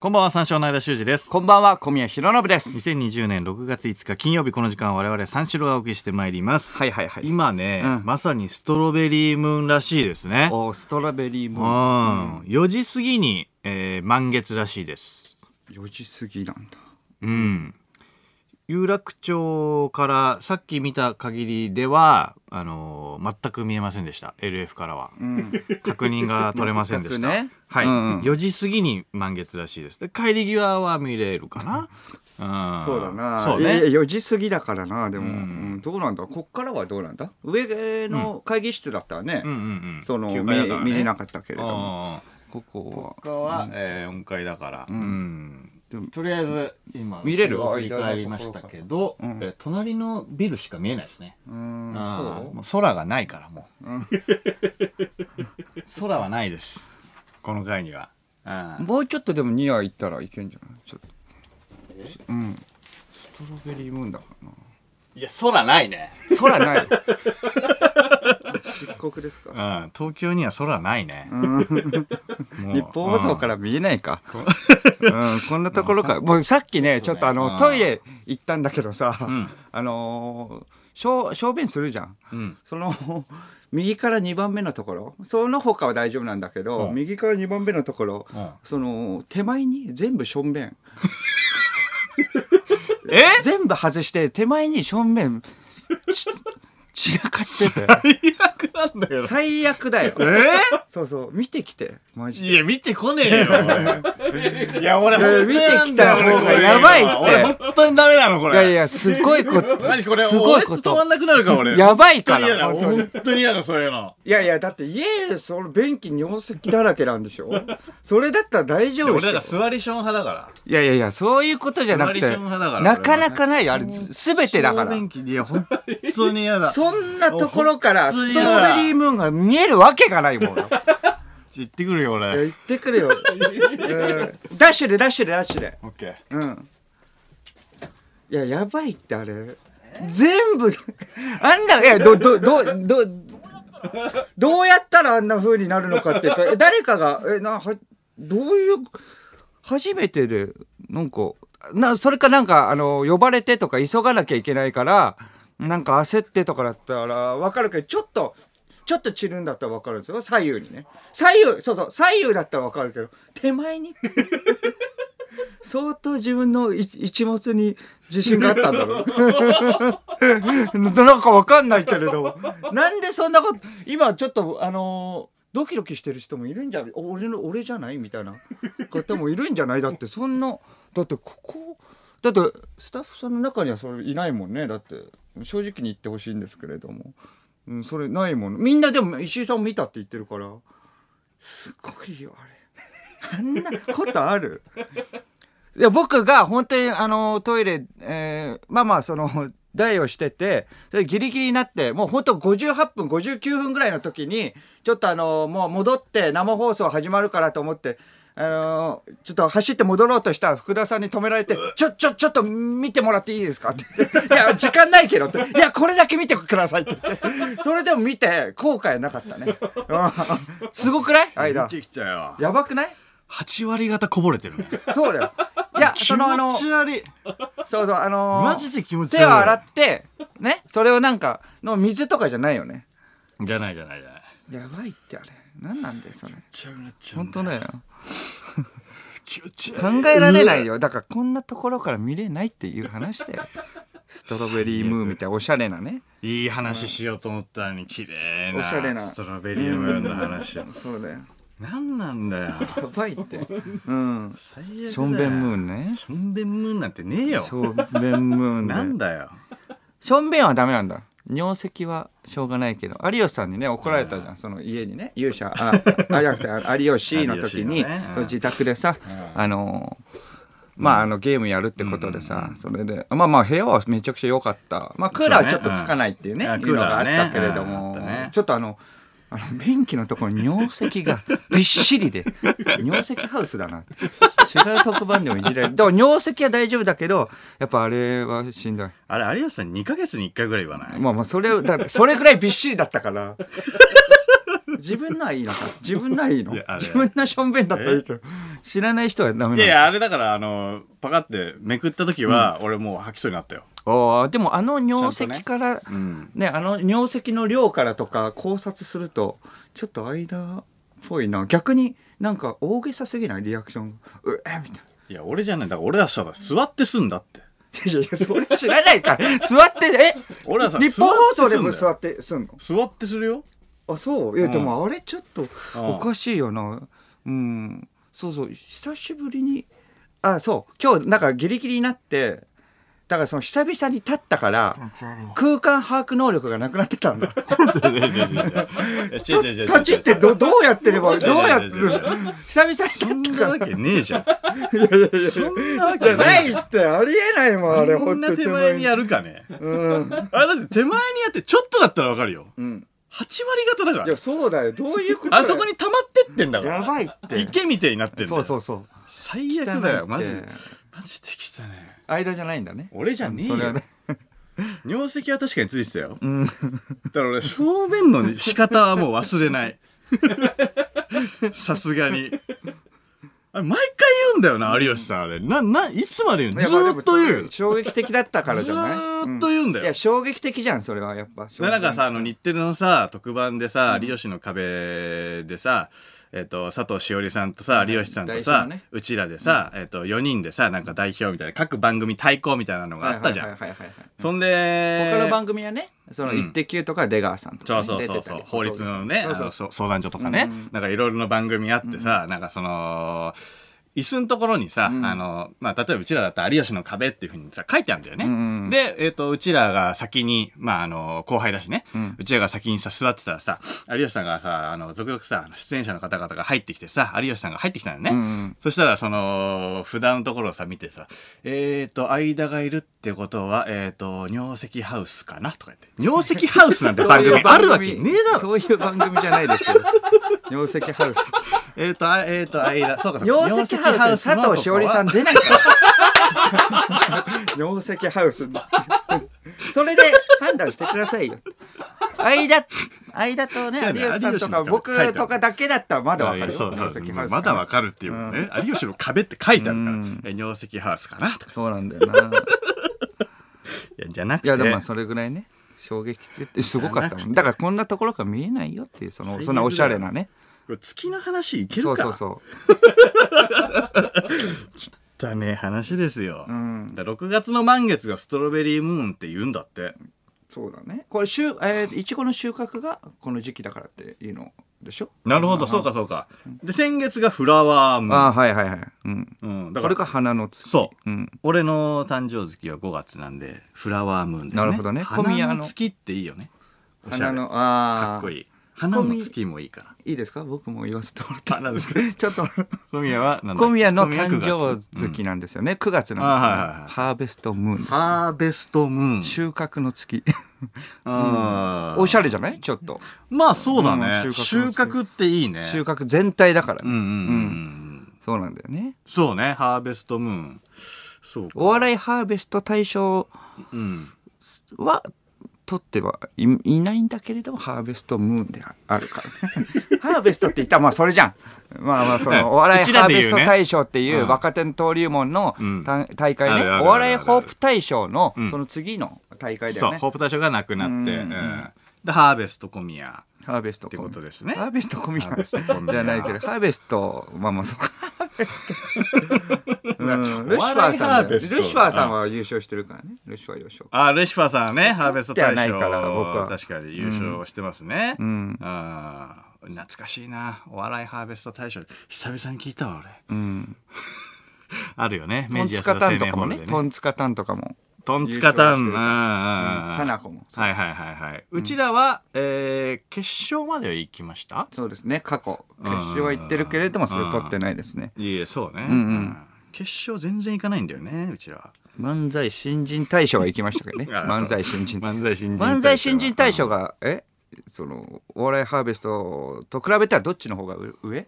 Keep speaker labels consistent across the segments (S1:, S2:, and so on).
S1: こんばんは、三照の間修二です。
S2: こんばんは、小宮弘信です。
S1: 2020年6月5日金曜日この時間我々三四郎がお送りしてまいります。
S2: はいはいはい
S1: 今ね、
S2: うん
S1: まさにストロベリームーンらしいですね。
S2: おストロベリー
S1: うん。
S2: も
S1: 4時過ぎに、えー満月らしいです。
S2: 4時過ぎなんだ。
S1: うん。有楽町からさっき見た限りでは、あのー全く見えませんでした。LF からは。確認が取れませんでした。
S2: 全くね
S1: はい、
S2: うんうん
S1: 4時過ぎに満月らしいです。で、帰り際は見れるかな。うん。
S2: そうだな。
S1: そうね。
S2: えー4時過ぎだからな。でも、うんどうなんだ。こっからはどうなんだ。上の会議室だったらね。
S1: うんうんうん、
S2: その、
S1: 9
S2: 見
S1: 階だからね
S2: 見れなかったけれども。
S1: あ
S2: ここ
S1: あ他は、えー、4階だから、うん
S2: でも
S1: とりあえず今
S2: 見れる
S1: 振り返りましたけど、えー隣のビルしか見えないですね、
S2: は。うん、
S1: あー
S2: そ
S1: もう空がないからもう、 空はないですこの階にはあ
S2: う。
S1: ー
S2: もうちょっとでもニア行ったらいけんじゃないちょっと。うん。ストロベリームーンだからな。
S1: いや空ないね、
S2: 空ない。 漆黒です
S1: う
S2: か。
S1: ん、東京には空ないね、 もう、
S2: 日本放送からら見えないか。 うん、こんなところか。もうさっきね、ちょっとあ
S1: うん
S2: の、トイレ行ったんだけどさ
S1: ん、
S2: あのー、小、小便するじゃん。
S1: うん
S2: その、 右から2番目のところ、その他は大丈夫なんだけ
S1: う
S2: ど、
S1: ん
S2: 右から2番目のところ
S1: うん、
S2: その、手前に全部正 面。
S1: え
S2: 全部外して、手前に正面、ち、散らかってて。
S1: 最悪なんだけど
S2: 最悪だよ。
S1: え
S2: そうそう、見てきて、マジで。
S1: いや見てこねえよ 俺いや俺本当に
S2: いや見てきた方がやばいって
S1: 俺本当にダメなのこ
S2: い
S1: れ
S2: やいや、すごい こと。
S1: マジこれ、
S2: すご
S1: 俺
S2: いこ
S1: 止ま
S2: と
S1: ん。なくなるか、 俺。
S2: やばいから
S1: 本当に嫌だ、本当に嫌だ、そういうの。
S2: いやいや、だって家、その便器尿石だらけなんでし ょそれだったら大丈夫
S1: 俺
S2: で
S1: なんか
S2: しょ
S1: 座りション派だから。
S2: いやいやいや、そういうことじゃなくて、
S1: マリション派だから
S2: なかなかないよ。あれ、すべてだか
S1: 小
S2: ら
S1: 便。器いや、本当に 嫌だ。
S2: そんなところから、
S1: 普通
S2: ス
S1: に
S2: ト
S1: 嫌
S2: ロ
S1: だ
S2: ベリームーンが見えるわけがないもん。いや
S1: 行ってくるよ、俺。
S2: 言ってくれ よ。うんダッシュで、ダッシュで、ダッシュで。
S1: オッケー。
S2: うん。いや、やばいってあれ。全部、あんな、いや、ど、ど、ど、ど、どうやったらあんな風になるのかっていうか、え誰かが、え、な、は、どういう、初めてで、なんか、な、それかなんか、あの、呼ばれてとか急がなきゃいけないから、なんか焦ってとかだったら、わかるけど、ちょっと、ちょっと散るんだったらわかるんですよ。左右にね。左右、そうそう、左右だったらわかるけど、手前に。相当自分の一一物に自信があったんだろう。 なんかわかんないけれど。なんでそんなこと、今ちょっとあのードキドキしてる人もいるんじゃないお俺の、俺じゃないみたいな方もいるんじゃないだってそんな、だってここ、だってスタッフさんの中にはそれいないもんね。だって正直に言ってほしいんですけれども。うん、それないもん。みんなでも石井さんを見たって言ってるから。すごいよ、あれ。あんなことあるいや僕が本当にあのトイレ、えーまあまあその台をしててそれギリギリになってもう本当58分59分ぐらいの時にちょっとあのもう戻って生放送始まるからと思って。あのちょっと走って戻ろうとしたら福田さんに止められて、ちょ、ちょ、ちょっと見てもらっていいですかって。いや、時間ないけどって。いや、これだけ見てくださいって言って。それでも見て、後悔なかったね。うんすごくない間
S1: 行っ。てきたよ。
S2: やばくない
S1: 8割方こぼれてるね。
S2: そう だよ。いや、
S1: 気
S2: そのあの
S1: 持、ち悪い。
S2: そうそう、あのー
S1: マジで気持ち悪い
S2: 手を洗って、ね、それをなんか、の水とかじゃないよね。
S1: じゃないじゃないじゃない。
S2: やばいってあれ。何なんだよ、それ。
S1: ちゃうなっち
S2: 本当だよ。
S1: 気持ち悪い。
S2: 考えられないよ。だから、こんなところから見れないっていう話だよ。ストロベリームーンみたいなおしゃれなね。
S1: いい話しようと思ったのに、綺麗な。
S2: おしゃれな
S1: ストロベリームーンの話。
S2: そうだよ。
S1: なんなんだよ。
S2: やばいって。うん。
S1: 最悪だよ。
S2: ションベンムーンね。
S1: ションベンムーンなんてねえよ
S2: シ。ョンベンムーンね
S1: なんだよ。
S2: ションベンはダメなんだ。尿石はしょうがないけど、有吉さんにね、怒られたじゃん。その家にね、勇者、あ、あ、じゃなくて、有吉の時に、
S1: 有吉のねうん
S2: その自宅でさ、あのーまあ、あのゲームやるってことでさ、それでまあまあ部屋はめちゃくちゃ良かった、まあ、クーラーはちょっとつかないっていうね
S1: そうねうん
S2: いうのがあったけれど
S1: あ
S2: も、
S1: クーラーはねうんあったね
S2: ちょっとあのあの便器のところに尿石 がびっしりで尿石ハウスだなって違う特番でもいじられるでも尿石は大丈夫だけどやっぱあれはしんどい
S1: あれ、有吉さん2ヶ月に1回ぐらい言わない
S2: まあまあ、それを、だからそれぐらいびっしりだったから。自分のはいいのか自分のはいいの
S1: いやあれ
S2: 自分のしょんべんだったらいいけど知らない人はダメ
S1: いやい
S2: なの
S1: やあれだからあのパカってめくった時は、俺もう吐きそうになったよ
S2: ああでもあの尿
S1: ちゃんと
S2: 石
S1: ね
S2: からね,、
S1: ん
S2: あの尿石の量からとか考察するとちょっと間っぽいな逆になんか大げさすぎないリアクションうえみたいない
S1: や俺じゃないだから俺はさ座ってすんだって
S2: いやいやそれ知らないから座ってえ
S1: 俺はさ
S2: 日本放送でも
S1: 座
S2: 座ってすんの
S1: 座ってするよ
S2: あそういや、
S1: ん
S2: でもあれちょっと
S1: ん
S2: おかしいよなうんそうそう久しぶりにあそう今日だからギリギリになってだからその久々に立ったから空間把握能力がなくなってたんだ立ちってどどうやってればどうやって
S1: 違う違う違う違う
S2: 久々に立
S1: そん
S2: っ
S1: なわけねえじゃんそんなわ
S2: たじ
S1: け
S2: ゃな
S1: ない
S2: い
S1: じゃん
S2: ってありえないもんあれ
S1: こ
S2: ほ
S1: ん
S2: ん
S1: な
S2: と
S1: 手前にやるかねあれだって手前にやってちょっとだったらわかるよ
S2: うん
S1: 8割方だか
S2: い
S1: ら
S2: やそうだよどういうこと
S1: あそこに溜まってってんだから
S2: やばいって
S1: 池みてえになってんだよ
S2: そうそうそう
S1: 最悪だ
S2: 汚いって
S1: よマジでマジで汚い
S2: 間じゃないんだね
S1: 俺じゃねえ
S2: それは
S1: よ
S2: ね
S1: 尿石は確かについてたよ、だから俺小便の仕方はもう忘れない さすがにあれ毎回言うんだよな有吉さんあれなないつまで言うのずーっと言うよ
S2: 衝撃的だったからじ
S1: ず
S2: ゃない
S1: ーっと言うんだ
S2: い
S1: よ、
S2: や衝撃的じゃんそれはやっぱ
S1: なんかさあの日テレのさ特番でさ「有吉の壁」でさ、えっと佐藤しおりさんとさ有吉さんと
S2: 代
S1: さ、
S2: 表のね
S1: うちらでさ、えっと4人でさなんか代表みたいな各番組対抗みたいなのがあったじゃん、
S2: はいはいはいはいはい
S1: そんで
S2: 他の番組はねその「イッテ Q!」とか出川さんとか
S1: そ
S2: ね
S1: うそうそう
S2: 出
S1: そ
S2: てた
S1: う
S2: り
S1: 法律のね
S2: そう
S1: あ
S2: そ
S1: の
S2: う
S1: そ相談所とかね、なんかいろいろな番組あってさ、なんかその椅子のところにさ、あのまあ、例えばうちらだったら「有吉の壁」っていうふうにさ書いてあるんだよね。で、えー、とうちらが先に、まあ、あの後輩だしね、うちらが先にさ座ってたらさ有吉さんがさあの続々さ出演者の方々が入ってきてさ有吉さんが入ってきたんだよね。そしたらその札のところをさ見てさ「えっ、と間がいるってことは、えっと尿石ハウスかな」とか言って「尿石ハウスなん て番組あるわけねえだろ
S2: そういう番組じゃないですよ 尿石ハウス
S1: えっ、とあえっ、と間そうかそうか
S2: 尿石ハウ
S1: 尿
S2: ス
S1: 石の
S2: 佐藤しおりさん
S1: とこ
S2: 出ないから尿石ハウスそれで判断してくださいよ間間とね
S1: 違うね
S2: 有吉さ
S1: 有
S2: んとか
S1: 吉の壁書いてあ
S2: 僕
S1: る
S2: とかだけだったらまだ
S1: は
S2: わ
S1: いや
S2: かるよ
S1: そう
S2: 尿
S1: そう
S2: 石ハウス
S1: まだわかるっていうもんね、有吉の壁って書いてあるから、え尿石ハウスかなとか
S2: そうなんだよな
S1: いやじゃなく
S2: い
S1: て
S2: やでもまあそれぐらいね衝撃ってすごかったもんだからこんなところが見えないよっていうそのそんなおしゃれなね
S1: これ月の話いける
S2: そ
S1: か
S2: うそうそう
S1: だね話ですよ、だから6月の満月がストロベリームーンって言うんだって
S2: そうだねこれ収えーいちごの収穫がこの時期だからっていうのでしょ
S1: なるほど、そうかそうか。で、先月がフラワームーン。
S2: ああはいはいはいうん
S1: うん、だ
S2: こ
S1: か
S2: れ
S1: ら、
S2: が花の月
S1: そう、
S2: うん
S1: 俺の誕生月は5月なんで、フラワームーンですね。
S2: なるほどね小宮
S1: 花
S2: の
S1: の月っていいよね。おしゃ
S2: 花
S1: れ。
S2: の
S1: か
S2: あ
S1: っ
S2: あ
S1: こいい。花の月もいいから。
S2: いいですか僕も言わせてもらって
S1: あなんですか
S2: ちょっと
S1: 小宮は何だっけ、
S2: 小宮の誕
S1: 小宮
S2: 生
S1: 九月
S2: 月なんですよね9月
S1: あ
S2: なん
S1: はいはいはい
S2: ですよハーベストムーンです
S1: ハーベストムーン。
S2: 収穫の月
S1: あー
S2: おしゃれじゃないちょ っと
S1: まあそうだね、
S2: うん収
S1: 収
S2: 穫の月
S1: 穫っていいね。
S2: 収穫全体だから
S1: うんうんうんうん。
S2: そうなんだよね
S1: そうね、ハーベストムーン。そうか。
S2: お笑いハーベスト大賞
S1: うん。
S2: は取ってはいいないんだけれどもハーベストムーンであるから ハーベストって言ったらまあそれじゃんまあまあそ のお笑いハーベスト大賞っていう若手の登竜門の
S1: ん
S2: た大会
S1: あるあ
S2: ね
S1: るあるある
S2: お笑いホープ大賞の
S1: ん
S2: その次の大会だ
S1: そ
S2: よ
S1: う、
S2: ね
S1: ホープ大賞がなくなって、うんで、ハーベスト小宮。
S2: ハーベストコミ
S1: ってことですね
S2: ハーベストコミ
S1: ハーベストコミ
S2: じゃないけどハーベストまあま あそうか
S1: うん
S2: ルシファーさんだよルシファーさん
S1: は。
S2: は優勝してるからねルシファー優勝
S1: あ、ルシファーさんはね、ハーベスト大
S2: 取って
S1: 賞
S2: はないから僕は
S1: 確かに優勝してますね。あー懐かしいな。お笑いハーベスト大賞。久々に聞いたわ、俺。 あるよね。
S2: ト
S1: 明
S2: ン
S1: 治
S2: ツ
S1: 安田
S2: カタ
S1: 青
S2: ンと
S1: 年
S2: か
S1: ホ
S2: も
S1: ール
S2: ね
S1: で
S2: ト
S1: ね。
S2: ンツカタンとかも
S1: トンツカタン。
S2: 優
S1: うんうんうん
S2: 勝してるから花子もそう
S1: はいはいはいはい。うちらは、えー決勝までは行きました
S2: そうですね過去決勝は行ってるけれどもそれ取ってないですね
S1: いえ、そうね。決勝全然行かないんだよね、うちら。
S2: 漫才新人大賞は行きましたけどね
S1: あそう
S2: 漫才新人
S1: 漫才新人大賞は
S2: 漫才新人大賞がえそのお笑いハーベストと比べたらどっちの方がう上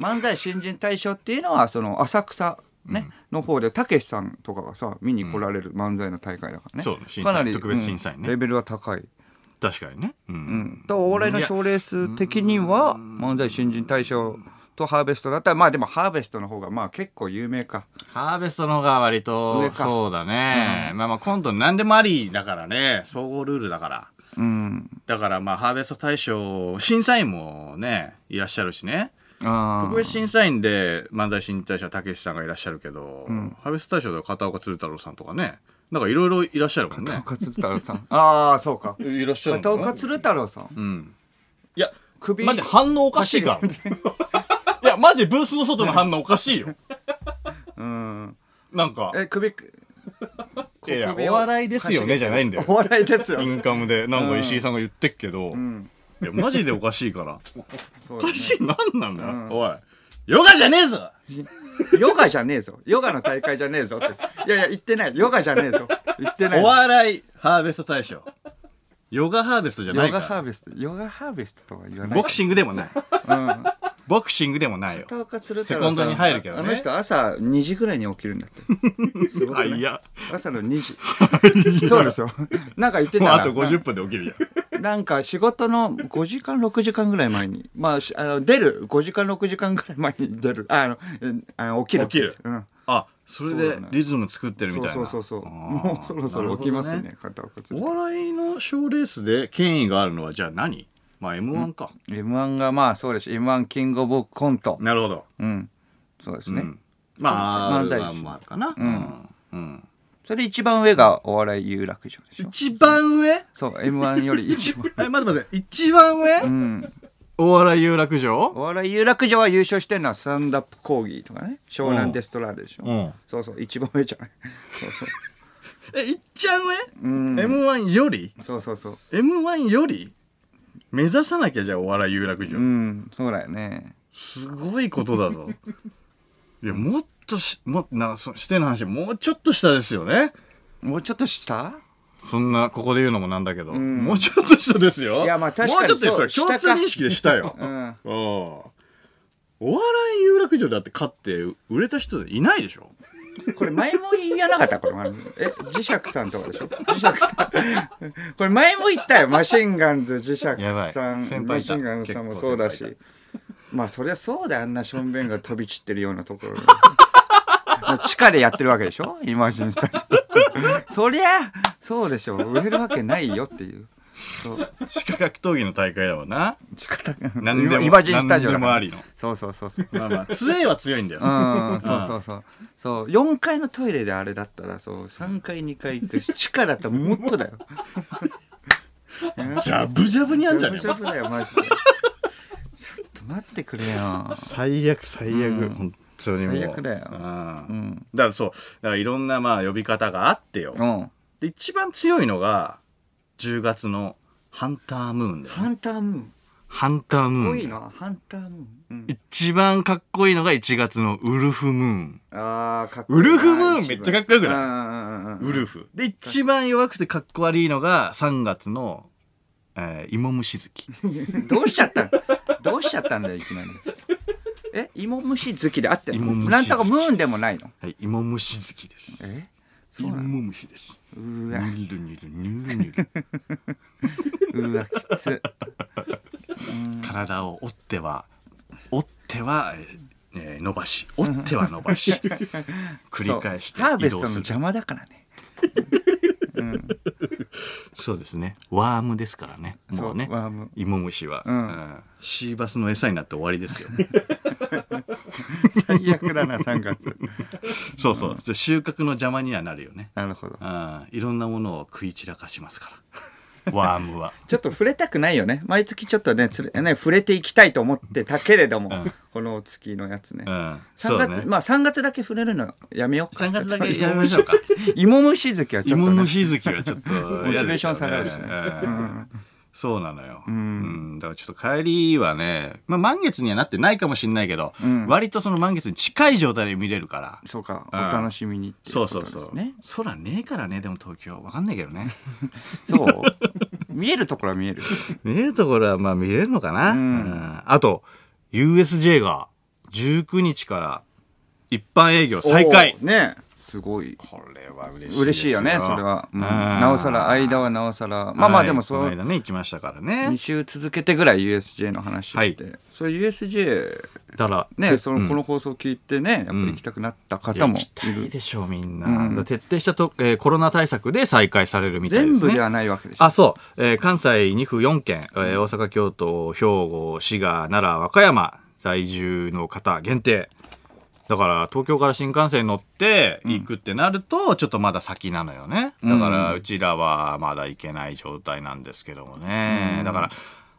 S2: 漫才新人大賞っていうのはその浅草ね、の方でたけしさんとかがさ見に来られる漫才の大会だからね、
S1: そうね審査
S2: かなり
S1: 特別審査員ね
S2: レベルは高い
S1: 確かにね。うん。
S2: だからお笑いの賞レース的には漫才新人大賞とハーベストだったらまあでもハーベストの方がまあ結構有名か
S1: ハーベストの方が割
S2: 上
S1: と、
S2: か
S1: そうだね。まあまあ、コント何でもありだからね、総合ルールだから。
S2: うん
S1: だからまあ、ハーベスト大賞、審査員もね、いらっしゃるしね。
S2: あ
S1: 特別審査員で漫才新人大賞、たけしさんがいらっしゃるけど、ハーベスト大賞では片岡鶴太郎さんとかね、なんかいろいろいらっしゃるもんね。
S2: 岡鶴太郎さん ああそうか
S1: いらっしゃる
S2: 片
S1: のか
S2: 岡
S1: な
S2: 鶴太郎さん
S1: うん。いや、
S2: 首
S1: マジ反応おかしいから。いや、マジブースの外の反応おかしいよ。
S2: うん
S1: なんか。
S2: え首
S1: いや
S2: 首を
S1: お笑いですよねじゃないんだよ
S2: お笑いです よ
S1: インカムでなんか石井さんが言ってっけど、いやマジでおかしい から
S2: そう
S1: お
S2: だね
S1: かしいなんなんだよ、おいヨガじゃねえぞ
S2: ヨガじゃねえぞヨガの大会じゃねえぞっていやいや言ってないヨガじゃねえぞ言ってない
S1: お笑いハーベスト大賞ヨガハーベストじゃな
S2: ヨ
S1: いか
S2: ガハー
S1: ら
S2: ベストヨガハーベストとは言わない
S1: ボクシングでもない、ボクシングでもないよ
S2: 片岡鶴太郎
S1: セコンドに入るけどね
S2: あの人朝2時ぐらいに起きるんだって。すご
S1: あ
S2: くない
S1: いや
S2: 朝の2時。そうですよ。なんか言ってた
S1: もう
S2: な
S1: あと50分で起きるじゃん
S2: なんか仕事の5時間6時間ぐらい前に、まあし、あの出る5時間6時間ぐらい前に出るあのえあの起きる
S1: 起きる
S2: うん、
S1: あそれでリズム作ってるみ
S2: そ
S1: たいうな
S2: そうそうそう
S1: あー
S2: もうそろそろ起きますね片岡鶴
S1: お笑いの賞レースで権威があるのはじゃあ何まあ m 1か、
S2: m 1がまあそうです m 1キングオブコント
S1: なるほど
S2: うんそうですね、
S1: うんまあ、
S2: 漫才
S1: R1 もあるかな。うん。うん
S2: それで一番上がお笑い有楽町でしょ
S1: 一番上え、
S2: そう m 1より一番
S1: 待って待って、一番上、
S2: うん、
S1: お笑い有楽町
S2: お笑い有楽町は優勝してるのはスタンダップ講義とかね湘南デストラーデでしょ、
S1: うん。
S2: そうそう一番上じゃ ないそうそう
S1: え、一番上
S2: ん
S1: ?M1 より
S2: そうそうそう
S1: ?M1 より目指さなきゃじゃあお笑い有楽町。
S2: うんそうだよね
S1: すごいことだぞ。いや、もっとし、も、な、そしての話、もうちょっと下ですよね。
S2: もうちょっと下
S1: そんな、ここで言うのもなんだけど、もうちょっと下ですよ。
S2: いやまあ確かに
S1: もうちょっとですよ。
S2: そう
S1: 共通認識でしたよ。
S2: うん
S1: うんお笑い有楽町だって勝って売れた人いないでしょ
S2: これ前も言わなかったこれえ磁石さんとかでしょ磁石さん これ前も言ったよマシンガンズ磁
S1: やば
S2: 石
S1: い
S2: さん
S1: 先輩いた
S2: マシンガンズさんもそうだし
S1: 結構先
S2: まあそりゃそうだよあんなしょんべんが飛び散ってるようなところでまあ地下でやってるわけでしょイマジンスタジオ そりゃそうでしょ売れるわけないよっていうそう
S1: 地下格闘技の大会だわな
S2: 地下だ
S1: 何でも
S2: イマジンスタジオだか
S1: 何でも
S2: ら
S1: ありの
S2: そうそうそうそう
S1: まあまあ強いは強いんだよ、
S2: うんそうそうそうそう4階のトイレであれだったらそう3階2階行くし地下だったらもっとだよ
S1: ジャブジャブにあんじゃ
S2: め
S1: ね
S2: ち
S1: え
S2: ゃ
S1: よ
S2: くちゃだよマジでちょっと待ってくれよ
S1: 最悪最悪、本当にもう
S2: 最悪だよ
S1: うん
S2: ん
S1: だからそうだからいろんなまあ呼び方があってよ、
S2: うん
S1: で一番強いのが10月のハンタームーンだよね、
S2: ハンタームーン
S1: ハンターム
S2: 濃
S1: ー
S2: い
S1: ン
S2: なハンタームーン、うん、
S1: 一番かっこいいのが1月のウルフムーン
S2: あーかっこいい
S1: ウルフムーンめっちゃかっこよくない
S2: な
S1: ウルフ。で、一番弱くてかっこ悪いのが、3月の、えー、芋虫月。
S2: いどうしちゃったんどうしちゃったんだよいきなりえ芋虫好きであってんの
S1: 芋虫好き
S2: なんとかムーンでもないの
S1: はい、芋虫月です。
S2: えそう
S1: 芋
S2: なの
S1: 虫です。
S2: う
S1: ニ
S2: わ
S1: ュルニュルニュル ニュル。
S2: うわき つ
S1: 体を折っては、折っては、えーえー伸ばし、折っては伸ば し。繰り返して
S2: そうハーベ
S1: 移
S2: スト
S1: 動
S2: の
S1: する。
S2: 邪魔だからね
S1: そうですね。ワームですからね。もうね
S2: そうワーム。
S1: 芋虫は、うんんシーバスの餌になって終わりですよ。
S2: 最悪だな3月
S1: そうそう。収穫の邪魔にはなるよね。
S2: なるほど
S1: うんいろんなものを食い散らかしますから。 ワームは。
S2: ちょっと触れたくないよね毎月ちょっとねつれね触れていきたいと思ってたけれども、この月のやつね、
S1: うん。
S2: 三
S1: そうだ
S2: 月
S1: ね。
S2: まあ3月だけ触れるのやめようか
S1: 3月だけやめましょうか。
S2: 芋虫好きはちょっ
S1: 芋
S2: と、ね、
S1: 虫月はちょっと
S2: モチ
S1: 嫌
S2: ベー
S1: で
S2: シ
S1: す
S2: ョ
S1: よね。
S2: ン下がるしね
S1: うんそうなのよ。うん。だからちょっと帰りはね、まあ満月にはなってないかもしれないけど、割とその満月に近い状態で見れるから。
S2: そうかお
S1: うん
S2: 楽しみにってい
S1: そう
S2: こ
S1: そ
S2: と
S1: う
S2: です
S1: そう
S2: ね。
S1: 空ねえからね、でも東京。わかんないけどね。
S2: そう見えるところは見える
S1: 見えるところはまあ見れるのかな。うんあと、USJ が19日から一般営業再開
S2: おー。ねすごい
S1: これは嬉しいですよ
S2: 嬉しいよねそれは、うん、
S1: うん
S2: なおさら間はなおさらまあまあ
S1: はい
S2: でもそ
S1: この
S2: う
S1: 間ね行きましたから
S2: 2
S1: ね
S2: 週続けてぐらい USJ の話して、
S1: は
S2: それ USJ
S1: だから
S2: ねその、
S1: うん
S2: この放送聞いてねやっぱり行きたくなった方も
S1: いや行き
S2: い
S1: た
S2: る、
S1: いでしょうみんな、
S2: うん
S1: だから徹底したと、えーコロナ対策で再開されるみたいです
S2: 全
S1: ね
S2: 部ではないわけでしょ
S1: あそう、えー関西2府4県、えー大阪京都兵庫滋賀奈良和歌山在住の方限定だから東京から新幹線に乗って行くってなるとちょっとまだ先なのよねだからうちらはまだ行けない状態なんですけどもね、だから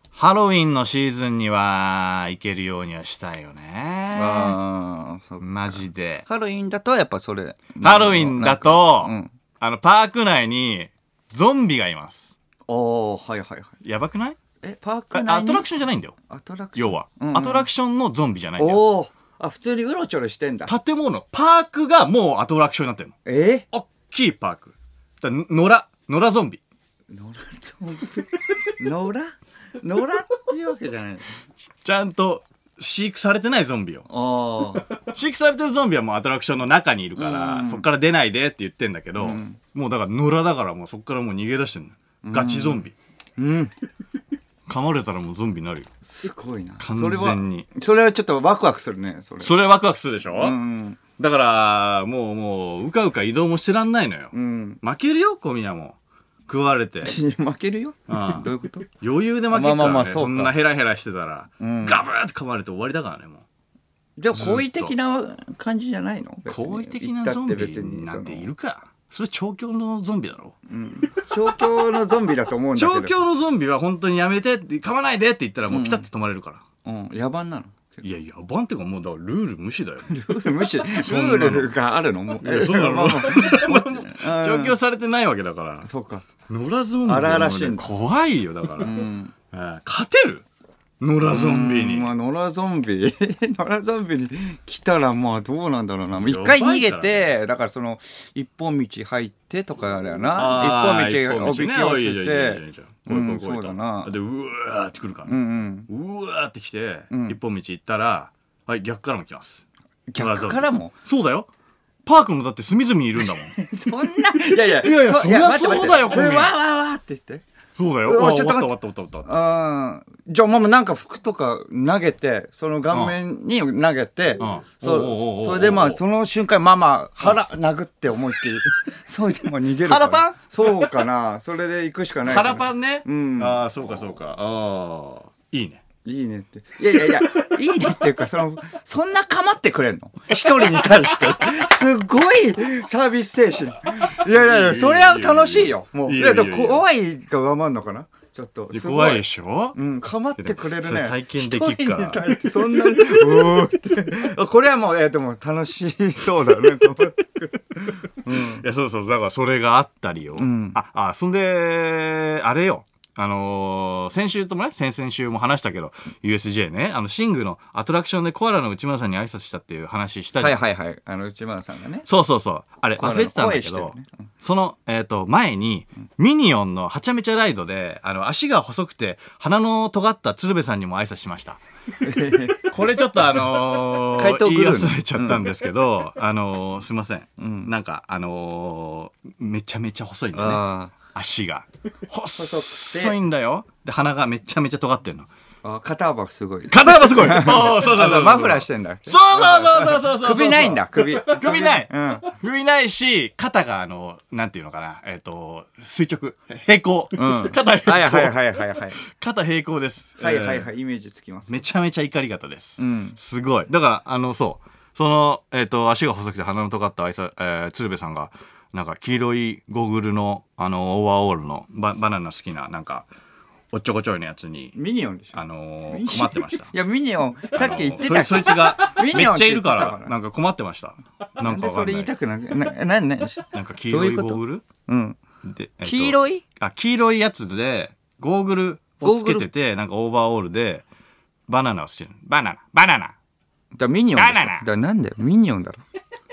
S1: ハロウィンのシーズンには行けるようにはしたいよね
S2: あーそう
S1: マジで
S2: ハロウィンだとやっぱそれ
S1: ハロウィンだと、
S2: うん
S1: あのパーク内にゾンビがいます
S2: おおはいはいはい
S1: やばくない
S2: えパーク内に
S1: あアトラクションじゃないんだよ
S2: アトラクション
S1: 要は、
S2: うんうん
S1: アトラクションのゾンビじゃないんだよ
S2: おおあ普通にうろちょろしてんだ
S1: 建物パークがもうアトラクションになってるの
S2: え
S1: おっきいパークだから野良野良ゾンビ
S2: 野良ゾンビ野良野良っていうわけじゃない
S1: ちゃんと飼育されてないゾンビよ
S2: ああ
S1: 飼育されてるゾンビはもうアトラクションの中にいるから、そっから出ないでって言ってんだけど、もうだから野良だからもうそっからもう逃げ出してんのよガチゾンビ
S2: うん
S1: 噛まれたらもうゾンビになるよ
S2: すごいな
S1: 完全に
S2: それはそれはちょっとワクワクするねそれ
S1: それワクワクするでしょ、
S2: うん
S1: だからもうもううかうか移動もしてらんないのよ、
S2: うん
S1: 負けるよ小宮も食われ て
S2: 負けるよ
S1: ああ
S2: どういうこと
S1: 余裕で負けっから、ね
S2: まあまあまあそう
S1: そ
S2: か
S1: んなヘラヘラしてたら、
S2: ん
S1: ガブーって噛まれて終わりだからねも
S2: じゃあ好意的な感じじゃないの
S1: う
S2: 別に
S1: 好意的なゾンビなんているかそれ調教のゾンビだろ
S2: 調教のゾンビだと思うんだけ
S1: 調
S2: ど
S1: 教のゾンビは本当にやめてって噛まないでって言ったらもうピタッて止まれるから、
S2: うん野蛮なの
S1: いやいやばんっていうかもうだからルール無視だよ
S2: ルール無視ル
S1: んなの
S2: ールがあるのもう
S1: いやそうなの
S2: あ
S1: 調教されてないわけだから
S2: そうか
S1: 野良ゾンビもね
S2: 荒々しいんだ
S1: 怖いよだから、
S2: うん
S1: えー勝てる野良ゾンビに
S2: まあ、野良ゾンビ野良ゾンビに来たらまあどうなんだろうなもう一回逃げ
S1: やばい
S2: て、だからその一本道入ってとかあれや
S1: あ
S2: な
S1: ー
S2: 一本道おびきを
S1: 一本道ねおいい
S2: し
S1: じゃんいいじゃんい
S2: て
S1: いじゃん
S2: うん
S1: こいこいこい
S2: そうだな
S1: でうわーってくるから
S2: う
S1: ね、
S2: んうん
S1: うわーって来て、
S2: ん
S1: 一本道行ったらはい逆からも来ます
S2: 逆からも
S1: そうだよパークのだって隅々にいるん だもん
S2: そんないやいや
S1: いやいや
S2: そ
S1: そりゃそうだよ
S2: これ
S1: 小
S2: わ
S1: 宮
S2: わわわって言って
S1: そうだよ
S2: うわ
S1: あ
S2: ちょ
S1: 終
S2: っ
S1: わ
S2: と
S1: った
S2: 待
S1: 終
S2: っ
S1: わった終わった終わった
S2: あーじゃあママなんか服とか投げてその顔面に投げて、
S1: うんおうおうおうお
S2: そうそれでまあその瞬間ママ腹殴って思いっきり、 それでもう逃げる
S1: 腹パン
S2: そうかなそれで行くしかないかな
S1: 腹パンね、
S2: うん
S1: ああそうかそうかああいいね
S2: いいねって。いやいや いや、いいねっていうか、その、そんな構ってくれんの一人に対して。すごいサービス精神。いやいやいや、それは楽しいよ。もう。
S1: い
S2: い
S1: いよ
S2: や、
S1: いいよ
S2: で
S1: いいよ
S2: も怖いが上回んのかなちょっと。
S1: です
S2: ご
S1: 怖いでしょ、
S2: うん、構ってくれる
S1: それ
S2: ね。
S1: 体験できるから
S2: 一人に対してそんなに、うーって。これはもう、えー、でも楽しそう だね。
S1: いやそうそうだからそれがあったりよ、
S2: ん
S1: ああそんであれよあのー先週ともね先々週も話したけど USJ ねあのシングのアトラクションでコアラの内村さんに挨拶したっていう話したじゃん
S2: はいはいはい。あの、内村さ んがね。
S1: そうそうそう。あれ、
S2: コアラ
S1: 忘
S2: の
S1: れてたんだけ
S2: 声
S1: ど、
S2: してるね
S1: その、えっ、と、前に、ミニオンのはちゃめちゃライドで、あの、足が細くて、鼻の尖った鶴瓶さんにも挨拶しました。これちょっとあ のー、
S2: 怪盗グ
S1: 言い
S2: ルーの
S1: 忘れちゃったんですけど、あのー、すいません。なんか、あのーめちゃめちゃ細いんだね。
S2: あ
S1: 足が。
S2: くて
S1: 細いんだよ。で、鼻がめちゃめちゃ尖ってんの。
S2: ーあー、肩幅す ごい。
S1: 肩幅すごいおーそうそうそうそう
S2: あマフラーしてんだ。
S1: そうそうそうそうそうそう そう。
S2: 首ないんだ、首。
S1: 首ない、
S2: うん
S1: 首ないし肩があのなんていうのかなえっ、と垂直平行、
S2: うん
S1: 肩平行、
S2: はいはいはいはいはい。
S1: 肩平行です
S2: はいはいは
S1: え
S2: い、イメージつきま
S1: ー
S2: す。
S1: めちゃめちゃ怒り方です、
S2: うん
S1: すごいだからあのそうそのえっ、と足が細くて鼻の尖ったあいさ、えー鶴瓶さんがなんか黄色いゴーグルのあのオーバーオールのババナナ好きななんかおっちょこちょいのやつに
S2: ミニオンでしょ
S1: あのー困ってました
S2: いや、ミニオン、さっき 言ってた
S1: あのそいそいつがめ
S2: ミ
S1: っ
S2: ニオンって
S1: ちゃい
S2: 言
S1: る
S2: ってた
S1: か
S2: から
S1: らなんか困ってましたな
S2: なん
S1: か
S2: んで
S1: わか
S2: そ
S1: んな
S2: れ言
S1: い
S2: いたくなるな、 な、な、な、
S1: なんか黄色い
S2: どういうこ
S1: ゴ
S2: と
S1: ーグル
S2: うん。
S1: で、えっと
S2: 黄色い
S1: あ黄色いやつでゴーグルをつけててなんかオーバーオールでバナナをしてるバナナバナナ
S2: だ、ミニオンでし
S1: バ
S2: ょ。
S1: ナ
S2: だ
S1: ナ
S2: からなんだよ、ミニオンだろ。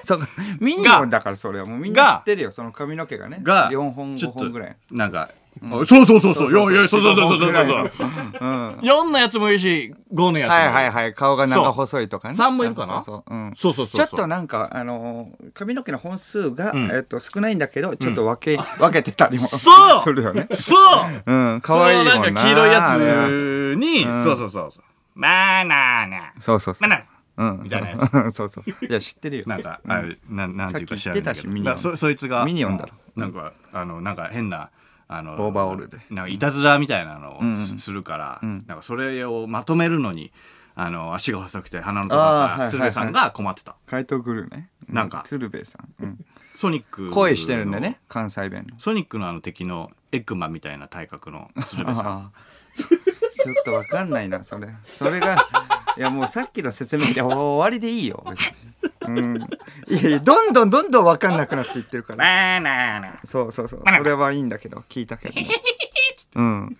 S2: そうか、ミニオンだからそれはもうみんな
S1: が
S2: 知ってるよ、その髪の毛がね。
S1: が
S2: 4本、
S1: ちょ
S2: 5
S1: っと
S2: 本ぐらい。
S1: なんかあそうそうそうそう。いやいや、そうそうそうそうそうそう。
S2: うん。
S1: 4のやつもいるし、5のやつも
S2: はいい
S1: る。
S2: はいはい。顔が長細いとかね。
S1: そう三もいるかな
S2: そうそうそううん
S1: そうそうそう
S2: ちょ
S1: そう。
S2: っとなんか、あのー、髪の毛の本数が、
S1: ん
S2: えっと、少ないんだけど、ちょっと 分け、分けてたりも。
S1: そう
S2: するよね。
S1: そう
S2: うん。可愛い
S1: その
S2: も
S1: なんん
S2: な。
S1: か黄色い
S2: あれ
S1: やつに、そうそうそうそう。まあなあなあ。
S2: そうそうそ
S1: まあ
S2: う。
S1: なあ。
S2: うん。
S1: みたいなや
S2: つ。 そうそう。いや、知ってるよ。
S1: なんか、あれ、なん、なんていうか知らないんだけど。
S2: さっき言ってたしミニオン
S1: だそ、そいつが。
S2: ミニオンだろ
S1: うん。なんか、あの、なんか変な。あの
S2: オーバーオールで
S1: なんかいたずらみたいなのをすするから、なんかそれをまとめるのにあの足が細くて鼻のとこ
S2: あーはいはいは
S1: が
S2: い
S1: 鶴瓶さんが困ってた、
S2: 怪盗グルーね。う
S1: なんか
S2: 鶴瓶さん。うん
S1: ソニックの
S2: 恋してるんでね、関西弁の。
S1: ソニックのあの敵のエッグマンみたいな体格 の鶴瓶さん
S2: ああ。ちょっとわかんないな、それ。それが、 いやもうさっきの説明で終わりでいいよ。別にうん。いやいや、どんどんどんどんわかんなくなっていってるから。
S1: バーナーナ
S2: そうそうそう。それはいいんだけど、聞いたけど も。うん。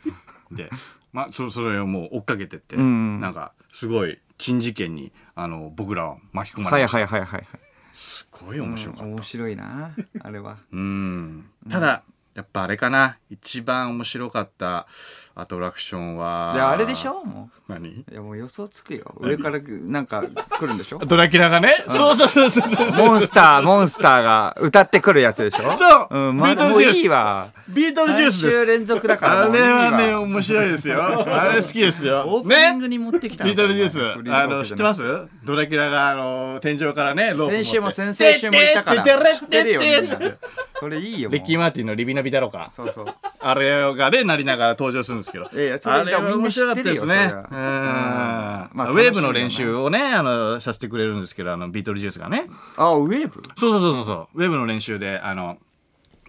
S1: で、まあ、そそれをもう追っかけてって、
S2: ん
S1: なんかすごい珍事件にあの僕らは巻き込ま
S2: は
S1: れ
S2: い
S1: て、
S2: はいはいはい
S1: すごい面白か
S2: は
S1: っ
S2: い。
S1: た、
S2: 面白いな、あれは。
S1: うんただやっぱあれかな一番面白かったアトラクションは
S2: で、あれでしょも
S1: 何
S2: う。いやもう予想つくよ。上からなんか来るんで しょ
S1: ドラキュラがね、そうそうそうそうそう
S2: モンスター、モンスターが歌ってくるやつでしょ
S1: そう
S2: うん、ま
S1: ビート
S2: だ
S1: ル
S2: もう
S1: ジュース
S2: いいわ。
S1: ビートルジュース
S2: 3週
S1: です
S2: 連続だから
S1: あ
S2: もうい
S1: れ
S2: いわ。
S1: はね面白いですよあれ好きですよ
S2: オープ
S1: ね
S2: ニングに持ってきたの
S1: ビートルジュー
S2: お前フリ
S1: ス、
S2: ー
S1: あ
S2: トー
S1: の、
S2: ク
S1: 知っ
S2: じゃ
S1: て
S2: な
S1: ま
S2: い
S1: すドラキュラが、あの、天井からね、ロープ持って
S2: 先週も先々週も言ったから。
S1: てって
S2: 知ってるよ、みん
S1: てって
S2: な。それいいよ。もう
S1: リッキー・マーティンのリビナビだろうか。
S2: そうそう。
S1: あれがね、なりながら登場するんですけど。
S2: いやいやそれ
S1: あれは面白かったです
S2: みんな
S1: ね
S2: 知っ。
S1: うん
S2: てるよそれはうんまあ
S1: ウェーブの練習をね、あの、させてくれるんですけど、あの、ビートルジュースがね。
S2: あ、ウェーブ
S1: そうそうそうそうそう。ウェーブの練習で、あの、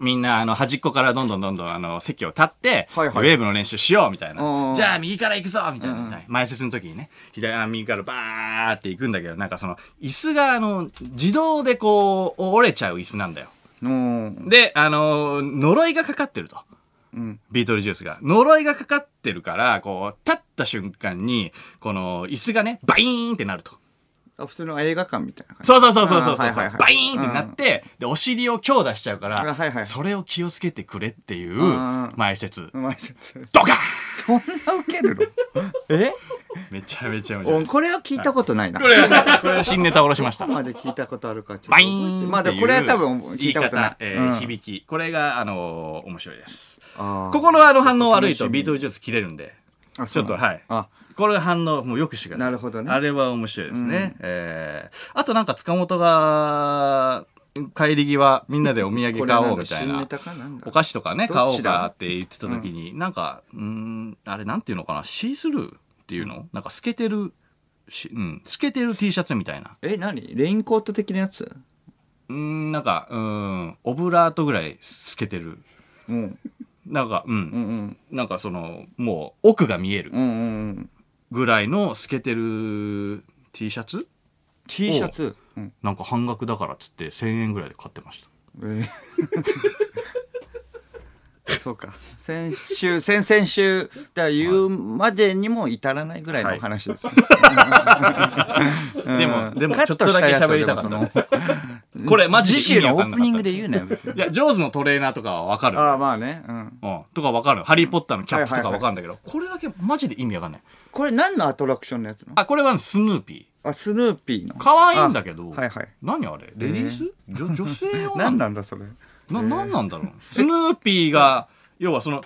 S1: みんな、あの、端っこからどんどんどんどん、あの、席を立って、
S2: はいはい
S1: ウェーブの練習しようみたい
S2: うんうん
S1: な。じゃあ、右から行くぞみたいな。前説の時にね、左、あ右からバーって行くんだけど、なんかその、椅子が、あの、自動でこう、折れちゃう椅子なんだよ。
S2: うん。
S1: で、あの、呪いがかかってると。
S2: うん。
S1: ビートルジュースが。呪いがかかってるから、こう、立った瞬間に、この、椅子がね、バイーンってなると。
S2: あ普通の映画館みたいな感じ。
S1: そうそうそうそうそうそう、
S2: あーはいはいはい
S1: バイーンってなって、で、お尻を強打しちゃうから、
S2: あはいはい
S1: それを気をつけてくれっていう
S2: うん、
S1: 前説。
S2: うまいです
S1: ドカーン
S2: そんなウケるのえ
S1: めちゃめちゃ面白
S2: お
S1: い。
S2: これは聞いたことないな。
S1: これ、これ新ネタ下ろしまし
S2: ど
S1: た
S2: こ。まで聞いたことあるかちょっと
S1: バイ
S2: 覚えて
S1: ーン
S2: まあでもこれは多分聞いたことない。
S1: 言い方、えー
S2: うん
S1: 響き。これが、あのー面白いです。
S2: あー
S1: ここのあの反応悪いとビートルジュース切れるんで。
S2: あ
S1: ち
S2: そ
S1: ょ
S2: う
S1: っ
S2: な
S1: と、
S2: の
S1: はい。
S2: あ
S1: これ反応、もうよくしてください。
S2: なるほどね
S1: あれは面白いですね。えーあとなんか塚本が、帰り際、みんなでお土産
S2: これ
S1: 買お
S2: な
S1: うん
S2: だ
S1: みたい
S2: 新
S1: な
S2: ネ。タかなんだ
S1: お菓子とかね、買
S2: どっ
S1: お
S2: ち
S1: う
S2: だ
S1: かって言ってた時に、なんか、うーん、あれなんていうのかな、シースルーっていうのなんか透けてる、しうん、透けてる T シャツみたいな。
S2: え、何レインコート的なやつ
S1: うーん、なんか、うーん、オブラートぐらい透けてる。
S2: うん。
S1: なんか、う、
S2: うんん
S1: なんかその、もう奥が見える
S2: うん。うんうんうん。
S1: ぐらいの透けてる T シャツ
S2: T シャツ。うん。
S1: なんか半額だからっつって1000円ぐらいで買ってました。
S2: えー そうか。先週、先々週、だ言うまでにも至らないぐらいの話 ですね。
S1: でも、でも
S2: カッ
S1: ちょっ
S2: ト
S1: と
S2: した
S1: だけ
S2: やつは
S1: 喋りたかったです。
S2: でもそ の
S1: これマジで
S2: 次週のオ
S1: 意味
S2: ープニングで
S1: わ
S2: 言うなよ、別に
S1: かんなかったいや、ジョーズのトレーナーとかはわかる。
S2: ああ、まあね。うん。
S1: うん、とかわかる。ハリー・ポッターのキャップとか
S2: はいはいは
S1: わ
S2: い
S1: かるんだけど、これだけマジで意味わかんない。
S2: これ何のアトラクションのやつなの
S1: あ、これはスヌーピ
S2: あ、スヌーピーの。
S1: ー。可愛いんだけど、
S2: はいはい
S1: 何あれレディース、女女性用な
S2: 何
S1: ん
S2: なんだそれ。
S1: ななんなんだろうスヌーピーが、要はその、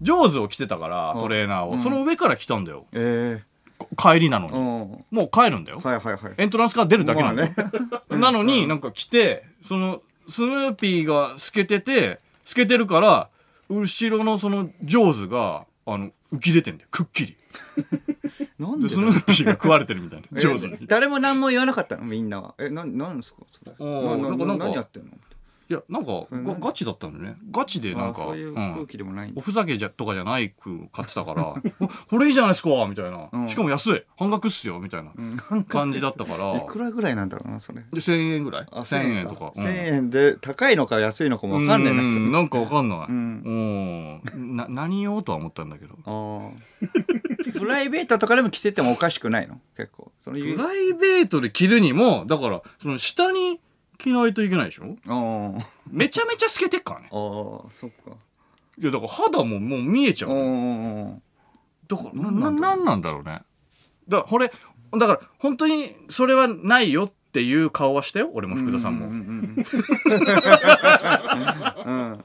S1: ジョーズを着てたから、トレーナーを、その上から来たんだよ。
S2: え
S1: こ帰りなの
S2: え。う
S1: に。
S2: ん。
S1: もう帰るんだよ。
S2: はいはいはい。
S1: エントランスから出るだけなの、ね
S2: ま、
S1: なのになんか来てそのスヌーピーが透けてて透けてるから後ろのそのジョーズがあの浮き出てんだよくっきり
S2: なん
S1: で
S2: で
S1: ス
S2: だ
S1: ヌーピーが食われてるみたいな
S2: え
S1: ジョーズにい
S2: 誰も何も言わなかったのみんなは。え、な、なんですかそれ。
S1: おー
S2: な
S1: なん
S2: な
S1: かなんか
S2: 何やってんの
S1: やなんかがガチだったんだよねガチでな
S2: あ
S1: ん
S2: ー
S1: か
S2: そういう空気でもないん
S1: お
S2: だ。
S1: ふざけじゃとかじゃないく買ってたから おこれいいじゃないですかみたいな、
S2: ん
S1: しかも安い半額っすよみたいな感じだったから、
S2: いくらぐらいなんだろうな、それ。
S1: で1000円ぐらい
S2: あそうな
S1: 1000
S2: んだ
S1: 円とか、うん
S2: 1000円で高いのか安いのかもわかんないな
S1: う
S2: それ
S1: んなんかわかんない。うんん。な、何用とは思ったんだけど。
S2: あー プライベートとかでも着ててもおかしくないの結構。その
S1: プライベートで着るにも、だから、その下に着ないといけないでしょ
S2: あー
S1: めちゃめちゃ透けてっからね。
S2: あー、そっか。
S1: いやだから肌ももう見えちゃ
S2: うん
S1: う。
S2: うんうん
S1: だからなななんなんだろうね。だからこれだから本当にそれはないよっていう顔はしたよ俺も福田さんも。
S2: う んうんうんうん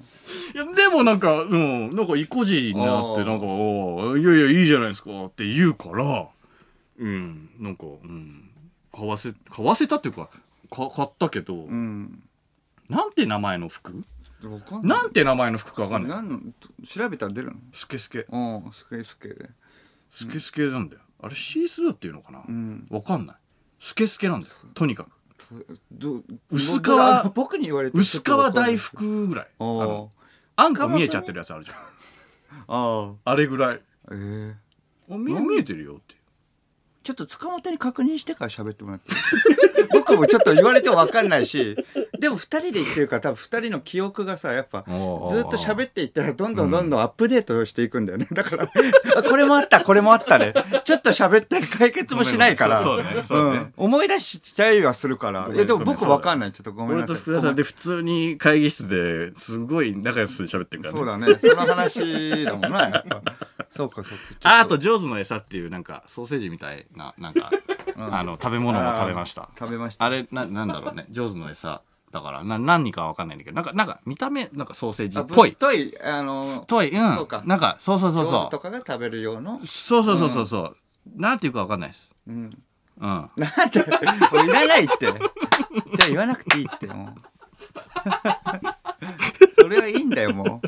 S1: いやでもなんかうんなんか意固地になって
S2: あー
S1: なんかおーいやいやいいじゃないですかって言うからうんなんかうん買わせ買わせたっていうかか買ったけど、
S2: うん
S1: なんて名前の服
S2: うんわかんない
S1: なんて名前の服かわかんない。
S2: 何の調べたら出る
S1: スケスケ
S2: のうんすけすけで
S1: スケスケなんだよ。あれシースルーっていうのかな。わ、
S2: ん
S1: かんない。スケスケなんですよ。とにかく。
S2: ど
S1: 薄皮
S2: どあ僕に言われてちょ
S1: 薄
S2: っとわ
S1: 皮
S2: かんない
S1: 大福ぐらい。あ
S2: あー
S1: の、あんこ見えちゃってるやつあるじゃん。
S2: あ
S1: あれぐらい。
S2: あええ
S1: あ見見えてるよって。
S2: ちょっと塚本に確認してから喋ってもらっていい 僕もちょっと言われても分かんないしでも2人で言ってるから多分2人の記憶がさやっぱ
S1: お
S2: ず
S1: うおうおう
S2: っと喋っていったらどんどんどんどんアップデートしていくんだよねだから あこれもあったこれもあったねちょっと喋って解決もしないから
S1: そうそうねそうね
S2: ん思い出しちゃいはするから
S1: ごめん
S2: いやでも
S1: ごめん
S2: 僕分かんないちょっとごめん
S1: 俺
S2: な
S1: と
S2: さい
S1: 福田さんで普通に会議室ですごい仲良く喋ってるからね。
S2: そうだねその話だもんなやっぱそうかそうかちょっ
S1: ああと、ジョーズの餌っていう、なんか、ソーセージみたいな、なんか、あの、食べ物も食べました
S2: あ。ー食べました
S1: あれ、な、なんだろうね。ジョーズの餌。だから、な、何かわかんないんだけど、なんか、なんか、見た目、なんかソーセージ
S2: あ
S1: っぽい。
S2: 太いあの
S1: 太い、うん。
S2: そうか
S1: なんか、そうそうそう
S2: 上手
S1: そ
S2: とかが食べる用の
S1: う。そうそうそうそうそう。なんていうかわかんないです。うん。うん。
S2: なんでもういらないって。じゃあ言わなくていいってもう。それはいいんだよもう。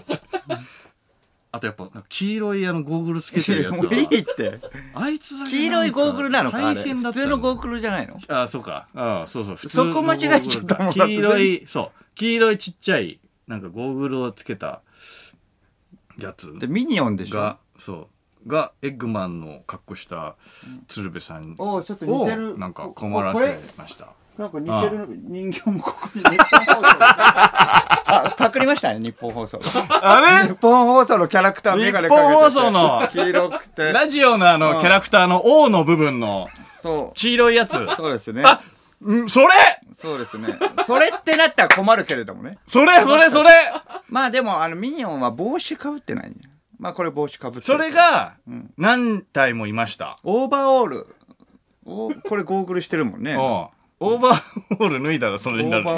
S1: あとやっぱ、なんか黄色いあの、ゴーグルつけてるやつ
S2: もういい
S1: は。
S2: って。
S1: あいつだけ
S2: 黄色いゴーグルなのかあ
S1: 大
S2: れ。
S1: 変だっ
S2: 普
S1: た
S2: 通のゴー
S1: グ
S2: グルじゃないの。
S1: ル。あ、そうか。あそうそう。普通
S2: そこ間違えちゃったもん
S1: 黄色い、そう。黄色いちっちゃい、なんかゴーグルをつけたやつ。
S2: でミニオンでしょ
S1: が。そうがエッグマンの格好した鶴瓶さん
S2: おうちょっと似てる
S1: をなんか困らせました
S2: なんか似
S1: て
S2: る人形もここに。 あパクりましたね日本放送。あれ？日本放送のキャラクターメガネかけて
S1: 日
S2: て
S1: 本放送の
S2: 黄色くて。
S1: ラジオのあのキャラクターの O の部分の
S2: そう。
S1: 黄色い やつ
S2: そうですね。
S1: あんそれ
S2: そうですね。それってなったら困るけれどもね。
S1: それそれそれ
S2: まあでもあのミニオンは帽子かぶってないねまあこれ帽子かぶって
S1: そ
S2: る
S1: れが何体もいました
S2: オーバーオールおこれゴーグルしてるもんね
S1: うんオーバーオール脱いだらそれになるね
S2: ー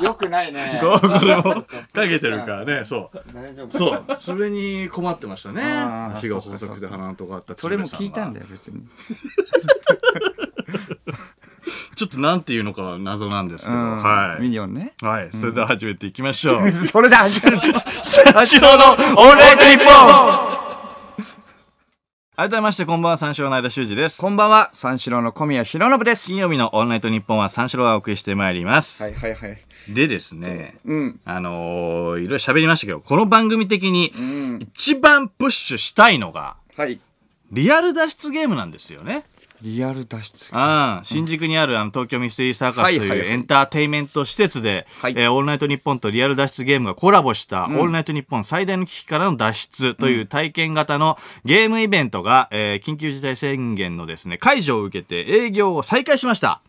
S2: ルよくない ね
S1: ゴーグルをかけてる からねそう
S2: 大丈夫
S1: そうそれに困ってましたね
S2: あー
S1: 足が細くて鼻のとこあった
S2: それも聞いたん
S1: よ
S2: だよ別に
S1: ちょっとなんていうのかは謎なんですけど
S2: うん
S1: はい
S2: ミニオンね
S1: はい、それでは始めていきまし ょう。
S2: それで始める
S1: 三四郎のオールナイトニッポン改めまして、こんばんは、三四郎の間修二です。
S2: こんばんは三四郎の小宮浩信です
S1: 金曜日のオールナイトニッポンは三四郎がお送りしてまいります。
S2: はいはいはい
S1: でですね、
S2: うん
S1: あのー、いろいろ喋りましたけど、この番組的に
S2: ん
S1: 一番プッシュしたいのが、
S2: はい
S1: リアル脱出ゲームなんですよね。
S2: リアル脱出
S1: ああ、新宿にあるあの東京ミステリーサーカスと
S2: はいはいはいいう
S1: エンターテインメント施設で、
S2: はい
S1: えーオールナイトニッポンとリアル脱出ゲームがコラボした、オールナイトニッポン最大の危機からの脱出という体験型のゲームイベントが、えー緊急事態宣言のですね、解除を受けて営業を再開しました。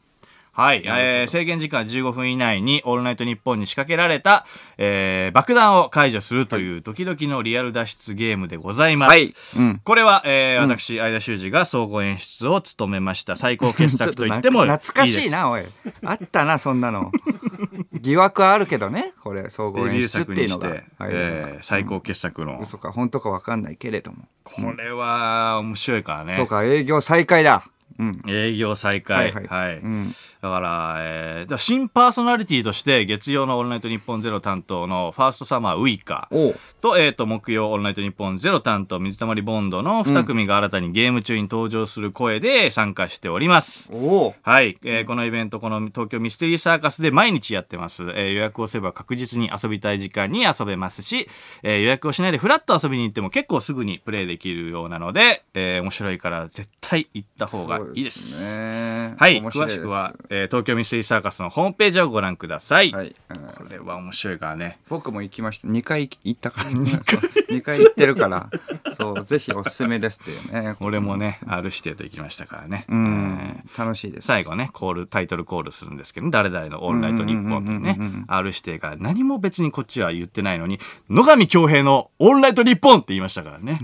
S1: はい、えー制限時間15分以内に「オールナイトニッポン」に仕掛けられた、えー爆弾を解除するというドキドキのリアル脱出ゲームでございます。
S2: はいうん
S1: これは、えー私、相田修二が総合演出を務めました最高傑作と言
S2: な
S1: っ
S2: ん
S1: て
S2: か
S1: もいいです。
S2: 懐かしいなおいあったなそんなの 疑惑はあるけどねこれ総
S1: デ
S2: 合
S1: ビュー
S2: 演出って
S1: 作
S2: い
S1: に
S2: う
S1: し
S2: の
S1: て、
S2: が、はい
S1: えー最高傑作の、
S2: 嘘か本当か分かんないけれども
S1: これは面白いからね。
S2: そうか営業再開だうん
S1: 営業再開。は、
S2: はいい
S1: はい
S2: はいうん
S1: だから、えーだから新パーソナリティとして、月曜のオールナイトニッポンゼロ担当のファーストサマーウイカ
S2: おう
S1: と、えっ、と、木曜オールナイトニッポンゼロ担当水溜りボンドの2組が新たにゲーム中に登場する声で参加しております。
S2: おう
S1: はい、えーこのイベントこの東京ミステリーサーカスで毎日やってます、えー予約をすれば確実に遊びたい時間に遊べますし、えー予約をしないでフラッと遊びに行っても結構すぐにプレイできるようなので、えー面白いから絶対行った方がいいです
S2: ね
S1: はい
S2: 面白
S1: 詳
S2: です
S1: しくは、えー東京ミステリーサーカスのホームページをご覧ください、
S2: はい、うん
S1: これは面白いからね
S2: 僕も行きました2回行ったから2回行ってるからそう、ぜひおすすめですっていうね。
S1: 俺もね、R 指定と行きましたからね。
S2: うん、楽しいです。
S1: 最後ね、コール、タイトルコールするんですけど、ね、誰々のオンライト日本っていうね、R 指定が何も別にこっちは言ってないのに、野上恭平のオンライト日本って言いましたからね。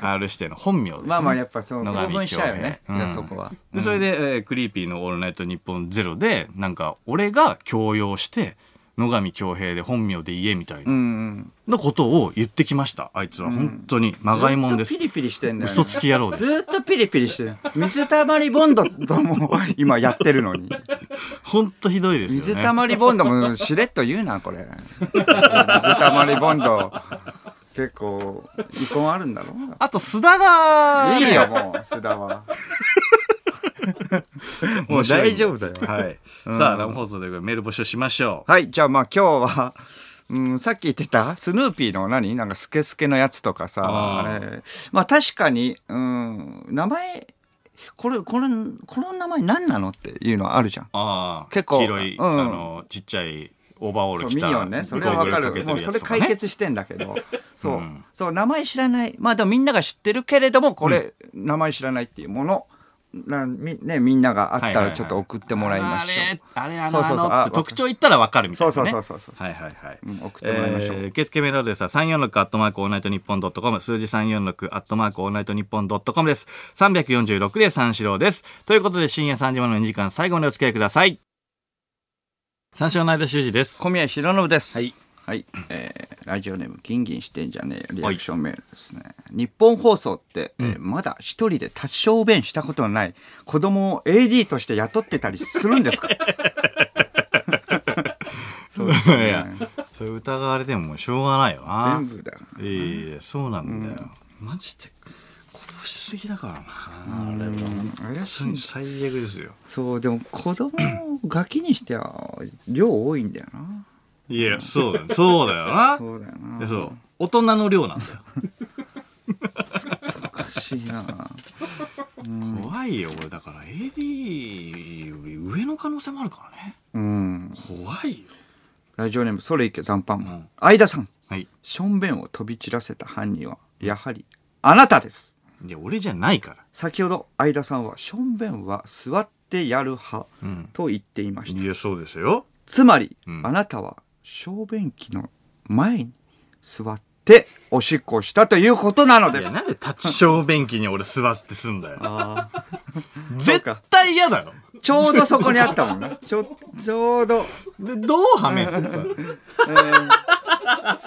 S1: R 指定の本名です、ね。
S2: まあまあ、やっぱそ
S1: 野
S2: の、
S1: 上
S2: 興奮しちゃうよね。
S1: 恭
S2: い
S1: 平
S2: や
S1: うん
S2: そこは。
S1: でそれで、えークリーピーの「オールナイトニッポンゼロでなんか俺が強要して野上恭平で本名で言えみたいな,、
S2: うん
S1: ことを言ってきましたあいつは本当にまがいも
S2: うんん。
S1: です、
S2: ピリピリしてんだよね。
S1: 嘘つき野郎です
S2: ずっとピリピリしてる。水たまりボンドとも今やってるのに。
S1: 本当ひどいですよね
S2: 水たまりボンドもしれっと言うな、これ。水たまりボンド、結構、遺恨あるんだろ
S1: あと須田が
S2: いいよ、もう、須田は。もう大丈夫だよ。
S1: はい、さあ生放送でメール募集しましょう
S2: はい、じゃあまあ今日は、 うん、さっき言ってたスヌーピーの何なんかスケスケのやつとかさ、
S1: あ
S2: あれ。まあ確かに、うん、名前、これ、これ、この名前何なのっていうのはあるじゃん。
S1: ああ
S2: 結構
S1: 黄色い、
S2: うん
S1: あのちっちゃいオーバーオー
S2: そ
S1: ル
S2: う
S1: 着
S2: ミ
S1: た
S2: ニオンねそれは
S1: ゴー
S2: わ
S1: グ
S2: か
S1: ルかけ
S2: る
S1: て
S2: もう
S1: るや
S2: そ
S1: つ
S2: れ
S1: とかね
S2: 解決してんだけどそう、
S1: うん
S2: そう名前知らないまあでもみんなが知ってるけれどもこれ、名前知らないっていうものなみ,、ね、みんながあった
S1: はいはいは
S2: ら
S1: い
S2: ちょっと送ってもらいましょう、
S1: あれあれあ
S2: そ
S1: の
S2: うそうそう
S1: あのっつっ
S2: あ
S1: て特徴言ったらわかるみたいなね
S2: そうそうそうそうそ
S1: はいはいはい、
S2: うん送ってもらいましょう
S1: えー受付メールアドレスは346アットマークオールナイトニッポンドットコム数字346アットマークオールナイトニッポンドットコムです346で三四郎ですということで深夜3時までの2時間最後までお付き合いください三四郎の間修二です
S2: 小宮浩信です
S1: はい、
S2: はいえーラジオネームギンギンしてんじゃねえよリアクションメールですね、日本放送って、えーまだ一人で立ち小便したことのない子供を AD として雇ってたりするんですか そうです
S1: いや
S2: ね
S1: それ疑われてももうしょうがないよな
S2: 全部だよ
S1: いやいやいやそうなんだよ、マジでこれしすぎだからな、あれは本当に最悪ですよ
S2: そうでも子供をガキにしては量多いんだよない
S1: やそうだよ そうだよな
S2: そうだよ
S1: で
S2: な
S1: そう大人の量なんだよ
S2: おかしいな
S1: 怖いよ俺だから AD より上の可能性もあるからね
S2: うん
S1: 怖いよ
S2: ラジオネームそれいけ残飯、
S1: ん
S2: 相田さん
S1: はい
S2: ションベンを飛び散らせた犯人はやはりあなたです
S1: いや俺じゃないから
S2: 先ほど相田さんはションベンは座ってやる派
S1: うん
S2: と言っていました、
S1: いやそうですよ
S2: つまり、
S1: うん
S2: あなたは小便器の前に座っておしっこをしたということなの
S1: い
S2: で
S1: や
S2: す
S1: なんで立ち小便器に俺座ってすんだよ
S2: あー
S1: 絶対嫌だろ
S2: ちょうどそこにあったも んねちょちょうど
S1: でどうはめてさ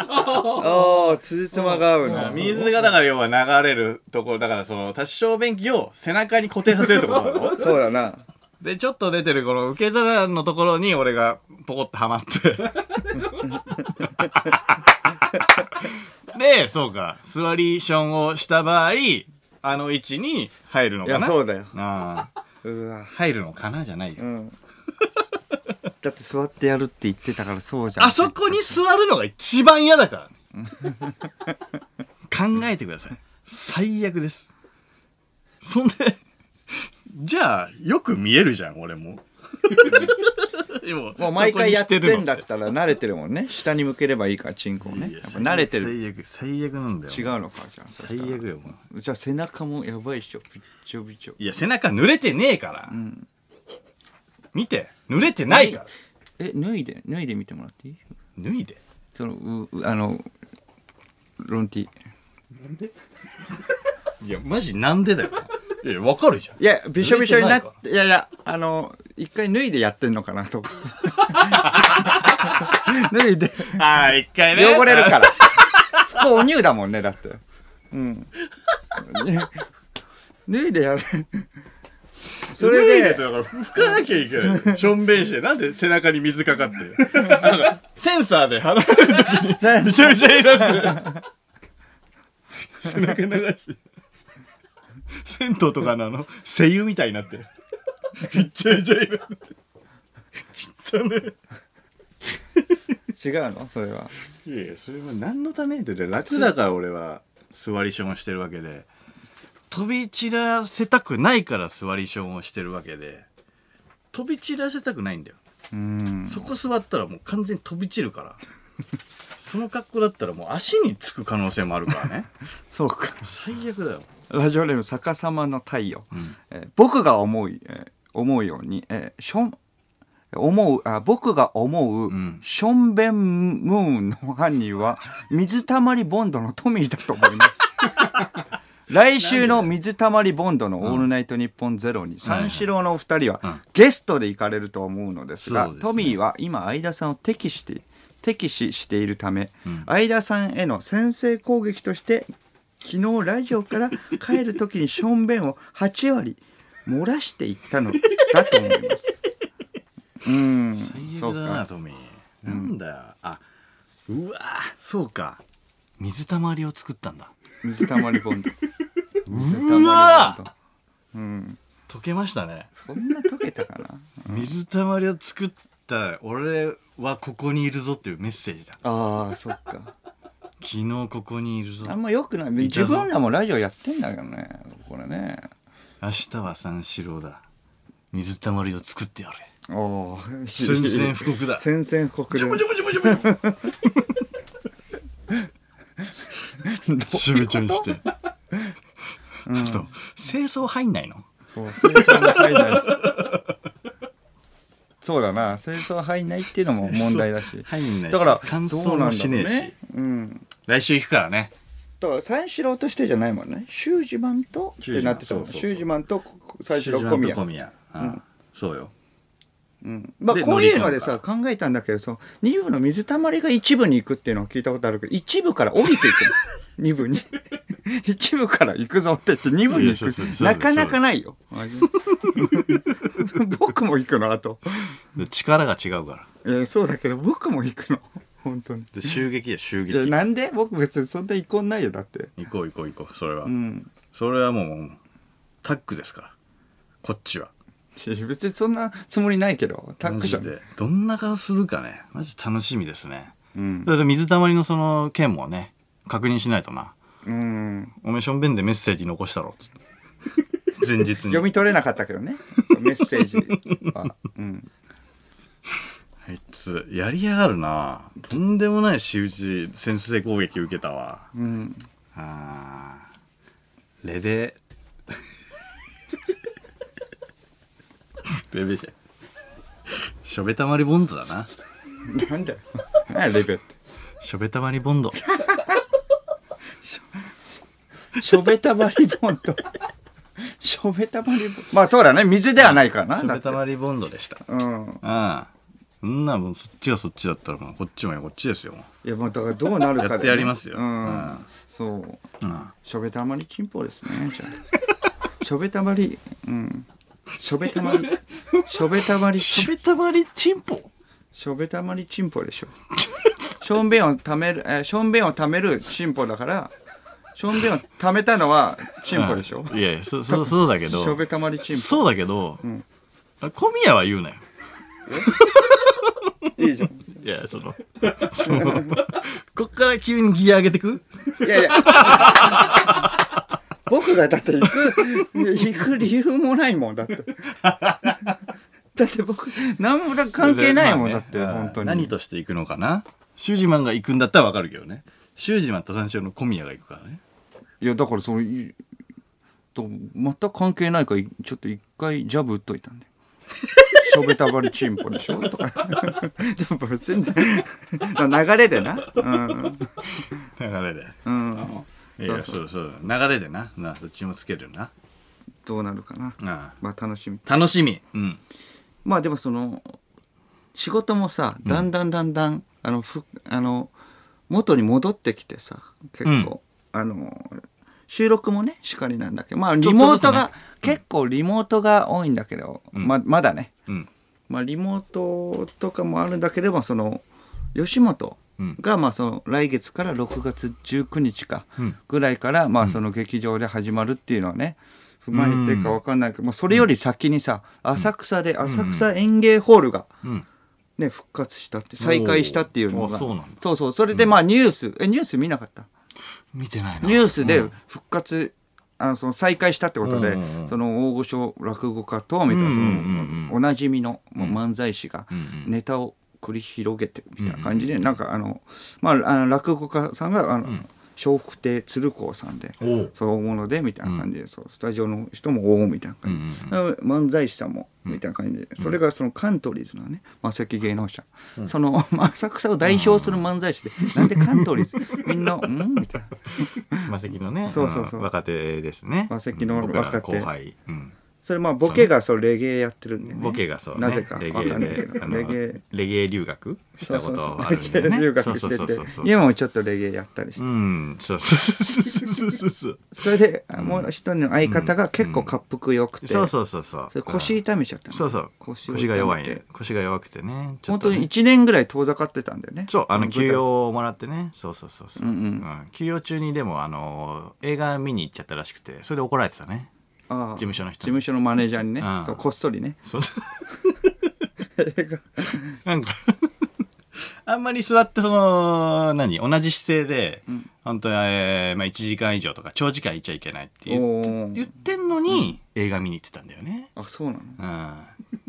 S2: ああ、つじつまが合うな。
S1: 水がだから要は流れるところだからその立ち小便器を背中に固定させるってことだろ
S2: そうだな。
S1: でちょっと出てるこの受け皿のところに俺がポコッとはまってでそうか座りションをした場合あの位置に入るの
S2: い
S1: か
S2: や、
S1: な
S2: そうだよ。
S1: ああ
S2: うわ。
S1: 入るのかなじゃないよ、
S2: うん。だって座ってやるって言ってたからそうじゃん。
S1: あそこに座るのが一番嫌だから、ね、 考えてください最悪ですそんでじゃあよく見えるじゃん俺もで も
S2: もう毎回やって
S1: そこにしてる
S2: ん
S1: の
S2: だったら慣れてるもんね。下に向ければいいから、チンコをね。
S1: い
S2: や
S1: や
S2: っぱ慣れてる。
S1: 最悪最悪なんだよ
S2: 違うのか、じゃあ。
S1: 最悪よもう
S2: じゃあ背中もやばいっしょ。びっちょびちょ。
S1: いや背中濡れてねえから、見て濡れてないから
S2: え、脱いで、脱いでみてもらっていい
S1: 脱いで
S2: その、う、うあの、ロンティ。
S1: いやマジなん でだよいやわかるじゃん
S2: いや、びしょびしょになっ
S1: 脱い
S2: て、いやいや、あの、一回脱いでやってんのかな と思って。脱いで。
S1: ああ一回ね
S2: 汚れるから。そこお乳だもんね、だって。うん。脱いでやる。それで、
S1: だから拭かなきゃいけないしょんべんしてなんで背中に水かかってるなんかセンサーで離れるときに
S2: さ
S1: めちゃめちゃいらんで背中流して銭湯とかのあの声優みたいになってめっちゃめちゃいらんで汚ね
S2: 違うのそれは。
S1: いやいやそれは何のためにというか楽だから俺は座りションをしてるわけで飛び散らせたくないから座りションをしてるわけで飛び散らせたくないんだよ
S2: うん。
S1: そこ座ったらもう完全に飛び散るからその格好だったらもう足につく可能性もあるからね
S2: そうか。
S1: 最悪だよ
S2: ラジオネーム逆さまの太陽。
S1: ん
S2: えー僕が思う、えー思うように、えーしょん、思うあ僕が思う、
S1: ん
S2: ションベンムーンの犯 人は水たまりボンドのトミーだと思います。来週の水たまりボンドの「オールナイトニッポンゼロに三四郎のお二人はゲストで行かれると思うのですが
S1: そうですね
S2: トミーは今相田さんを敵視して敵視しているため、相田さんへの先制攻撃として昨日ラジオから帰る時にションベンを8割漏らしていったのだと思います。うん
S1: 最
S2: そ
S1: 悪
S2: う
S1: だ
S2: か
S1: なトミーなんだよ、あうわそうか水たまりを作ったんだ
S2: 水たまりボンド。水たまりボン
S1: うわ
S2: ド。
S1: 溶けましたね
S2: そんな溶けたかな
S1: 水たまりを作った俺はここにいるぞっていうメッセージだ
S2: ああそっか。
S1: 昨日ここにいるぞ
S2: あんま良くない
S1: た
S2: 自
S1: ぞ
S2: 分らもラジオやってんだけどねこれね
S1: 明日は三四郎だ水たまりを作ってやれ
S2: おお
S1: 宣戦布告だ
S2: 宣戦布告で
S1: ちょこちょこちょこちょこちょこちょびちょびして、あと清掃入んないの
S2: そう清掃が入んないそうだな清掃入んないっていうのも問題だし
S1: 入んないし
S2: だから
S1: 乾
S2: どう
S1: 燥
S2: なんだろ
S1: も
S2: う
S1: しねえし
S2: ねうん
S1: 来週行くからね
S2: だから三四郎としてじゃないもんね修二マンとってなってたもん
S1: 修二マンそうそうそう
S2: 修二マンと三四郎
S1: シ
S2: 小
S1: ジマン
S2: 宮
S1: と小宮ああそうよ
S2: うんまあ、
S1: で
S2: こういうので
S1: 乗
S2: さ
S1: り
S2: 考えたんだけどその2部の水たまりが1部に行くっていうのを聞いたことあるけど1部から降り ていくの2部に1部から行くぞって言って2部に
S1: いやそうそう
S2: 行く
S1: そう
S2: なかなかないよ 僕も行くのあと、
S1: で力が違うから
S2: えーそうだけど僕も行くの本当に
S1: で襲撃や襲
S2: いや
S1: 撃
S2: なんで僕別にそんな行こんないよだって
S1: 行こう行こう行こうそれは、
S2: うん
S1: それはもうタッグですからこっちは
S2: し別にそんなつもりないけどタッ
S1: マ
S2: クじゃ
S1: ジ
S2: ん
S1: でどんな顔するかねマジ楽しみですね、
S2: うん、
S1: だって水たまりのその件もね確認しないとな
S2: うん、
S1: おめえしょんべんでメッセージ残したろつって前 日に
S2: 読み取れなかったけどねメッセージは、うん、
S1: あいつやりやがるなとんでもない仕打ち先制攻撃受けたわ、
S2: うん
S1: あーレベ レベじゃんしょべたまりボンドだな
S2: なんだよ。何やレベって。
S1: しょべたまりボンド
S2: しょべたばりボンと。しょべたばりボン。まあそうだね。水ではないからな。
S1: しょ
S2: だっ
S1: べ
S2: て
S1: たまりボンドでした
S2: うん。
S1: ああそんなもんそっちがそっちだったらもうこっちもこっちですよ、
S2: いや、もうだからどうなるかだよね、
S1: やってやりますよ
S2: う
S1: うん
S2: ん。そう。
S1: うん、
S2: しょべたまりチンポですね。じゃあ。しょべたまり、うん。しょべたまり、しょべたまり、し
S1: しょべたまりチンポ
S2: ょべたまりチンポでしょ。しょんべんをためる、えー、しょんべんをためるチンポだから、しょんべんをためたのはチンポでしょ。
S1: いやいやそそそうだけど
S2: しょべたまりチンポ。
S1: そうだけど、あ小宮は言うなよ
S2: いいじゃん。
S1: いやそのそのこっから急にギア上げてく
S2: い やいや。僕がだって行く、行く理由もないもん、だって。 だって僕、何もだ関係ないもん、
S1: ま
S2: だ
S1: あ
S2: って、
S1: ね
S2: 本当
S1: ああ何
S2: に。
S1: としていくのかなシュージマンが行くんだったらわかるけどねシュージマンと三四郎の小宮が行くからね
S2: いや、だからその、いと全く関係ないから、いちょっと一回ジャブ打っとい たんで。しょべたばりチンポでしょとか。でも別に、流れでな。うん。
S1: 流れで
S2: うん。
S1: いやそうそう流れでななどっちもつけるよな
S2: どうなるかな。
S1: あ
S2: まあ楽しみ。
S1: あ楽しみうん
S2: まあでもその仕事もさだんだんだんだん、あのふあの元に戻ってきてさ結構、あの収録もねしかりなんだけどまあ
S1: ちょ
S2: リ
S1: っと
S2: モ
S1: ず
S2: ー
S1: つね
S2: トが、結構リモートが多いんだけど、
S1: ん
S2: ままだね、
S1: うん
S2: まあ、リモートとかもあるんだけどもその吉本がまあその来月から6月19日か
S1: うん
S2: ぐらいからまあその劇場で始まるっていうのはね踏まえてか分かんないけど、まあ、それより先にさ浅草で浅草演芸ホールが
S1: うん
S2: ね復活したって再開したっていうの
S1: おー
S2: が
S1: あそうなんだ
S2: そうそうそれでまあニュースえニュース見なかった
S1: 見てないな
S2: ニュースで復活、あのその再開したってことで、
S1: うんうんうん
S2: その大御所落語家とみたいな、
S1: うんうんうん
S2: そのおなじみの、まあ漫才師が
S1: うんうん
S2: ネタを繰り広げてるみたいな感じで、なんかあの、まあ、あの落語家さんがあの、笑福亭鶴光さんで
S1: おう
S2: そうものでみたいな感じで、そうスタジオの人もおおみたいな感じで、漫才師さんもみたいな感じで、それがそのカントリーズのね正木芸能者、そのまあ浅草を代表する漫才師で、なんでカントリーズみんな「うん?」みたいな
S1: マセキのね、
S2: そうそうそうん
S1: 若手ですね。
S2: マセキの
S1: うん僕ら
S2: 若手
S1: 後輩。うん
S2: それまあボケがそうレゲエやってるんでね
S1: ボケがそうね。
S2: なぜかわ
S1: レ
S2: か
S1: ゲエ
S2: んないけ
S1: で
S2: ど、
S1: あの
S2: レゲエ
S1: レゲエ留学したことはあるんだ
S2: レ
S1: よ
S2: ゲ
S1: ね。
S2: エ留学
S1: そうそうそうそう
S2: してて
S1: そう
S2: 今もちょっとレゲエやったりして、
S1: うん、そうそうそうそうそう。
S2: それであもう一人の相方が結構滑腹よくて、
S1: そうそうそうそう。
S2: それ腰痛めちゃったの
S1: そうそう。
S2: 腰
S1: 腰
S2: を
S1: が弱い
S2: 痛め
S1: ね
S2: て。
S1: 腰が弱くてね。ちょっと
S2: 本当
S1: ね
S2: に1年ぐらい遠ざかってたんだよね
S1: そう、あの、
S2: 舞
S1: 休
S2: 台
S1: 養をもらってね。そうそうそうそう。
S2: うんうん
S1: うん休養中にでも、あの、映画見に行っちゃったらしくて、それで怒られてたね。
S2: ああ
S1: 事務所の
S2: 事
S1: 人に
S2: 務所のマネージャーにね、
S1: うん
S2: そうこっそりね
S1: そう。 なんか、あんまり座って、その、何、同じ姿勢で、本当に、えーまあ、1時間以上とか、長時間いちゃいけないって言って
S2: おー
S1: 言ってんのに、映画見に行ってたんだよね。
S2: あそうなの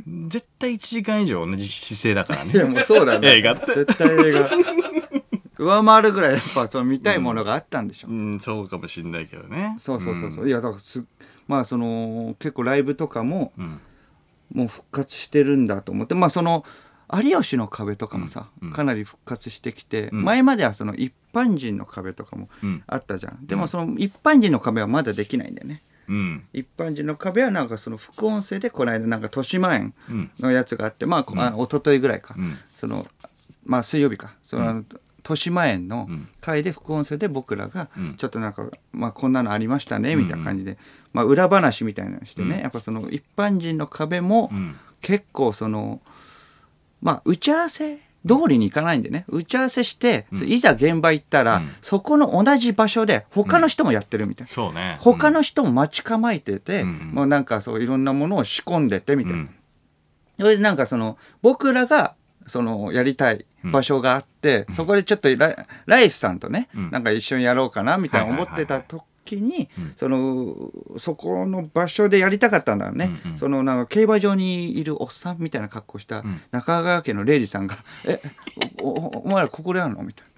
S1: うん。絶対1時間以上同じ姿勢だから
S2: いや
S1: ね。
S2: もうそ うだね
S1: 映画って
S2: 絶対映 画上回るぐらいやっぱその見たいものがあったんでしょ、
S1: うん、そうかもしんないけどね。
S2: そうそうそうそう、
S1: うん
S2: いやだからすまあその結構ライブとかも
S1: うん。
S2: もう復活してるんだと思ってまあその「有吉の壁」とかもさ、
S1: うんうん
S2: かなり復活してきて、
S1: うん
S2: 前まではその一般人の壁とかも
S1: うん。
S2: あったじゃん、でもその一般人の壁はまだできないんだよね
S1: うん。
S2: 一般人の壁はなんかその副音声でこの間なんか豊島園
S1: うん。
S2: のやつがあってまあ、こあの一昨日ぐらいか、
S1: うん
S2: そのまあ水曜日かその、豊島園の
S1: うん
S2: 会で副音声で僕らが
S1: うん
S2: ちょっとなんか、まあ、こんなのありましたねみたいな感じで、まあ、裏話みたいなのしてね、やっぱその一般人の壁も
S1: うん
S2: 結構そのまあ打ち合わせ通りに行かないんでね打ち合わせして、いざ現場行ったら、
S1: うん
S2: そこの同じ場所で他の人もやってるみたいな、
S1: そうね。
S2: 他の人も待ち構えてて、
S1: うん
S2: もうなんかそういろんなものを仕込んでてみ
S1: う
S2: たいな、
S1: ん。
S2: それでなんかその僕らがそのやりたい場所があって、そこでちょっとラライスさんとね、
S1: うん
S2: なんか一緒にやろうかなみたいな
S1: はい
S2: 思
S1: はい
S2: っ
S1: はいは
S2: て
S1: い
S2: た時に、
S1: うん
S2: そのそこの場所でやりたかったんだろうね、
S1: うんうん
S2: そのなんか競馬場にいるおっさんみたいな格好した
S1: ん
S2: 中川家の礼二さ んが「えおおお前らここでやるの?」みたいな。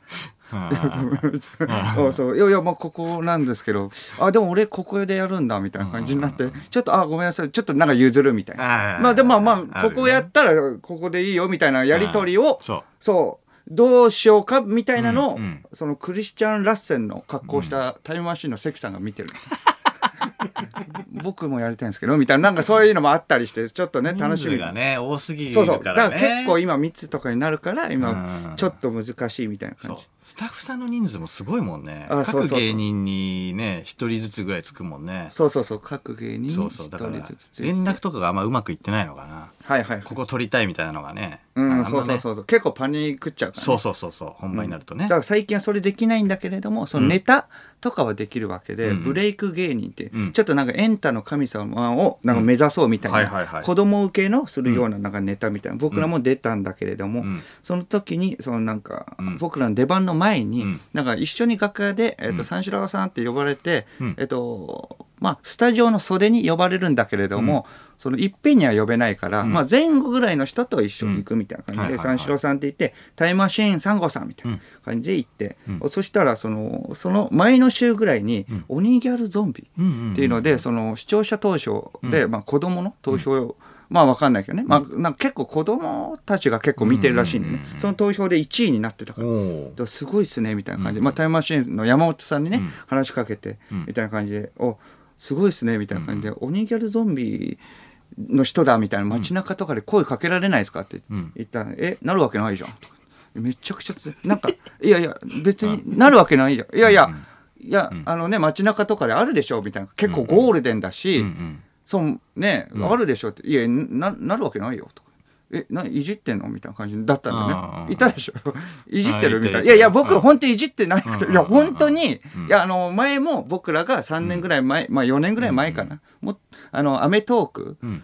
S1: あ
S2: そうそう。いやいや、まあ、ここなんですけど、あ、でも俺、ここでやるんだ、みたいな感じになって、ちょっと、あ、ごめんなさい、ちょっとなんか譲るみたいな。
S1: あー
S2: まあ、でもまあま
S1: あ
S2: あ、
S1: る
S2: こ
S1: ね
S2: こやったら、ここでいいよ、みたいなやりとり
S1: あ
S2: を
S1: ー、そう
S2: どうしようか、みたいなのを、
S1: うんうん
S2: そのクリスチャン・ラッセンの格好したタイムマシンの 関さんが見てる。僕もやりたいんですけど、みたいな、なんかそういうのもあったりして、ちょっとね、
S1: あ。
S2: 楽しみ
S1: 人数がね、多すぎる
S2: そうそう。
S1: か
S2: だからら
S1: ね。
S2: 結構今密とかになるから、
S1: う
S2: 今
S1: ん、
S2: ちょっと難しいみたいな
S1: そ
S2: 感
S1: う
S2: じ。
S1: スタッフさんの人数もすごいもんね
S2: あそ
S1: 各
S2: うそうそう
S1: 芸人にね一人ずつぐらいつくもんね
S2: そうそうそう、各芸人
S1: そう
S2: 一
S1: そうだから
S2: 人ずつついて
S1: 連絡とかがあんまうまくいってないのかな
S2: はいはい。
S1: ここ撮りたいみたいなのがね
S2: うん、
S1: あん
S2: そ
S1: ま
S2: うそう
S1: ね
S2: そうそう。結構パニックっちゃうから、ね。
S1: そうそうそうそう本番になるとね
S2: だから最近はそれできないんだけれども、そのネタとかはできるわけで、
S1: うん
S2: ブレイク芸人って、
S1: うん
S2: ちょっとなんかエンタの神様をなんか目指そうみたいな、
S1: うんはいはいはい
S2: 子供受けのするようななんかネタみたいな、僕らも出たんだけれども、
S1: うん
S2: その時に、そのなんか、
S1: うん
S2: 僕らの出番の前に、
S1: うん
S2: なんか一緒に楽屋で、えっ、
S1: う
S2: と、
S1: ん
S2: 三四郎さんって呼ばれて、
S1: うん
S2: えっと、まあ、スタジオの袖に呼ばれるんだけれども、そのいっぺんには呼べないから、まあ、前後ぐらいの人と一緒に行くみたいな
S1: うんは
S2: 感
S1: い
S2: じ
S1: はい
S2: で
S1: はい
S2: 三四郎さんって言ってタイムマシーン3号さんみたいな感じで行って、そしたらそのその前の週ぐらいに鬼ギャルゾンビっていうので、その視聴者投票で、まあ、子供の投票、まあわかんないけどね、まあ、なんか結構子供たちが結構見てるらしいんでね、その投票で1位になってたから
S1: お。お
S2: だからすごいっすねみたいな感じで、まあ、タイムマシーンの山本さんにね、話しかけて、みたいな感じで「おすごいっすね」みたいな感じで「鬼ギャルゾンビの人だ」みたいな街中とかで声かけられないですかって
S1: ん
S2: 言ったら「えなるわけないじゃん」とかめちゃくちゃつなん か「いやいや別になるわけないじゃん」いやいや、いや、あのね街中とかであるでしょみたいな結構ゴールデンだし、
S1: うん
S2: そうね、あるでしょって「いやななるわけないよ」とか「えないじってんの?」みたいな感じだったん
S1: あ
S2: だ
S1: ああ
S2: よ
S1: あ
S2: ねいた でしょいじって
S1: あ
S2: る
S1: いた
S2: みたい
S1: いた
S2: な「いやいや
S1: う
S2: 僕
S1: ん
S2: 本当いじってないくて
S1: うん
S2: いや本当に、
S1: うん
S2: いやあの前も僕らが3年ぐらい前、まあ4年ぐらい前かな、もうあの『アメトーク
S1: う』ん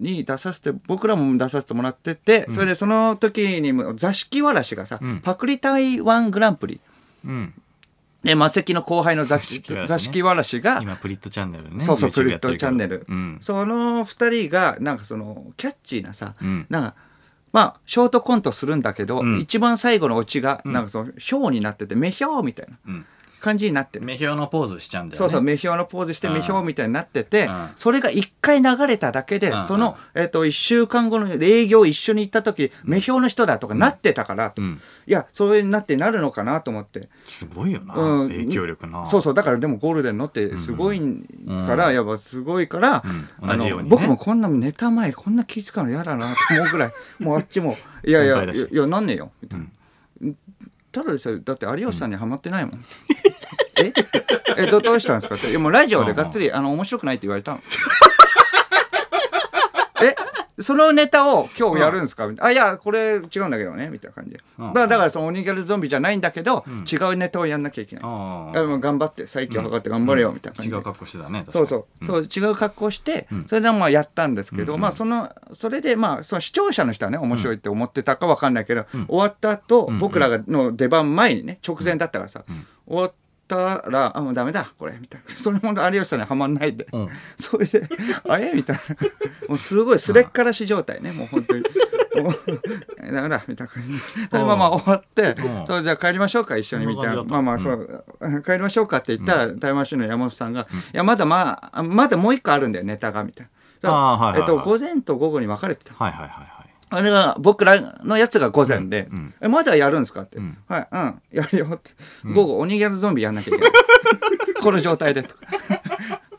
S2: に出させて僕らも出させてもらってて、それでその時にも座敷わらしがさ、
S1: ん
S2: パクリ台湾グランプリ
S1: うん
S2: で魔石の後輩の座
S1: 座敷わらしね
S2: 敷わらしが
S1: 今プリットチャンネルでね
S2: そうそう、プ
S1: YouTube
S2: リ
S1: や
S2: ッ
S1: って
S2: ト
S1: る
S2: チ
S1: けど
S2: ャンネル。
S1: うん
S2: その二人が、なんかその、キャッチーなさ、
S1: うん
S2: なんか、まあ、ショートコントするんだけど、
S1: ん
S2: 一番最後のオチが、なんかその、ショーになってて、メヒョーみたいな
S1: うん
S2: 感じになってる。
S1: 目標のポーズしちゃうんだよ
S2: そ
S1: ね。
S2: うそう、
S1: う
S2: 目標のポーズして、
S1: うん
S2: 目標みたいになってて
S1: うん、
S2: それが一回流れただけで
S1: う、ん
S2: その、えっと、一週間後の営業一緒に行った時、目標の人だとかなってたから、とい
S1: ん
S2: や、それになってなるのかなと思って。
S1: すごいよな、
S2: うん
S1: 影響力な。
S2: そうそう、だからでもゴールデンのってすごいから、やっぱすごいから、
S1: うん
S2: あ
S1: 同
S2: の
S1: じようにね
S2: 僕もこんなネタ前、こんな気遣うの嫌だなと思うぐ らい、もうあっちも、いやいや、
S1: 先輩だし
S2: いや、なんねえよ、みたいな。ただでさえ、だって有吉さんにはまってないもん。え えど、どうしたんですかって。いや、もうラジオでがっつり、あの、面白くないって言われたの。 えそのネタを今日やるんですかみたいな。あ、いや、これ違うんだけどね、みたいな感じで。
S1: うん
S2: だから、だからその鬼ギャルゾンビじゃないんだけど、違うネタをやんなきゃいけない。
S1: あ
S2: あ
S1: あ
S2: もう頑張って再起を図って頑張れよみたいな感じ
S1: 違
S2: で、
S1: う格好してたね。確か
S2: そう
S1: に
S2: そう,、そう違う格好して、それでまあやったんですけど、まあそのそれでまあその視聴者の人はね面白いって思ってたかわかんないけど、終わった後、僕らがの出番前にね直前だったからさ、終わったらあもうダメだこれみたいな それも有吉さんにはまんないで、
S1: ん
S2: それであれみたいなもうすごいすれっからし状態ねもう本当 に。もうダメだみたいな感じでそれまあまあ終わって、
S1: うん
S2: そうじゃあ帰りましょうか一緒にみたいな
S1: そんな感じだった
S2: まあまあそう、帰りましょうかって言ったら、タイムマシーンの山本さんが、いやまだまあまだもう一個あるんだよネタがみたいな。だから
S1: あーはいはいはい
S2: えっと、午前と午後に分かれてた。
S1: はいはいはいはい。
S2: あれが、僕らのやつが午前で、え、まだやるんですかって。はい、うん、やるよって。午後、鬼ギャルゾンビやんなきゃいけ ない。この状態でとか。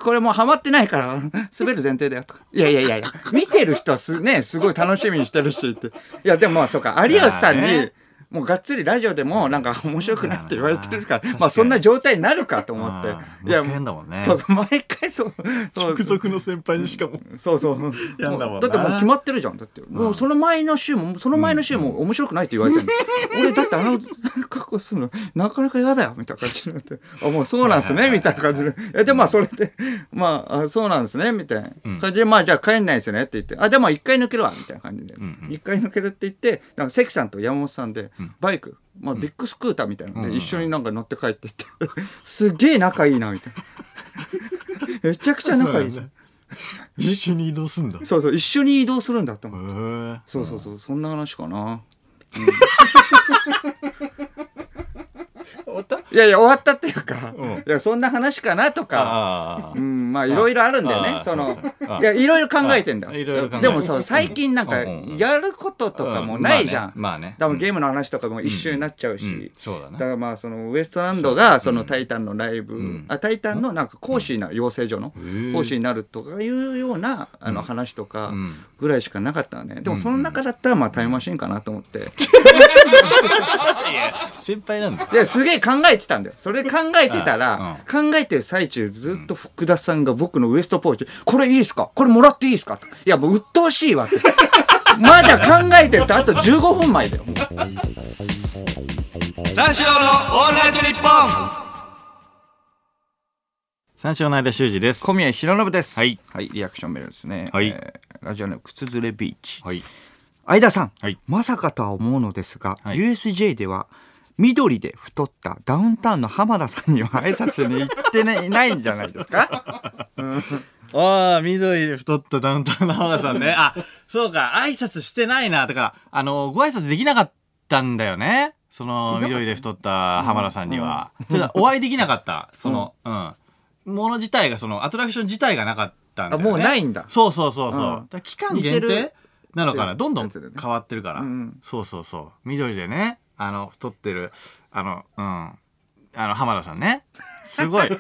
S2: これもうハマってないから、滑る前提だよとか。いやいやいやいや、見てる人はす、ね、すごい楽しみにしてるしって。いや、でもまあそうか、有吉さん
S1: まあ
S2: に
S1: ね、
S2: もうがっつりラジオでもなんか面白くないって言われてるから、まあそんな状態になるかと思って
S1: あ。ー
S2: いや、
S1: もう変だもんね
S2: そう、毎回そう。 そう
S1: 属の先輩にしかも。
S2: そう そう。
S1: やんだもんな
S2: だってもう決まってるじゃん。だって、もうその前の週も、その前の週も面白くないって言われてる、 俺、だってあの 格好するの、なかなか嫌だよ、みたいな感じになって。あ、もうそうなんですね、みたいな感じで。え、で、まあ、それで、まああ、そうなんですね、みたいな感じで、まあ、じゃあ帰んないですねって言って、あ、でも一回抜けるわ、みたいな感じで。一、回抜けるって言って、なんか関さんと山本さんで、バイク、まあ、ビッグスクーターみたいなので、一緒になんか乗って帰って って、すげえ仲いいな、み たいな。めちゃくちゃ仲いいじゃん。
S1: 一緒に移動すんだ。へ
S2: そうそう、一緒に移動するんだと思う。
S1: え。
S2: そうそうそう、そんな話かな。
S1: おた
S2: いやいや、終わったっていうか、
S1: ん
S2: いや、そんな話かなとか、
S1: あ
S2: う
S1: あ。
S2: ん、まあ、いろいろあるんだよね
S1: あ。ー
S2: その
S1: そうそうあ、
S2: いや、いろいろ考えてんだ
S1: あいろいろ考え
S2: でもさ、最近なんか、
S1: うん
S2: やることとかもないじゃん。
S1: うんまあねまあね
S2: 多分ゲームの話とかも一緒になっちゃう
S1: う
S2: し。
S1: ん、そうだ
S2: だ
S1: ね
S2: か。らまあそのウエストランドがその「タイタン」のライブ、
S1: ん
S2: あ「タイタン」のなんか講師な養成所の
S1: へえ
S2: 講師になるとかいうようなあの話とか
S1: ん
S2: ぐらいしかなかったわねでもその中だったらまあタイムマシンかなと思って
S1: いや先輩なんだ。
S2: ですげえ考えてたんだよそれ考えてたら考えてる最中ずっと福田さんが僕のウエストポーチ「これいいですかこれもらっていいですか?」と「いやもう鬱陶しいわ」って まだ考えてるとあと15分前だよ
S1: 三四郎のオールナイトニッポン三四郎の間修二です。
S2: 小宮弘信です
S1: はい、
S2: リアクションメールですね、
S1: はい
S2: えーラジオネーム靴ずれビーチ
S1: はい。
S2: 相田さん、
S1: はい
S2: まさかとは思うのですが、
S1: はい
S2: USJ では緑で太ったダウンタウンの浜田さんには挨拶に行ってねいないんじゃないで すか
S1: ああ、緑で太ったダウンタウンの浜田さんね。あ、そうか、挨拶してないな。だから、あの、ご挨拶できなかったんだよね。その、緑で太った浜田さんには。ちょっとお会いできなかった。その、うん。もの自体が、その、アトラクション自体がなかったんだよね。
S2: あもうないんだ
S1: そうそうそうそう。
S2: うん
S1: だから期間
S2: 似て
S1: 限
S2: る
S1: 定なのかな。どんどん
S2: やつだよね
S1: 変わってるから。
S2: ん
S1: そうそうそう。緑でね、あの、太ってる、あの、うん。あの、浜田さんね。すごい、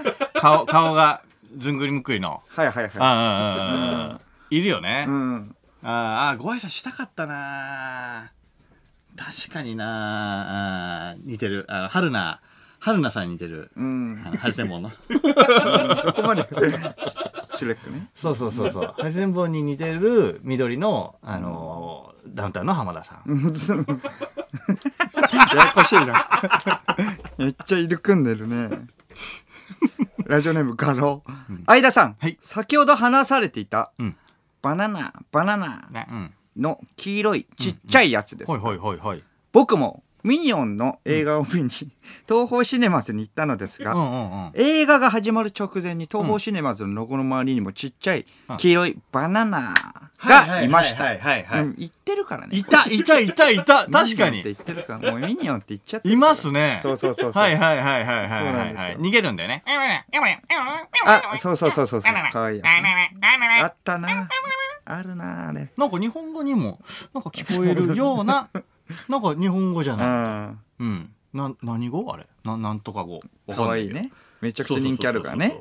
S1: 顔、顔が、ずんぐりむっくりの。
S2: はいはいはい
S1: ああああああいるよね。
S2: う
S1: あ
S2: ん、
S1: あああご挨拶したかったな。確かにな。ああ似てる。あの春菜、春菜さんに似てる。
S2: うん、
S1: あのハリセンボンの。
S2: そこまでシュレックね
S1: そうそうそうそう。ハリセンボンに似てる緑のあのダウンタウンの浜田さん。
S2: ややこしいなめっちゃ入り組んでるねラジオネームガロ、相田さん、
S1: はい
S2: 先ほど話されていた、
S1: うん
S2: バナナバナナ
S1: ね、うん。
S2: の黄色いちっちゃいやつです、
S1: ほいほいほいほい。
S2: 僕もミニオンの映画を見に、東宝シネマズに行ったのですが、
S1: うんうんうん。
S2: 映画が始まる直前に東宝シネマズのロゴの周りにもちっちゃい黄色いバナナがいました。
S1: はいはいはいはいはい
S2: うん言ってるるからね
S1: いた、いた、いた、いた。確か
S2: ミニオンって言
S1: に。
S2: ってるからもうミニオンって言っちゃって
S1: いますね。
S2: そうそうそうそう
S1: はいはいはいはいはい
S2: そうな
S1: は
S2: ん
S1: い、
S2: で
S1: は
S2: す
S1: い。
S2: よ
S1: 逃げるんだよね。
S2: あそうそうそうそうそうかわいいやつあったなあるなあれ
S1: なんか日本語にも、なんか聞こえるよう な、なんか日本語じゃ
S2: う
S1: ない。
S2: ん
S1: うん。な、何語あれな、なんとか語。わ
S2: か
S1: んな
S2: わ
S1: け
S2: い
S1: ど
S2: い。ねめちゃくちゃ人気あるからね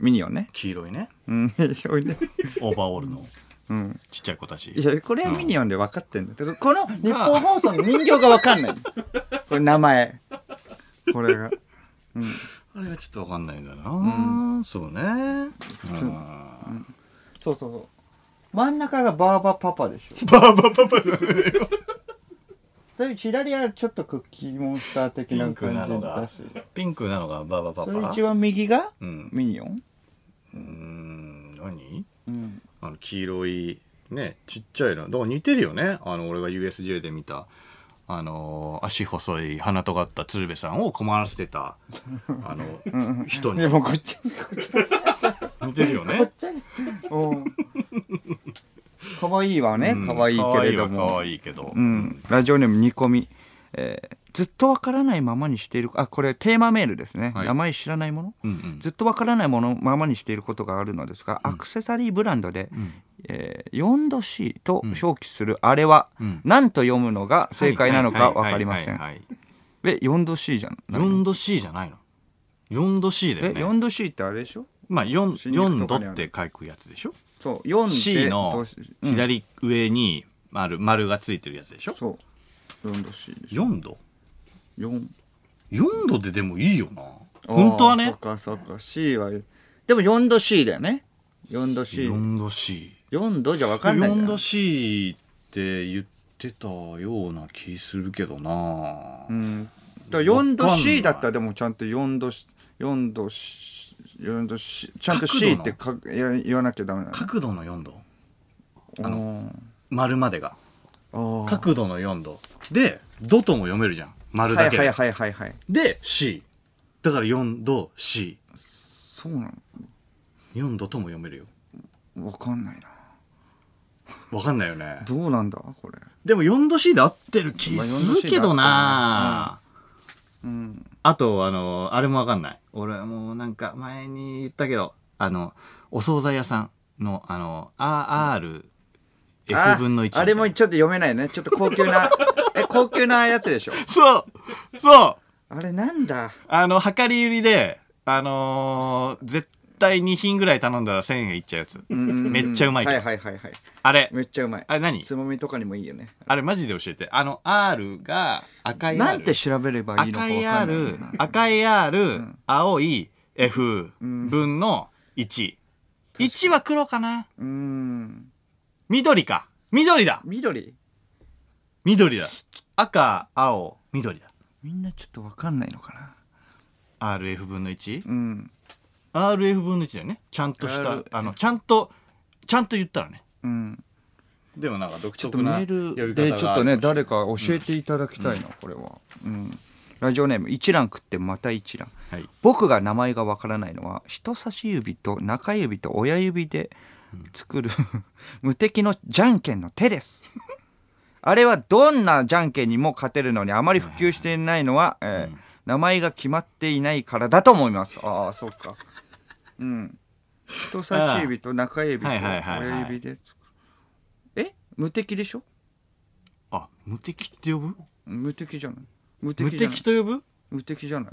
S2: ミニオンね
S1: 黄色いね。
S2: うん 非常にね
S1: オーバーオールの
S2: うん
S1: ちっちゃい子たち。
S2: いやこれはミニオンで分かってんだけどこの日本放送の人形が分か んないこれ名前これが
S1: あれがちょっとわかんないんだよな。そうね。うん
S2: そうそうそう真ん中がバーバパパでしょ
S1: バーバパパの
S2: それ左はちょっとクッキーモンスター的な
S1: ピンクな
S2: 感
S1: の
S2: じ
S1: が
S2: だし
S1: ピンクなのがバーバ
S2: それ
S1: パパ
S2: 一。番右が
S1: うん。
S2: ミニオン
S1: うーん、何
S2: うん
S1: あの黄色いねちっちゃいのだから似てるよねあの俺が USJ で見たあのー足細い鼻とがった鶴瓶さんを困らせて たあの人に
S2: でもこっちこっち
S1: 似てるよ
S2: こっ
S1: ね
S2: ちに。かわいいわね
S1: うん。
S2: かわいいけれど
S1: 可
S2: も。
S1: 愛いけど
S2: う、ん。ラジオネーム煮込み。えーずっとわからないままにしている。あ、これテーマメールですね。
S1: はい
S2: 名前知らないもの。
S1: うんうん
S2: ずっとわからないものままにしていることがあるのですが、アクセサリーブランドで、えー、4度 C と表記するあれは、
S1: うん
S2: 何と読むのが正解なのかわかりませ
S1: は
S2: ん。
S1: いはい
S2: え、4度 C じゃん。
S1: はいはい4度 C じゃないの4度 C だ
S2: え、
S1: よね
S2: 4度 C ってあれでしょ
S1: まあ 4,
S2: 新宿
S1: 4度
S2: とかにある
S1: って書くやつでしょ
S2: そう、4で
S1: C の
S2: うん
S1: 左上に丸丸がついてるやつでしょ
S2: そう。4度 C でしょ。
S1: 4度
S2: 4
S1: 4度ででもいいよな本当は
S2: あーそ
S1: ね
S2: っかそっか C はでも4度 C だよね4度 C
S1: 4度 C
S2: 4度じゃ分かんないん
S1: 4
S2: だよ
S1: 度 C って言ってたような気するけどな、
S2: うんだから4度
S1: わかんない
S2: C だったらでもちゃんと4度4度 C 4度 C ちゃんと
S1: 角
S2: C
S1: 度
S2: っ
S1: の
S2: てか言言わなきゃダメな
S1: 角度の4度
S2: の
S1: 丸までが
S2: おー
S1: 角度の4度で「度」とも読めるじゃん丸
S2: は
S1: だ
S2: い
S1: けで、
S2: はいはいはいはい
S1: で C だから4度 C4
S2: そうな
S1: 度とも読めるよ
S2: の分かんないな
S1: わかんないよね
S2: どうなんだこれ
S1: でも4度 C で合ってる気するけどな、
S2: うん
S1: あと、あの、あれもわかんない。俺もうなんか前に言ったけど、あの、お惣菜屋さんの、あの、RR、
S2: あ
S1: F 分の1。
S2: あれもちょっと読めないねちょっと高級なえ高級なやつでしょ
S1: そうそう
S2: あれなんだ
S1: あの、量り売りで、あのー絶対2品ぐらい頼んだら1000円いっちゃうやつ。
S2: うんうんん
S1: めっちゃうまいけ
S2: は
S1: ど
S2: いはいはいはい
S1: あれ、
S2: めっちゃうまい
S1: あれ何
S2: つまみとかにもいいよね
S1: あれマジで教えて。あの、R が赤い R。
S2: なんて調べればいいのか
S1: 赤
S2: 分
S1: い
S2: かんない
S1: R
S2: な、
S1: 赤い R、青い F 分の1。1は黒かな
S2: うーん
S1: 緑か。緑だ
S2: 緑
S1: 緑だ赤青緑だ
S2: みんなちょっと分かんないのかな
S1: RF 分の 1RF
S2: うん
S1: 分の1だよねちゃんとした、
S2: RF
S1: あのちゃんとちゃんと言ったらね
S2: うん
S1: でもなんか独
S2: ちょっとメールでちょっとね誰か教えていただきたいな、これは、うん、ラジオネーム一覧食ってまた一覧
S1: はい
S2: 僕が名前がわからないのは人差し指と中指と親指で作る無敵のじゃんけんの手です。あれはどんなじゃんけんにも勝てるのにあまり普及していないのは、えー名前が決まっていないからだと思います。ああそうか。うん。人差し指と中指と
S1: はいはいはいはい
S2: 親指で作る。え無敵でしょ
S1: あ無敵って呼ぶ
S2: 無敵じゃない無
S1: 無
S2: 敵じゃない
S1: 敵と呼ぶ
S2: 無敵じゃない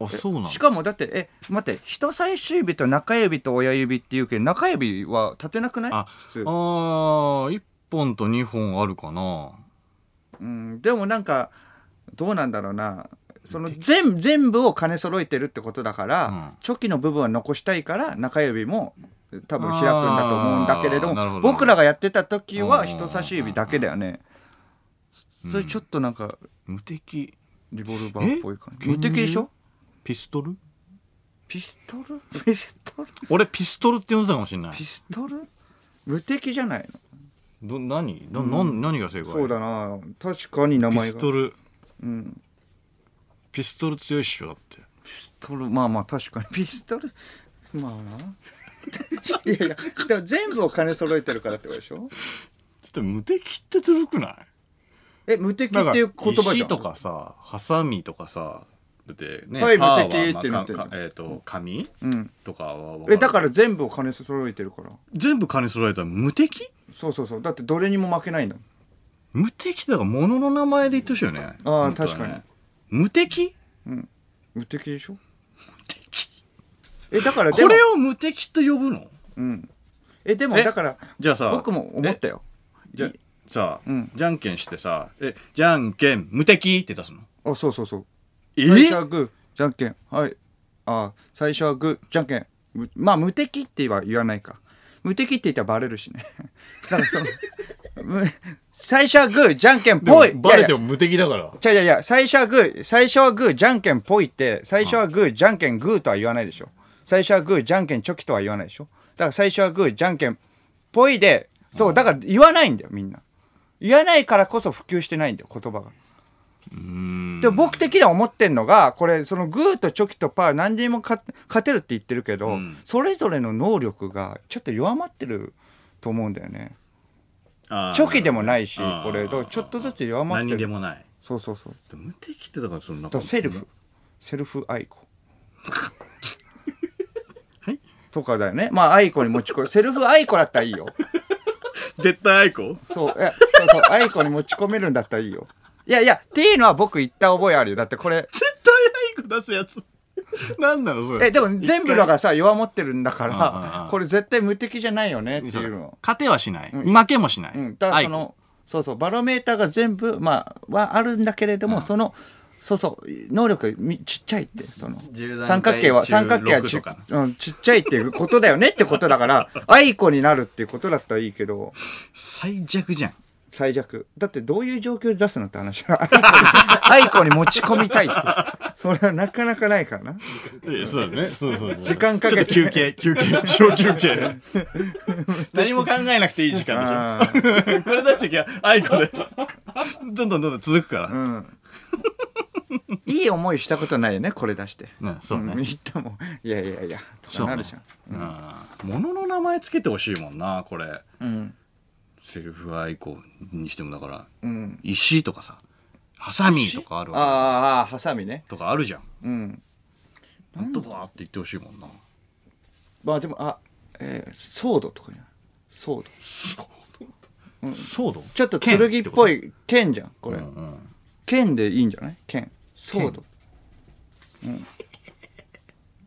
S1: あそうなんだ
S2: しかもだってえ待って人差し指と中指と親指っていうけど中指は立てなくない
S1: あ
S2: 普
S1: あ
S2: 通、
S1: ー1本と2本あるかな
S2: うん、でもなんかどうなんだろうなその全全部を兼ね揃えてるってことだから、
S1: うん
S2: チョキの部分は残したいから中指も多分開くんだと思うんだけれど
S1: あー
S2: も
S1: なるほど
S2: 僕らがやってた時
S1: う
S2: は
S1: ん
S2: 人差し指だけだよね、それちょっとなんか
S1: 無敵
S2: リボルバーっぽい感じ
S1: え
S2: 無敵でしょ
S1: ピストル
S2: ピスト ルピストル
S1: 俺ピストルって呼んでたかもしれない
S2: ピストル無敵じゃないの
S1: ど何な、な何が正解
S2: そうだな確かに名
S1: ピ
S2: 前が
S1: ストル
S2: うん、
S1: ピストル強いっしょだって
S2: ピストルまあまあ確かに ピストル まあないやいやでも全部を金揃えてるからってことでしょ
S1: って無敵ってずるくない
S2: え、無敵
S1: なん
S2: っ
S1: か
S2: ていう言葉じゃ
S1: 石
S2: ん
S1: とかさハサミとかさだってね
S2: はい
S1: 刃
S2: 無敵ってなってる
S1: まあかえっと紙
S2: うん。
S1: とかは分る
S2: え、だから全部を兼ね揃えてるから。
S1: 全部金揃えたら無敵
S2: そうそうそう。だってどれにも負けないんだもん。
S1: 無敵だから物の名前で言ってほしいよね本
S2: あー
S1: 当はね
S2: 確かに
S1: 無敵
S2: 無敵でしょ
S1: 敵
S2: え、だから
S1: こ
S2: でも
S1: れを無敵と呼ぶの
S2: うん。え、でも
S1: え
S2: だから、
S1: じゃあさ
S2: 僕も思ったよ。
S1: じゃ
S2: い
S1: さあ、
S2: うん
S1: じゃんけんしてさ「えじゃんけん無敵」って出すの
S2: あ、そうそうそう。
S1: え
S2: 最初はグー、じゃんけん。はい。あ、最初はグー、じゃんけん。むまあ、無敵っては言わないか。無敵って言ったらバレるしね。 だからその、む最初はグー、じゃんけんぽい。
S1: バレて
S2: も。
S1: も無敵だから
S2: いやいやいや、最初はグー、最初はグー、じゃんけんぽいって、最初はグー、じゃんけんグーとは言わないでしょ。最初はグー、じゃんけんチョキとは言わないでしょ。だから最初はグー、じゃんけんぽいで、そう、だから言わないんだよ、みんな。言わないからこそ普及してないんだよ、言葉が。
S1: うん
S2: でも僕的には思ってんのがこれそのグーとチョキとパー何にも勝て勝てるって言ってるけど、
S1: うん
S2: それぞれの能力がちょっと弱まってると思うんだよね
S1: あー
S2: チョキでもないし
S1: なるほ
S2: こ
S1: どね
S2: れと
S1: あー
S2: ちょっとずつ弱まって
S1: 何
S2: る
S1: にでもない
S2: そうそうそう
S1: で無敵ってだからそのなん
S2: だか
S1: から
S2: セルフセルフ愛子
S1: はい
S2: とかだよねまあ愛子に 持ち込むセルフ愛子だったらいいよ
S1: 絶対愛子
S2: そう、え、そうそう、アイコに持ち込めるんだったらいいよ。いやいや、っていうのは僕言った覚えあるよ。だってこれ、
S1: 絶対愛子出すやつ 何なのそれ
S2: え、でも全部のがさ、弱まってるんだか
S1: うんうんう
S2: ら
S1: ん、
S2: これ絶対無敵じゃないよねっていうの。
S1: 勝てはしない、負けもしない、
S2: うん、だからその、そうそう、バロメーターが全部、まあ、はあるんだけれども、その、そうそう、能力みちっちゃいって、その
S1: 10段、階
S2: 三角形は、
S1: 中
S2: 三角形は
S1: 6
S2: ち,、
S1: とか
S2: うん、ちっちゃいっていうことだよねってこと だから、アイコになるっていうことだったらいいけど、
S1: 最弱じゃん
S2: 最弱だってどういう状況で出すのって話はアイコに持ち込みたいってそれはなかなかないからな
S1: そうだねそうそうそう
S2: 時間かけて
S1: ちょっと休憩休 憩小休憩何も考えなくていい時間
S2: あー
S1: でしょ これ出 してきゃ愛子でどんどんどんどん続くから、
S2: うんいい思いしたことないよねこれ出して
S1: ねそうね、
S2: 言ったもんいやいやいやと
S1: そ
S2: か
S1: うね
S2: なるじゃ
S1: う
S2: ん
S1: ん物の名前つけてほしいもんなこれ
S2: うん
S1: セルフアイコンにしてもだから
S2: うん
S1: 石とかさハサミとかあるわ
S2: ああハサミね
S1: とかあるじゃん
S2: うん
S1: ほんとバーって言ってほしいもんな
S2: まあでもあえーソードとかじゃないソード
S1: そうだ
S2: ちょっと剣っぽい剣じゃんこれ、
S1: うんうん
S2: 剣でいいんじゃない剣ソード、うん、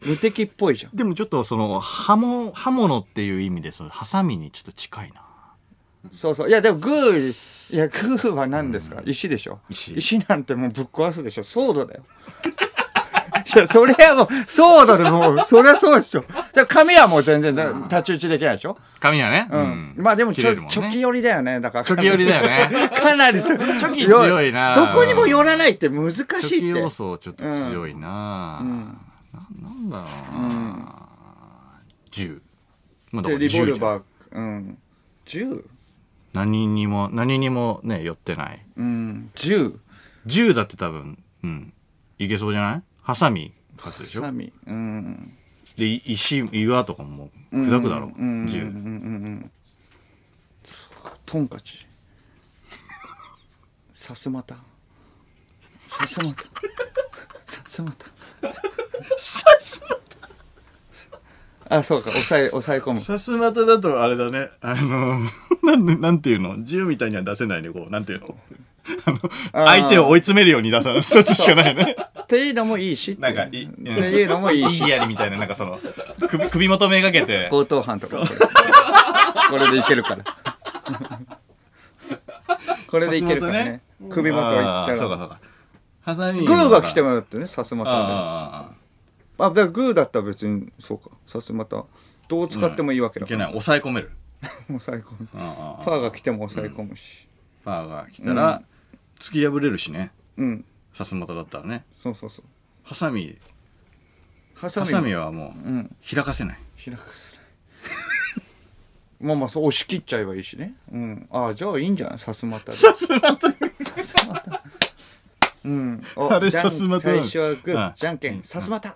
S2: 無敵っぽいじゃん
S1: でもちょっとその刃物刃物っていう意味でそのハサミにちょっと近いな
S2: そうそう。いや、でもグー、いや、グーは何ですか、石でしょ
S1: 石
S2: なんてもうぶっ壊すでしょソードだよ。 いや、それはもう、ソードでもう、そりゃそうでしょ。じゃ髪はもう全然、だ太刀打ちできないでしょ
S1: 髪はね
S2: うん。まあでもちょ、チョキ寄りだよね。だから。
S1: チョキ寄りだよね
S2: かなり そう、チョ
S1: キ強いな
S2: どこにも寄らないって難しいって。
S1: チョキ要素ちょっと強いな、ななんだろうな、銃まあだか
S2: で、
S1: ら
S2: リボ
S1: 銃
S2: ル
S1: じゃん
S2: バー、うん。銃
S1: 何にも何にもね寄ってない
S2: うん。銃。
S1: 銃だって多分うんいけそうじゃないハサミ勝つでしょ
S2: サミ。うん。
S1: でい石岩とかも砕くだろう、銃
S2: トンカチさすまたさすまたさすまた
S1: さす
S2: あそうか抑え抑え込む
S1: さすまただとあれだねあの なんでなんていうの銃みたいには出せないねこうなんていうのあの
S2: ー
S1: 相手を追い詰めるように出さ ない一つしかないね
S2: っていうのもいいしって
S1: なんか
S2: い
S1: いい、
S2: う
S1: うん
S2: っていうのもいい
S1: いい
S2: し
S1: やりみたいななんかその首首元めがけて
S2: 強盗犯と かこれこれでいけるから これでいけるからね
S1: さすまた
S2: 首元いった
S1: あーそうからそうかハサミ
S2: グーが来て
S1: も
S2: もらってねさすまたで
S1: あー
S2: あだからグーだったら別にそうかさすまたどう使ってもいいわけ
S1: あーい
S2: だか
S1: け
S2: ら、
S1: ない抑え込める
S2: 抑え込む
S1: あーあー
S2: パーが来ても抑え込むし
S1: パーが来たら突き破れるしね
S2: うん
S1: さすまただったらね
S2: そうそうそう。
S1: ハサミ
S2: ハサ
S1: ハ
S2: ミ。
S1: サミはも
S2: う。
S1: うん開かせない
S2: 開かせ ない。まあまあ、そう押し切っちゃえばいいしね。うん。ああ、じゃあいいんじゃないさすまたで。さ
S1: すまた
S2: すまた。うん。
S1: あれ
S2: じゃん
S1: さすまたな
S2: 最
S1: の
S2: 初はグ
S1: あ
S2: ー、じゃんけん、さすまた。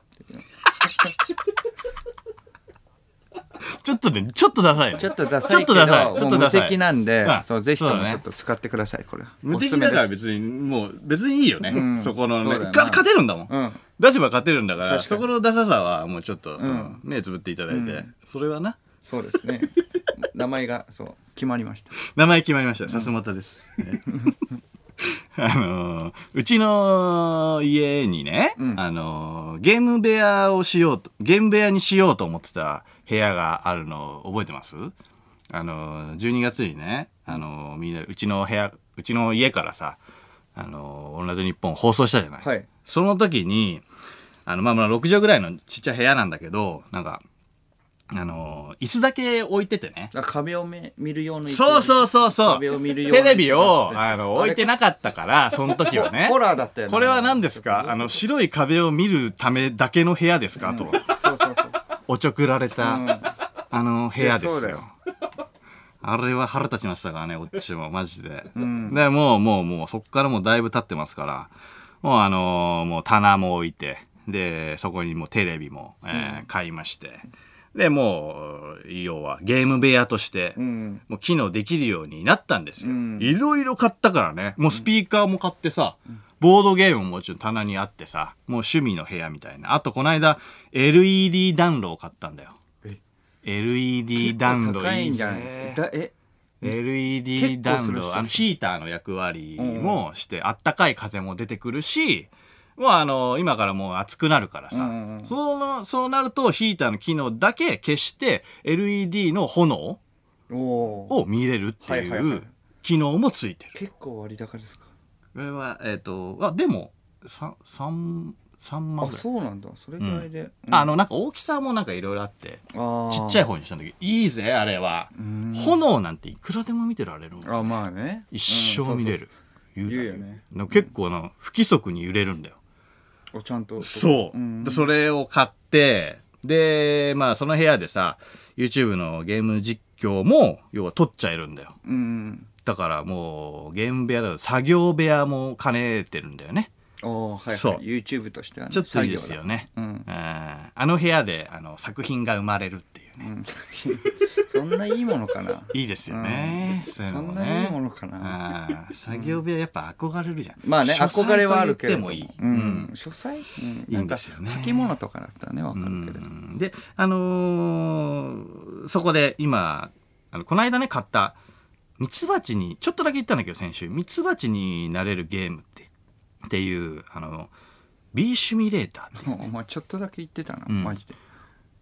S1: ちょっとね、ちょっとダサいね。
S2: ちょっとダサい
S1: ちょっ
S2: けど
S1: とダサい。ちょっ
S2: も
S1: と
S2: う
S1: ダ
S2: 無
S1: サい。
S2: 敵なんで
S1: まあ
S2: そうぜひと
S1: そう
S2: も
S1: だ
S2: ち
S1: ね
S2: ょっと使ってくださいこれは
S1: 無
S2: おすす
S1: 敵
S2: め
S1: だから
S2: です
S1: 別に、もう別にいいよね。
S2: ん
S1: そこの
S2: そ
S1: ね
S2: うだよな
S1: か勝てるんだもん,、
S2: うん
S1: 出せば勝てるんだから、
S2: 確か
S1: そ
S2: に
S1: このダサさはもうちょっと、うん目つぶっていただいて、それはな。
S2: そうですね 名前がそう決まりました
S1: 名前決まりました。さすまたです。ね あのーうちの家にね、あのーゲーム部屋をしようと、ゲーム部屋にしようと思ってた部屋があるの覚えてますあのー、12月にね、あのーみんな、うちの部屋、うちの家からさ、あのー、オールナイトニッポン放送したじゃない、
S2: はい
S1: その時に、あの、まあまあ6畳ぐらいのちっちゃい部屋なんだけど、なんか、あのー椅子だけ置いててね。
S2: あ壁をめ見る用の
S1: そう
S2: う
S1: そうそうそう。
S2: 壁を見るように
S1: テレビをあ
S2: あ
S1: の
S2: れ
S1: 置いてなかったから、その時はね。
S2: ホラーだったよね
S1: これは何ですかあの、白い壁を見るためだけの部屋ですかと、
S2: そうそうそう
S1: おちょくられた、
S2: ん
S1: あの、部屋で
S2: いやそう
S1: す
S2: だ
S1: よ
S2: よ。
S1: あれは腹立ちましたからね、おっちも、マジで。で、もう、もう、もう、そっからもうだいぶ経ってますから、もうあのーもう棚も置いて、で、そこにもうテレビも、えー買いまして、で、もう、要はゲーム部屋として、
S2: うん
S1: もう機能できるようになったんですよ。
S2: ん
S1: いろいろ買ったからね。もうスピーカーも買ってさ、ボードゲームももちろん棚にあってさ、もう趣味の部屋みたいな。あとこの間、LED 暖炉を買ったんだよ。LED 暖炉
S2: 高いんじ
S1: ぜ
S2: ゃないですかだえ
S1: LED
S2: 結構
S1: 暖
S2: するっし
S1: 炉
S2: ょ
S1: あのヒーターの役割もして、あったかい風も出てくるし、まあ、あの今からもう暑くなるからさ、
S2: うんうんうん
S1: そのそうなるとヒーターの機能だけ消して LED の炎
S2: おお
S1: を見れるって
S2: はいはい
S1: い
S2: は
S1: う
S2: い
S1: 機能もついてる。
S2: 結構割高ですか
S1: これは、えっ、と、あ、でも、さ三三万
S2: あ
S1: ぐらい。
S2: そうなんだそれぐらいで、うん
S1: あの、なんか大きさもなんかいろいろあって、
S2: あ
S1: ちっちゃい
S2: い
S1: 方にしたんだけど、いいぜ、あれは。炎なんていくらでも見てられるもん
S2: あまあね
S1: 一生見れる。
S2: う
S1: 言う
S2: 言うよね
S1: なんか結構な、不規則に揺れるんだよ。
S2: うんおちゃんと
S1: そう、
S2: ん
S1: でそれを買ってでまあその部屋でさ YouTube のゲーム実況も要は撮っちゃえるんだよ
S2: うん
S1: だからもうゲーム部屋だから作業部屋も兼ねてるんだよね
S2: おーはい、はい、
S1: そう
S2: YouTube としては、ね、
S1: ちょっといいですよね、
S2: 作業だ
S1: うんあの部屋であの作品が生まれるっていうね
S2: うんそんないいものかない
S1: いですよね、そういうのもね
S2: そんないいものかな
S1: あー作業部屋やっぱ憧れるじゃん、
S2: まあね
S1: 書斎
S2: 憧れはあるけれど
S1: と言ってもいい、
S2: うん、書斎、うん、
S1: いいんですよね
S2: なんか書き物とかだったらねわかるけれど、
S1: うんで、あのーそこで今、あのこの間ね、買った、ミツバチに、ちょっとだけ言ったんだけど、先週、ミツバチになれるゲームってっていう、あの、ビーシミュレーターっていう、
S2: お前ちょっとだけ言ってたな、
S1: ん
S2: マジで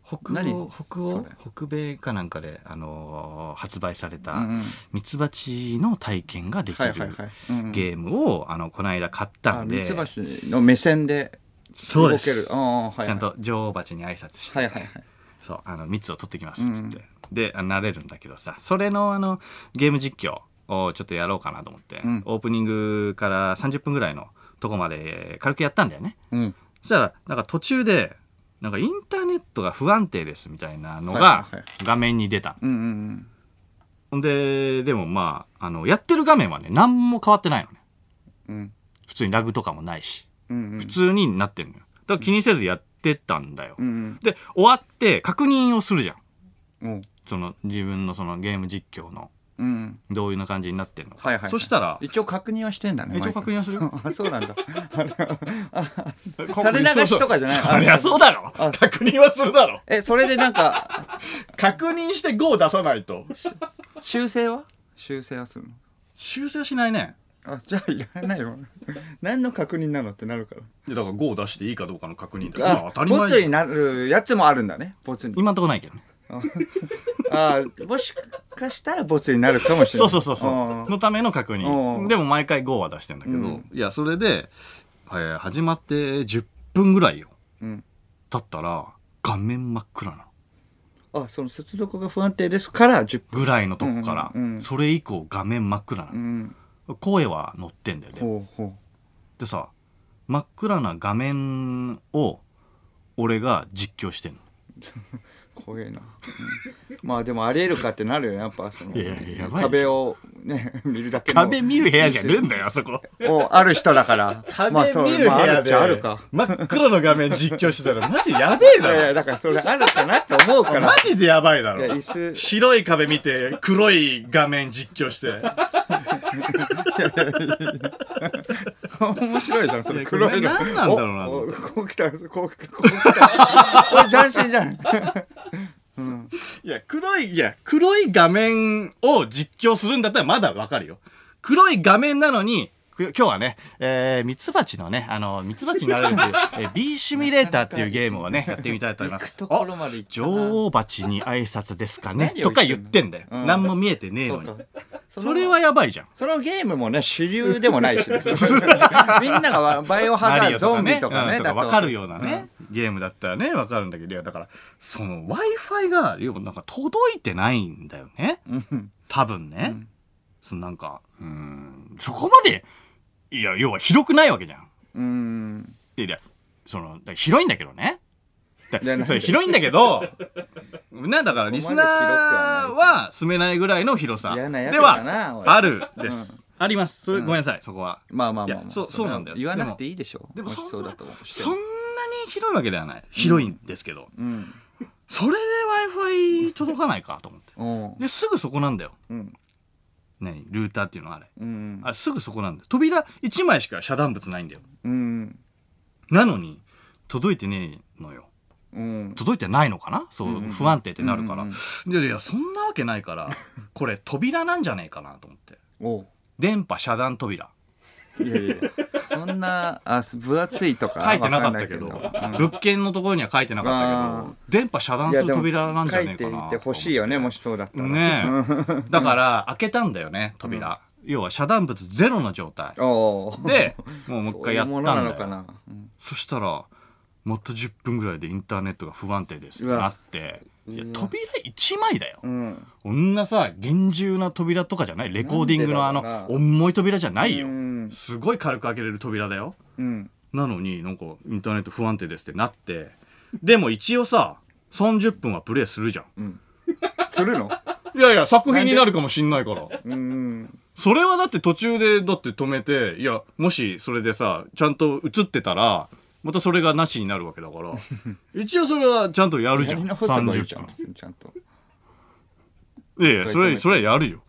S1: 北欧
S2: 何
S1: 北欧
S2: それ
S1: 北米かなんかで、あのー発売された
S2: んうん
S1: ミツバチの体験ができ
S2: はい
S1: る
S2: はいはいうんうん
S1: ゲームを、あのこの間買った
S2: あ
S1: ん
S2: ミ
S1: で
S2: ツバチの目線で
S1: そう
S2: 動
S1: で
S2: ける
S1: す、
S2: ああはいはい、
S1: ちゃんと女王蜂に挨拶して、
S2: はいはいはい
S1: そうあの蜜を取ってきますっつって、であ慣れるんだけどさそれのあのゲーム実況をちょっとやろうかなと思って、
S2: ん
S1: オープニングから30分ぐらいのとこまで軽くやったんだよね
S2: うん
S1: そしたらなんか途中でなんかインターネットが不安定ですみたいなのが
S2: はいはいはい
S1: 画面に出たの、
S2: うんうん
S1: ほんででもまああのやってる画面はね何も変わってないのね
S2: うんうん
S1: 普通にラグとかもないし
S2: うんうん
S1: 普通になってるのよだから気にせずやってたんだよ、
S2: うん
S1: で終わって確認をするじゃん
S2: うんうん
S1: その自分のそのゲーム実況の
S2: うん
S1: どういうな感じになってんのか、
S2: はいはいはい
S1: そしたら
S2: 一応確認はしてんだね
S1: 一応確認はするよ
S2: 認あそうなんだ垂れ流しとかじゃない
S1: そりゃそうだろ確認はするだろ
S2: えそれでなんか
S1: 確認して5を出さないと
S2: 修正は修正はするの
S1: 修正しないね
S2: あじゃあいらないよ 何の確認なのってなるから
S1: いやだから5を出していいかどうかの確認だよま
S2: あ
S1: あ当たり
S2: ボ
S1: 前
S2: ツ
S1: じゃ
S2: に
S1: ん
S2: なるやつもあるんだねボツに
S1: 今んとこないけどね
S2: あもしかしたらボツになるかもしれ
S1: そう
S2: ない
S1: そうそうそ
S2: あ
S1: うのための確
S2: う
S1: 認
S2: ん
S1: でも毎回5は出してんだけど、
S2: うん
S1: いやそれで、えー始まって10分ぐらいよ
S2: ーうん
S1: 経ったら画面真っ暗なの
S2: あその接続が不安定ですから10
S1: ぐらいのとこから、
S2: うんうんうん
S1: それ以降画面真っ暗なの、
S2: 分
S1: 声は乗ってんだよね
S2: ほうほ
S1: でさ真っ暗な画面を俺が実況してんの
S2: う怖えな、うんまあでもありえるかってなるよやっぱその
S1: いやいややばい
S2: 壁をね 見るだけの
S1: 壁見る部屋じゃねえんだよ、あそこ。
S2: をある人だから
S1: 壁
S2: まあそう
S1: 見る
S2: ま
S1: 部
S2: あ、あ
S1: 屋
S2: るっ
S1: で、
S2: ちゃあるか
S1: 真っ黒の画面実況してたら、マジやべえ
S2: いや
S1: だ
S2: い
S1: ろ。
S2: やだからそれあるかなって思うから
S1: マジでやばいだ
S2: いや
S1: ろ。
S2: 椅子
S1: 白い壁見て、黒い画面実況して。
S2: 面白いじゃんそ
S1: い
S2: れ
S1: や
S2: 黒いの
S1: これ何なんだろうな
S2: おここう来たこう来たこう来た これ斬新じゃん
S1: いや、黒い、いや、黒い画面を実況するんだったらまだわかるよ。黒い画面なのに、く今日はね、えー、ミツバチのね、あの、ミツバチになれるって いう、えー、B シミュレーターっていうゲームをね、やってみたいと思います。
S2: 行くところまで行ったな
S1: あ女王蜂に挨拶ですかね
S2: 何を言
S1: とか言
S2: ってんの
S1: ってんだよ。
S2: うん
S1: 何も見えてねえのに。
S2: そ
S1: そ
S2: の
S1: れはやばいじゃん。
S2: そのゲームもね主流でもないしね みんながわバイオハザードゾンビとか
S1: う
S2: ね
S1: ん
S2: だと
S1: わかるようなね、ゲームだったらね、わかるんだけど、いや、だから、その Wi-Fi が、要はなんか届いてないんだよね。
S2: うん
S1: 多分ね、そのなんかうーんそこまでいや要は広くないわけじゃん
S2: うん
S1: いやいやそのだから広いんだけどねだ
S2: いやなんで
S1: それ広いんだけ どなだからリスナーは住めないぐらいの広さ
S2: 嫌なやつ
S1: で
S2: だな
S1: は
S2: おい
S1: あるです、ありますそれ、ごめんなさいそこは
S2: まあまあま
S1: い
S2: あまあ
S1: やそう
S2: れ
S1: そう
S2: は
S1: なんだよ
S2: 言わなくていいでしょ
S1: でもそ
S2: もしそうんだ
S1: な
S2: と思う
S1: そんなに広いわけではない広いんですけど、
S2: うん
S1: それで w i f i 届かないかと思って
S2: おう
S1: ですぐそこなんだよ
S2: うん
S1: 何ルーターっていうのはあれ
S2: うん
S1: あすぐそこなんだよ扉1枚しか遮断物ないんだよ
S2: うん
S1: なのに届いてねえのよ
S2: うん
S1: 届いてないのかなそう、
S2: うんうん
S1: 不安定ってなるから、
S2: うん
S1: いやいやそんなわけないからこれ扉なんじゃねえかなと思って
S2: おう
S1: 電波遮断扉
S2: いやいやそんなあす分厚いとか
S1: 書いてなかったけど
S2: わかんないけ
S1: 物件のところには書いてなかったけど電波遮断
S2: い
S1: す
S2: や
S1: る
S2: でも
S1: 扉なんじゃねえか
S2: 書い
S1: な
S2: ていてほしいよねもしそうだったら
S1: ねえだから開けたんだよね扉、要は遮断物ゼロの状態
S2: おう
S1: でもうもう一回やったんだ
S2: そういうものな
S1: よ
S2: のかなうん
S1: そしたら、もっと10分ぐらいでインターネットが不安定ですってなって、いや、扉1枚だよ。
S2: うん
S1: こんなさ、厳重な扉とかじゃないレコーディングのあ
S2: なんでだろうな
S1: の、重い扉じゃないよ
S2: う。ん
S1: すごい軽く開けれる扉だよ。
S2: うん
S1: なのになんかインターネット不安定ですってなって、でも一応さ、30分はプレイするじゃん。
S2: するの
S1: いやいや、作品になるかもしんないから。
S2: うん
S1: それはだって途中でだって止めていやもしそれでさちゃんと映ってたらまたそれがなしになるわけだ から一応それはちゃんとやるじ
S2: や
S1: ゃん
S2: り直せばいい
S1: 30
S2: じゃんちゃんと
S1: 分いやいやそ
S2: 一回止め
S1: れ
S2: て
S1: それやるよ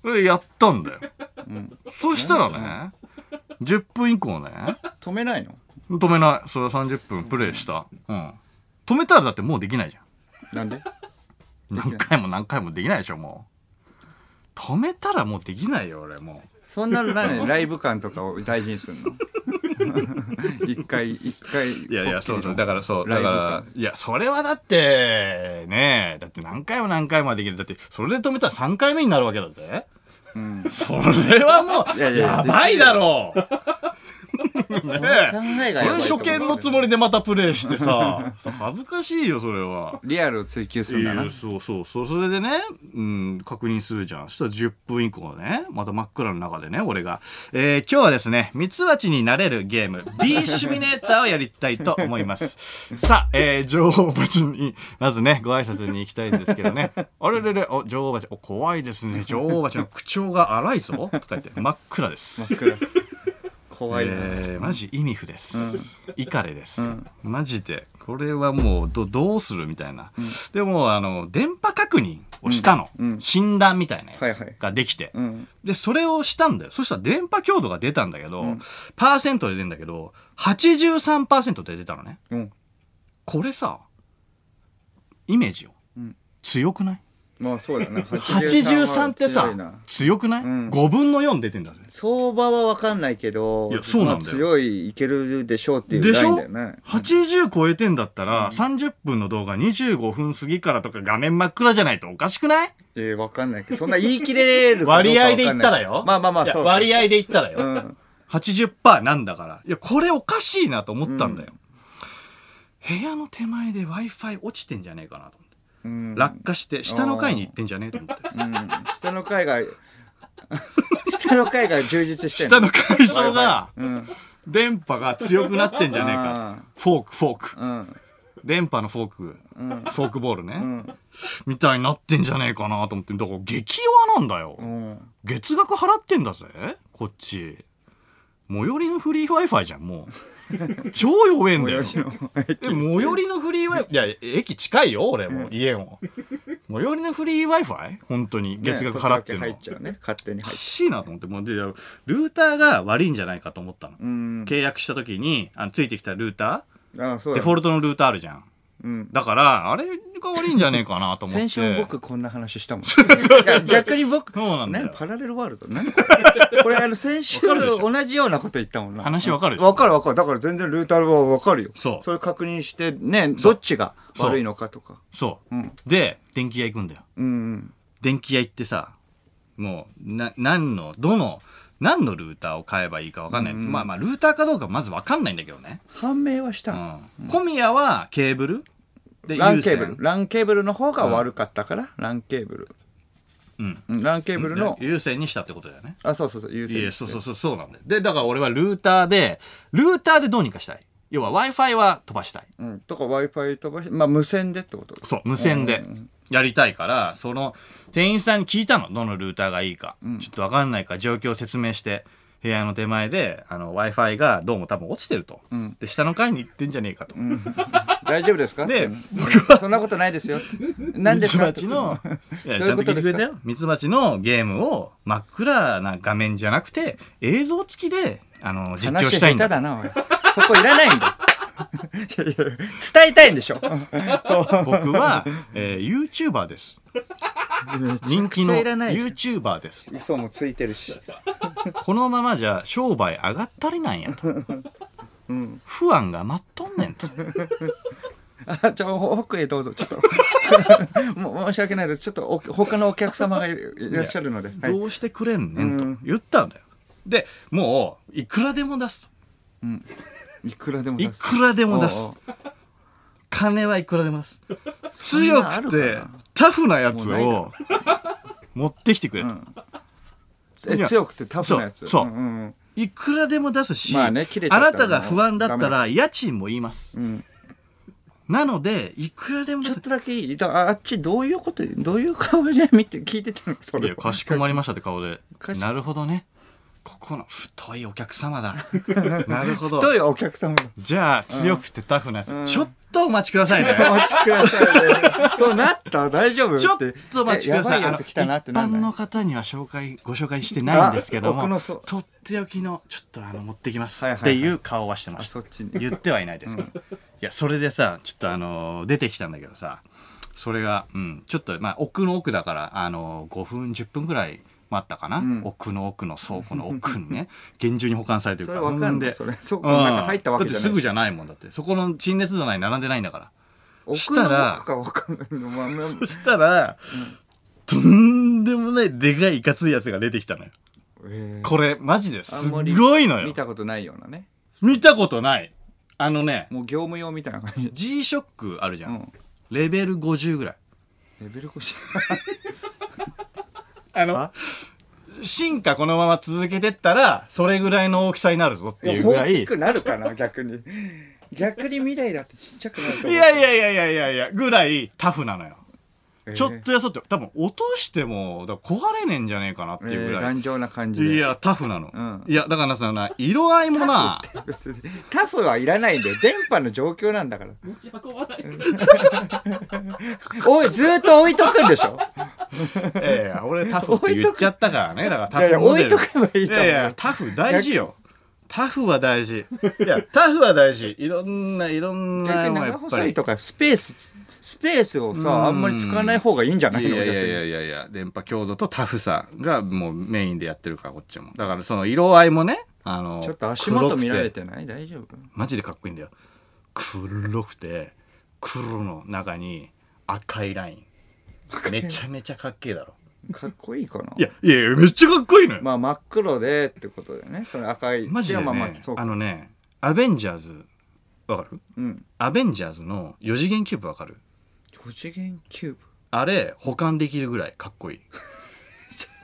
S1: それやったんだよ、そしたらね10分以降ね
S2: 止めないの
S1: 止めないそれは30分プレイした、うん、止めたらだってもうできないじゃん
S2: なんで
S1: 何回も何回もできないでしょもう止めたらもうできないよ俺も
S2: そんな の何ライブ感とかを大事にすんの 一回一回
S1: いやいや、そうそう。だからそう。
S2: ライ
S1: だ
S2: ブ
S1: から
S2: 感、
S1: いや、それはだって、ねえ、だって何回も何回もできる。だって、それで止めたら3回目になるわけだぜ。
S2: ん
S1: それはもう、
S2: いやいや
S1: やばいだ ろうねえ
S2: 考えが
S1: そ
S2: やば
S1: れ
S2: いと
S1: 初
S2: 思う
S1: 見のつもりでまたプレイしてさ、そう恥ずかしいよ、それは。
S2: リアルを追求す
S1: い
S2: るんだ
S1: や
S2: な
S1: そうそうそうそれでね、うん、確認するじゃんそしたら10分以降ねまた真っ暗の中でね俺が、えー今日はですねミツバチになれるゲーム B シミュレーターをやりたいと思います さあ、えー女王蜂にまずねご挨拶に行きたいんですけど ねあれれれお女王蜂お怖いですね女王蜂の口調が荒いぞとか言って真っ暗です
S2: 真っ暗怖いな、
S1: えーマジイニフです、イカレです、マジでこれはもうどどうするみたいな、でもあの電波確認をしたの、診断みたいなやつ
S2: はいはい
S1: ができて、
S2: うん
S1: でそれをしたんだよそしたら電波強度が出たんだけど、パーセントで出るんだけど83%で出たのね
S2: うん
S1: これさイメージを、強くない
S2: まあそうだな
S1: ?83 って
S2: 強
S1: さ
S2: いな
S1: 強くない、
S2: ん
S1: ?5 分の4出てんだぜ
S2: 相場は分かんないけど
S1: いやそうなんだよ
S2: まあ強いいけるでしょうっていう
S1: で
S2: ラ
S1: し
S2: イン
S1: ょ
S2: だよね
S1: ?80 超えてんだったら、30分の動画25分過ぎからとか画面真っ暗じゃないとおかしくない
S2: えー、分かんないけどそんな言い切れるかどう
S1: 割
S2: か
S1: 合で言
S2: 分か
S1: っ
S2: ん
S1: た
S2: ない
S1: らよ。
S2: まあまあまあ
S1: いや
S2: そう
S1: 割合で言ったらよ。
S2: うん
S1: 80%なんだから。いや、これおかしいなと思ったんだよ。部屋の手前で Wi-Fi 落ちてんじゃねえかなと思って。
S2: うん
S1: 落下して、下の階に行ってんじゃねえと思って。
S2: うん下の階が 下の階が充実してん
S1: 下の階層が、
S2: うん
S1: 電波が強くなってんじゃねえ
S2: あ
S1: か。フォーク、フォーク。
S2: うん
S1: 電波のフォーク、フォークボールね、みたいになってんじゃねえかなと思ってだから激弱なんだよ、
S2: うん
S1: 月額払ってんだぜこっち最寄りのフリー Wi-Fi じゃんも う超弱えんだよ
S2: 最寄りの
S1: え最寄りのフリー Wi-Fi いや駅近いよ俺も家も最寄りのフリー Wi-Fi 本当に月額払ってんの、
S2: ね時々入っちゃうね勝手に
S1: お
S2: 入
S1: か
S2: っち
S1: しいなと思ってもうでルーターが悪いんじゃないかと思ったの、
S2: ゃううん
S1: 契約した時にあのついてきたルータ
S2: あ
S1: ー
S2: そう
S1: デ
S2: だ
S1: フォルトのルーターあるじゃん
S2: うん
S1: だからあれが悪いんじゃねえかなと思って
S2: 先週も僕こんな 話したもんいや逆に僕
S1: そうなんだよ
S2: 何パラレルワールド何これこれあの先週
S1: わかるでしょ
S2: 同じようなこと言ったもんな
S1: 話わかるでしょ
S2: わかるわかるだから全然ルーターはわかるよ
S1: そう
S2: それ確認してねどっちが悪いのかとか
S1: そう、
S2: うん
S1: で電気屋行くんだよ
S2: うん
S1: 電気屋行ってさもうな何のどの何のルーターを買えばいいか分かんない、まあまあルーターかどうかまず分かんないんだけどね、
S2: 判明はした
S1: う
S2: の
S1: ん小宮はケーブルで
S2: ラン
S1: 有
S2: ケ
S1: 線
S2: ーブルランケーブルの方が悪かったからランケーブル
S1: うん
S2: うんランケーブルの
S1: で有線にしたってことだよね
S2: あそうそうそう優
S1: い
S2: 先
S1: やそうそうそうそうなんだよでだから俺はルーターでルーターでどうにかしたい要は w i f i は飛ばしたい
S2: うんとか w i f i 飛ばしまあ無線でってこと
S1: そう、無線でやりたいから、その店員さんに聞いたの、どのルーターがいいか。ちょっとわかんないから状況を説明して、部屋の手前で、あの、Wi-Fi がどうも多分落ちてると。で、下の階に行ってんじゃねえかと。
S2: 大丈夫ですか
S1: で
S2: ってそんなことないですよって何で
S1: ミ
S2: す
S1: ツ
S2: か
S1: バチの、いや、
S2: どう
S1: ち
S2: い
S1: ゃ
S2: うん
S1: 聞い
S2: こととで
S1: て
S2: す
S1: く
S2: か
S1: れたよ。ミツバチのゲームを真っ暗な画面じゃなくて、映像付きで、あの、実況し
S2: 話
S1: た
S2: 下
S1: いんだ。
S2: 手だなおいそこいらないんだいやいや伝えたいんでしょ
S1: 僕は、えー、YouTuber です。人気の
S2: めちゃくちゃいらないじゃん
S1: YouTuber です。
S2: 嘘もついてるし
S1: このままじゃ商売上がったりなんやと、不安が待っとんねんと
S2: あじゃあ奥へどうぞちょっと も申し訳ないですちょっとお他のお客様がいいらっしゃるので、はい
S1: どうしてくれんねん
S2: う
S1: と
S2: ん
S1: 言ったんだよでもういくらでも出す
S2: いくらでも
S1: とい
S2: 出す
S1: くらでも出す
S2: おう
S1: 金はいくらでも出す強
S2: そんなあ
S1: く
S2: る
S1: て
S2: かな
S1: タフなやつ
S2: も
S1: を持ってきてくれと、
S2: え
S1: いや
S2: 強くてタフなやつ
S1: そうそうん
S2: んん
S1: いくらでも出すし、
S2: まあね切れちゃ
S1: あ
S2: った
S1: な
S2: ら
S1: たが不安だったら家賃も言います、
S2: ん
S1: なのでいくらでも出
S2: ちょっ
S1: す
S2: とだけいいだああっちどういうことどういう顔で見て聞いてたのそ
S1: い
S2: れ
S1: やかしこまりましたって顔で
S2: かし
S1: なるほどねここの太いお客様 だなるほど
S2: どういうお客様
S1: じゃあ強くてタフなやつ、ちょっとお待ちください ね
S2: お待ちくださいねそうなった大丈夫
S1: ちょってとお待ちください
S2: えやばいやつ来たなって
S1: あ
S2: な
S1: の
S2: ん
S1: 一般
S2: ない
S1: の方には紹介ご紹介してないんですけど
S2: あ奥
S1: も
S2: のそう
S1: とっておきのちょっとあの持ってきます
S2: は
S1: っ
S2: いはいは
S1: て
S2: い
S1: いう顔はしてま
S2: あ
S1: した、
S2: そっちに
S1: 言ってはいないですけど、いやそれでさちょっとあのー出てきたんだけどさそれが、うん、ちょっと、まあ、奥の奥だから、あのー、5分10分ぐらい待ったかな、奥の奥の倉庫の奥にね厳重に保管されてるから
S2: それわかんない
S1: で
S2: それ倉庫の中入ったわけじ
S1: うん
S2: ゃない
S1: だってすぐじゃないもんだってそこの陳列棚に並んでないんだから
S2: 奥
S1: したら
S2: の奥かわかんないのまあまあ
S1: そしたら、とんでもないでかいいかついやつが出てきたのよ。
S2: えー
S1: これマジです
S2: あ
S1: っ
S2: んまり
S1: ごいの
S2: 見
S1: よ。
S2: たことないようなね
S1: 見たことない。あのね、
S2: もう業務用みたいな感じ
S1: G-SHOCK あるじゃん。
S2: うん
S1: レベル50ぐらい。
S2: レベル50
S1: あの、進化このまま続けてったら、それぐらいの大きさになるぞっていうぐらい。
S2: 大
S1: い
S2: きくなるかな逆に逆に未来だってちっちゃくなると思う
S1: やいやいやいやいやいや、ぐらいタフなのよ。
S2: えー
S1: ちょっとやそって、多分落としても、だから壊れねえんじゃねえかなっていうぐ
S2: えー
S1: らい。
S2: 頑丈な感じで
S1: いや、タフなの。
S2: うん
S1: いや、だからさ、な色合いもな、
S2: 別にタフはいらないんだよ電波の状況なんだから
S3: 持ち運ばない
S2: おいずーっと置いとくんでしょ
S1: いやいや、俺タフって言っちゃったからね。だからタフ
S2: いやいや
S1: モデル
S2: 置いとけばいいと思う
S1: いやいや、タフ大事よ。タフは大事。いや、タフは大事。いろんな、いろんな
S2: 逆に
S1: のや
S2: 長
S1: っぱ
S2: 細い
S1: り。
S2: とかスペーススペースを
S1: うん
S2: さあんまり使わない方がいいんじゃないい
S1: や
S2: の
S1: いやいやいやい
S2: 逆に
S1: やいや電波強度とタフさがもうメインでやってるからこっちもだからその色合いもねあの
S2: ちょっと足元見られ
S1: 黒く
S2: てない大丈夫
S1: マジでかっこいいんだよ黒くて黒の中に赤いラインめちゃめちゃかっけえだろ
S2: かっこいいかない
S1: やいやいやめっちゃかっこいいのよ
S2: まあ真っ黒でってことでねその赤い
S1: マジで、ね
S2: まあまあそう
S1: あ
S2: か
S1: のね「アベンジャーズ」わかる
S2: うん
S1: アベンジャーズの4次元キューブわかる
S2: 5次元キューブ
S1: あれ保管できるぐらいかっこいい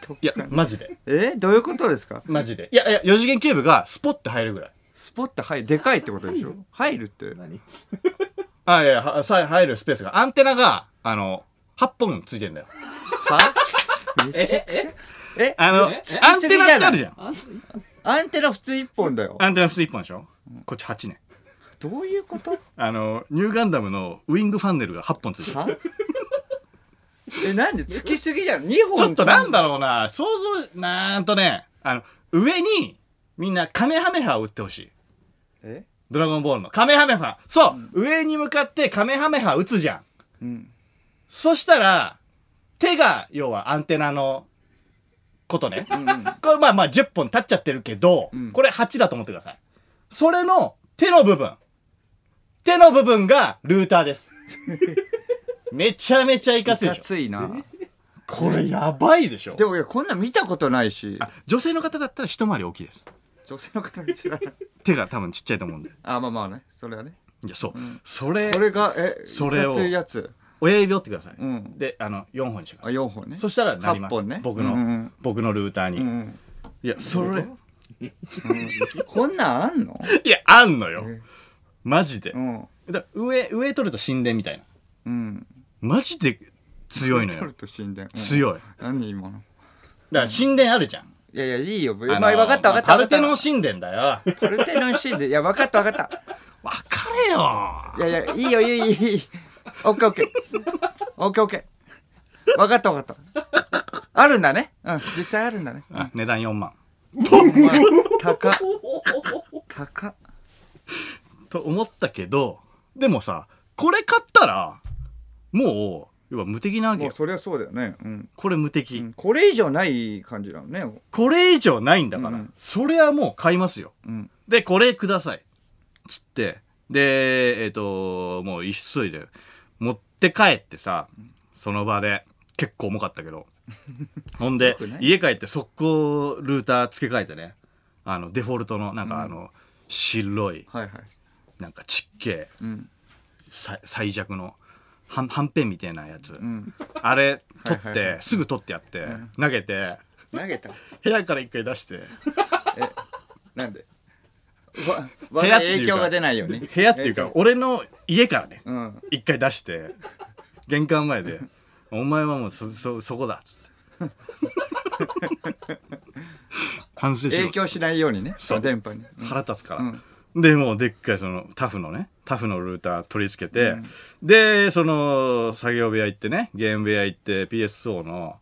S2: とか
S1: いやマジで
S2: えどういうことですか
S1: マジでいやいや4次元キューブがスポッて入るぐらい
S2: スポットはいでかいってことでしょ入るって
S3: 何
S1: あ、いや、はさ入るスペースが、アンテナが、あの、8本ついてんだよ。
S2: は
S3: ええ
S2: え
S1: あの、アン
S3: え
S1: テナってあるじゃん。
S2: アンテナ普通1本だよ。
S1: アンテナ普通1本でしょこっち8ね。
S2: どういうこと
S1: あの、ニューガンダムのウィングファンネルが8本ついてる。
S2: はえ、なんでつきすぎじゃん ?2 本
S1: ちょっとなんだろうな、想像、なんとね、あの、上に、みんなカメハメハを打ってほしい。
S2: え
S1: ドラゴンボールの。カメハメハ。そう、上に向かってカメハメハ打つじゃん。
S2: うん。
S1: そしたら、手が、要はアンテナの、ことね。これまあまあ10本経っちゃってるけど、
S2: ん
S1: これ8だと思ってください。それの手の部分。手の部分がルーター です。めちゃめちゃいかついでしょ。
S2: いな。
S1: これやばいでしょ
S2: で。もいや、こんなん見たことないし。
S1: 女性の方だったら一回り大きいです。
S2: 女性の方に知らない。
S1: 手が多分ちっちゃいと思うんで。
S2: あ、まあまあね。それはね。
S1: いや、そう。それ、
S2: これが、え、
S1: それ
S2: い
S1: を
S2: かついやつ。
S1: 親指折ってください。
S2: うん
S1: で、あの、4本にしてく
S2: あ、
S1: ださい。
S2: 4本ね。
S1: そしたらなります。
S2: 八本ね
S1: 僕の、
S2: うんうん
S1: 僕のルーターに。
S2: うん
S1: いや、それ、
S2: こんなんあんの
S1: いや、あんのよ。マジで
S2: う。ん。
S1: だから上、上取ると神殿みたいな。
S2: うん。
S1: マジで強いの
S2: 取る
S1: よ。
S2: と死んでん。うん
S1: 強い。だか
S2: 何今の。
S1: ら神殿あるじゃん。
S2: いやいや、いいよ。ま
S1: あ
S2: あ、
S1: の
S2: 分かった分かった。
S1: パルテノ
S2: ン
S1: ン。神殿だよ。
S2: パルテノンシーンで。いや、分かった分かった。
S1: わかれよ。
S2: いやいや、いいよ、いいよ、いいよ。オッケーオッケー。オッケーオッケー。分かった分かった。あるんだね。うん、実際あるんだね。
S1: あ値段4万。
S2: まあ、高っ。高っ。
S1: と思ったけど、でもさ、これ買ったら、もう、要は無敵なわけ
S2: もう
S1: よ。
S2: それはそうだよね。うん。
S1: これ無敵。
S2: これ以上ない感じなのね。
S1: これ以上ないんだから、
S2: うん
S1: それはもう買いますよ。
S2: うん。
S1: で、これください。つって、で、えっ、と、もう急いで、持って帰ってさ、その場で、結構重かったけ ど。ほんで
S2: くな、い
S1: 家帰って速攻ルーター付け替えてね、あの、デフォルトの、なんかあの、白い、
S2: はいはい。
S1: なんかちっけえ、
S2: うん。
S1: さ最弱の、はん、はんぺんみたいなやつ。
S2: ん
S1: あれ、取って、
S2: はいはいは
S1: すぐ取ってやって、投げて、
S2: 投げた。
S1: 部屋から一回出して、
S2: なんでわ、わ
S1: 部
S2: ざ
S1: 屋っていうか
S2: 影響が出ないように。
S1: 部屋っていうか、俺の家からね、
S2: うん。
S1: 一回出して玄関前で「お前はもうそそそこだ」っつって反省しろ
S2: 影
S1: っつ
S2: 響
S1: っ
S2: してないようにね。
S1: そう
S2: 電波に。
S1: 腹立つから、でもうでっかいそのタフのねタフのルーター取り付けて、でその作業部屋行ってねゲーム部屋行って PS4 の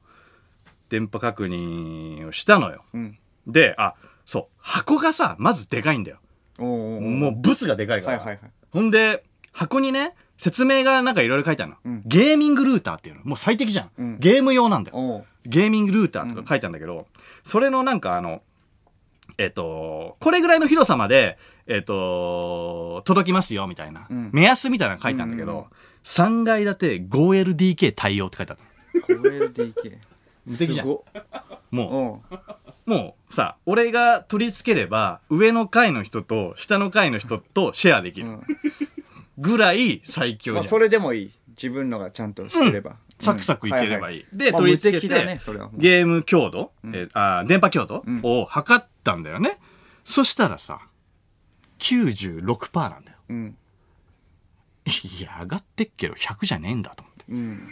S1: 電波確認をしたのよ、
S2: ん
S1: であそう箱がさまずでかいんだよ、
S2: おおー。
S1: もうブツがでかいから、
S2: はいはいはい
S1: ほんで箱にね説明がなんかいろいろ書いてあるの、
S2: ん
S1: ゲーミングルーターっていうのもう最適じゃん、
S2: ん
S1: ゲーム用なんだよ
S2: おう
S1: ゲーミングルーターとか書いてあるんだけど、それのなんかあのえっ、とこれぐらいの広さまでえっ、と届きますよみたいな、
S2: ん
S1: 目安みたいなの書いてあるんだけど、3階建て 5LDK 対応って書いてある
S2: 5LDK。
S1: 無敵じゃん
S2: すごっ。
S1: もう
S2: おう
S1: もうさ、俺が取り付ければ、上の階の人と下の階の人とシェアできる。
S2: ん
S1: ぐらい最強
S2: まあ、
S1: じゃん。
S2: それでもいい自分のがちゃんとしてれば、
S1: サクサクいければいい。
S2: は
S1: で、
S2: まあ
S1: 取り付け
S2: 無敵
S1: て、
S2: だねそれはもう
S1: ゲーム強度、えーあー電波強度、を測ったんだよね。そしたらさ、96%なんだよ。
S2: うん
S1: いや、上がってっけど100じゃねえんだと思って。
S2: うん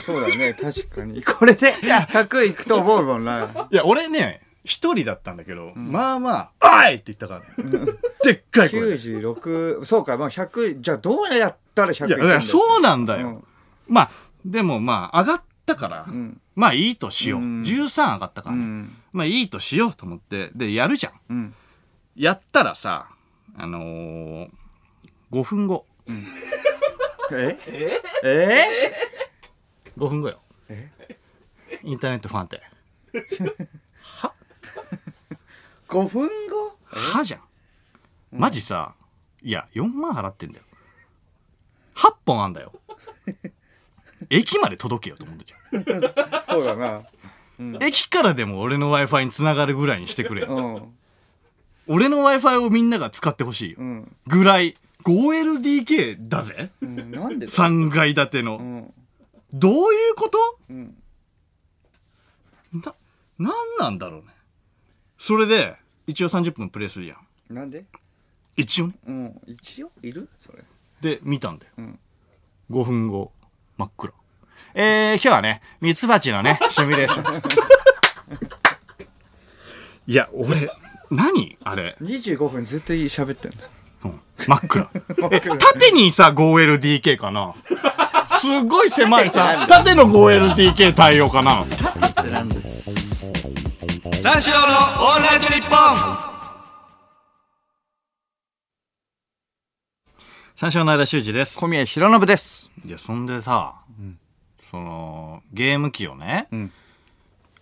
S2: そうだね確かにこれで100いくと思うもんない
S1: や、俺ね、一人だったんだけど、まあまあ、おいって言ったからね。でっかい声で。
S2: 96そうかまあ100じゃあどうやったら100い
S1: いや、
S2: く
S1: だからそうなんだよ。
S2: うん
S1: まあ、でもまあ、上がったから、
S2: ん
S1: まあいいとしよう。
S2: うん
S1: 13上がったから
S2: う
S1: ね。
S2: ん
S1: まあいいとしようと思って、で、やるじゃん。
S2: うん
S1: やったらさ、あのー、5分後。
S2: ええ
S1: 5分後よ。インターネット不安定。
S2: 5分後
S1: はじゃん。マジさ、いや、4万払ってんだよ。8本あんだ よ。駅まで届けようと思ってじゃ。
S2: そうだなん
S1: 駅からでも俺の Wi-Fi に繋がるぐらいにしてくれよ。
S2: うん
S1: 俺の Wi-Fi をみんなが使ってほしいよ。
S2: うん、
S1: ぐらい 5LDK だぜ
S2: うん、なんでだ
S1: 3階建ての、
S2: うん
S1: どういうこと
S2: うん
S1: な何なんだろうねそれで一応30分プレイするじゃん
S2: なんで
S1: 一応ね
S2: うん一応いるそれ
S1: で、見たんだよ。5分後、真っ暗。えー、今日はね、ミツバチの ね、シミュレーション。いや、俺、何あれ。
S2: 25分ずっといい喋ってるんです
S1: うん真っ暗。え縦にさ、5LDK かなすごい狭いさ、縦の 5LDK 対応かな三四郎のオールナイトニッポン三四郎の間修二です。
S2: 小宮弘信です
S1: いや、そんでさ、その、ゲーム機をね、
S2: ん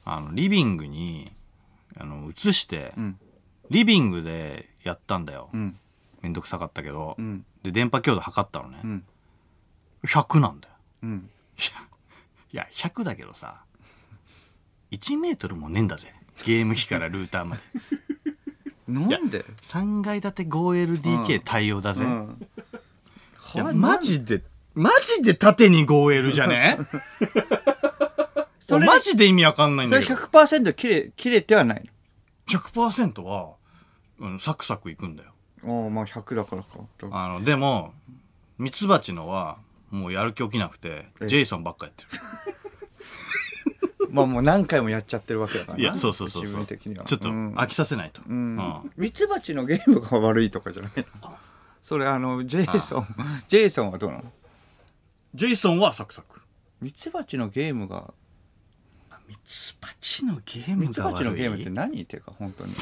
S1: あの、リビングに、あの、移して、リビングでやったんだよ。
S2: ん
S1: めんどくさかったけど、
S2: ん
S1: で、電波強度測ったのね。
S2: ん
S1: 100なんだよ。
S2: うん
S1: いや、いや100だけどさ、1メートルもねえんだぜ。ゲーム機からルータ ーまで。
S2: なんで
S1: 3階建て 5LDK 対応だぜ。
S2: うん
S1: いやマジで、マジで縦に 5L じゃね
S2: それ
S1: マジで意味わかんないん
S2: そ
S1: だ
S2: れ
S1: けど。
S2: 100%切れ切れてはない
S1: 100%は、うん、サクサクいくんだよ。
S2: のああまあ100だからか
S1: あの、でも、ミツバチのは、もうやる気起きなくて、
S2: え
S1: ジェイソンばっかやっ てる。
S2: まあもう何回もやっちゃってるわけだからない
S1: や、そうそうそう
S2: 自
S1: そう。
S2: 分
S1: ち
S2: 的に
S1: ょ
S2: は
S1: っと
S2: うん
S1: 飽きさせないと。う
S2: うん
S1: ん。
S2: ミツバチのゲームが悪いとかじゃないのそれあのジェイソンジェイソンはどうなの
S1: ジェイソンはサクサク。
S2: ミツバチのゲームが
S1: ミツバチのゲーム
S2: ミツ
S1: が悪い
S2: バチのゲームって何っていうか本当に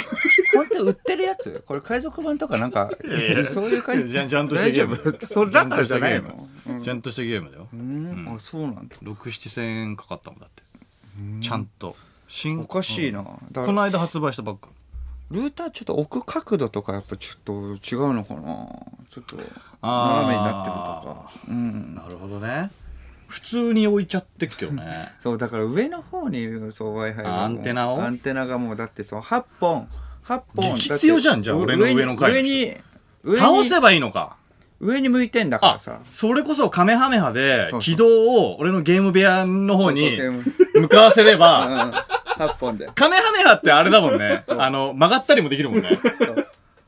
S2: 本当に売ってるやつこれ海賊版とかなんか
S1: やいや
S2: そういう感じ
S1: ちゃんちゃんとしたゲーム
S2: 大丈夫それだからじゃな
S1: ち
S2: い
S1: ゃんと
S2: の
S1: したゲームちゃんとしたゲームだよ。
S2: うんあそうなんだ
S1: 6、7千円かかったもんだって。ちゃんと。新
S2: おかしいなだか
S1: この
S2: ら
S1: 間発売したばっか。
S2: ルーターちょっと置く角度とかやっぱちょっと違うのかなちょっと
S1: あー
S2: 斜めになってるとかうん
S1: なるほどね。普通に置いちゃってっけどね。
S2: そうだから上の方にそう Wi-Fi が
S1: あアンテナを
S2: アンテナがもうだってその8本8本
S1: 激強じゃん
S2: だって
S1: じゃあ俺の上の階の
S2: 上
S1: 人
S2: に上に
S1: 倒せばいいのか。
S2: 上に向いてんだから
S1: あ
S2: さ、
S1: それこそカメハメハで
S2: そうそう
S1: 軌道を俺のゲーム部屋の方に
S2: そうそうゲ
S1: 向かわせれ ば、
S2: 8本で
S1: カメハメハってあれだもんね。あの、曲がったりもできるもんね。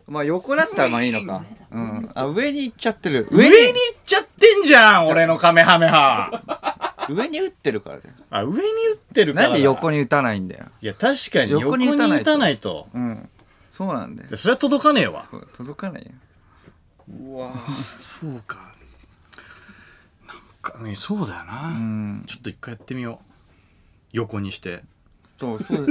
S2: まあ横だったらまあいいのか。うん。あ、上に行っちゃってる。
S1: 上
S2: 上
S1: に行
S2: に、
S1: っちゃってんじゃん俺のカメハメハ。
S2: 上に打ってるからだよ。
S1: あ、上に打ってるから
S2: な
S1: だ。
S2: んで横に打たないんだよ。
S1: いや、確かに横
S2: 横
S1: に
S2: に
S1: 打
S2: 打
S1: た
S2: た
S1: な
S2: ないいと
S1: と。ないと
S2: うん。そうなんだよ。
S1: それは届かねえわ。
S2: そう届かないよ。
S1: うわそうか。なんかね、そうだよな。
S2: ん
S1: ちょっと一回やってみよう。横にして。
S2: そう、 そう。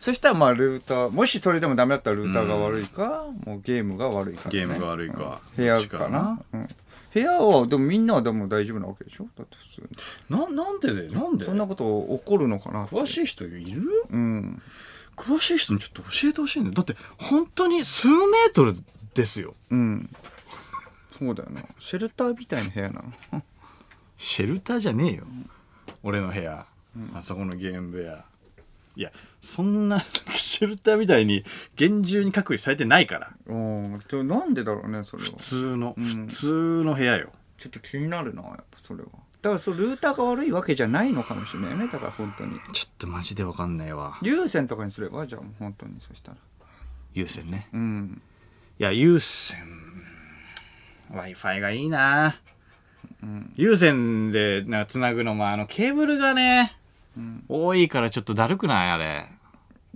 S2: そしたらまあルーター、もしそれでもダメだったらルーターが悪いか、もうゲームが悪いか、ね。
S1: ゲームが悪いか。
S2: 部屋かな。うん。部屋は、でもみんなはでも大丈夫なわけでしょだって普通に。
S1: な、なんでだよ、なんで
S2: そんなこと起こるのかなって
S1: 詳しい人いる
S2: うん。
S1: 詳しい人にちょっと教えてほしいんだよ。だって、本当に数メートルですよ。
S2: うん。そうだよな。シェルターみたいな部屋なの。
S1: シェルターじゃねえよ。俺の部屋。あそこのゲーム部屋。いや、そんな、シェルターみたいに厳重に隔離されてないから。
S2: うん。ちょなんでだろうね、それは。
S1: 普通の、
S2: ん
S1: 普通の部屋よ。
S2: ちょっと気になるなやっぱそれはだからそうルーターが悪いわけじゃないのかもしれないねだから本当に
S1: ちょっとマジでわかんないわ。
S2: 有線とかにすればじゃあもう本当にそしたら
S1: 優先ね。
S2: うん
S1: いや、有線、Wi-Fi がいいな。有線でな繋ぐのも、あの、ケーブルがね、多いからちょっとだるくないあれ。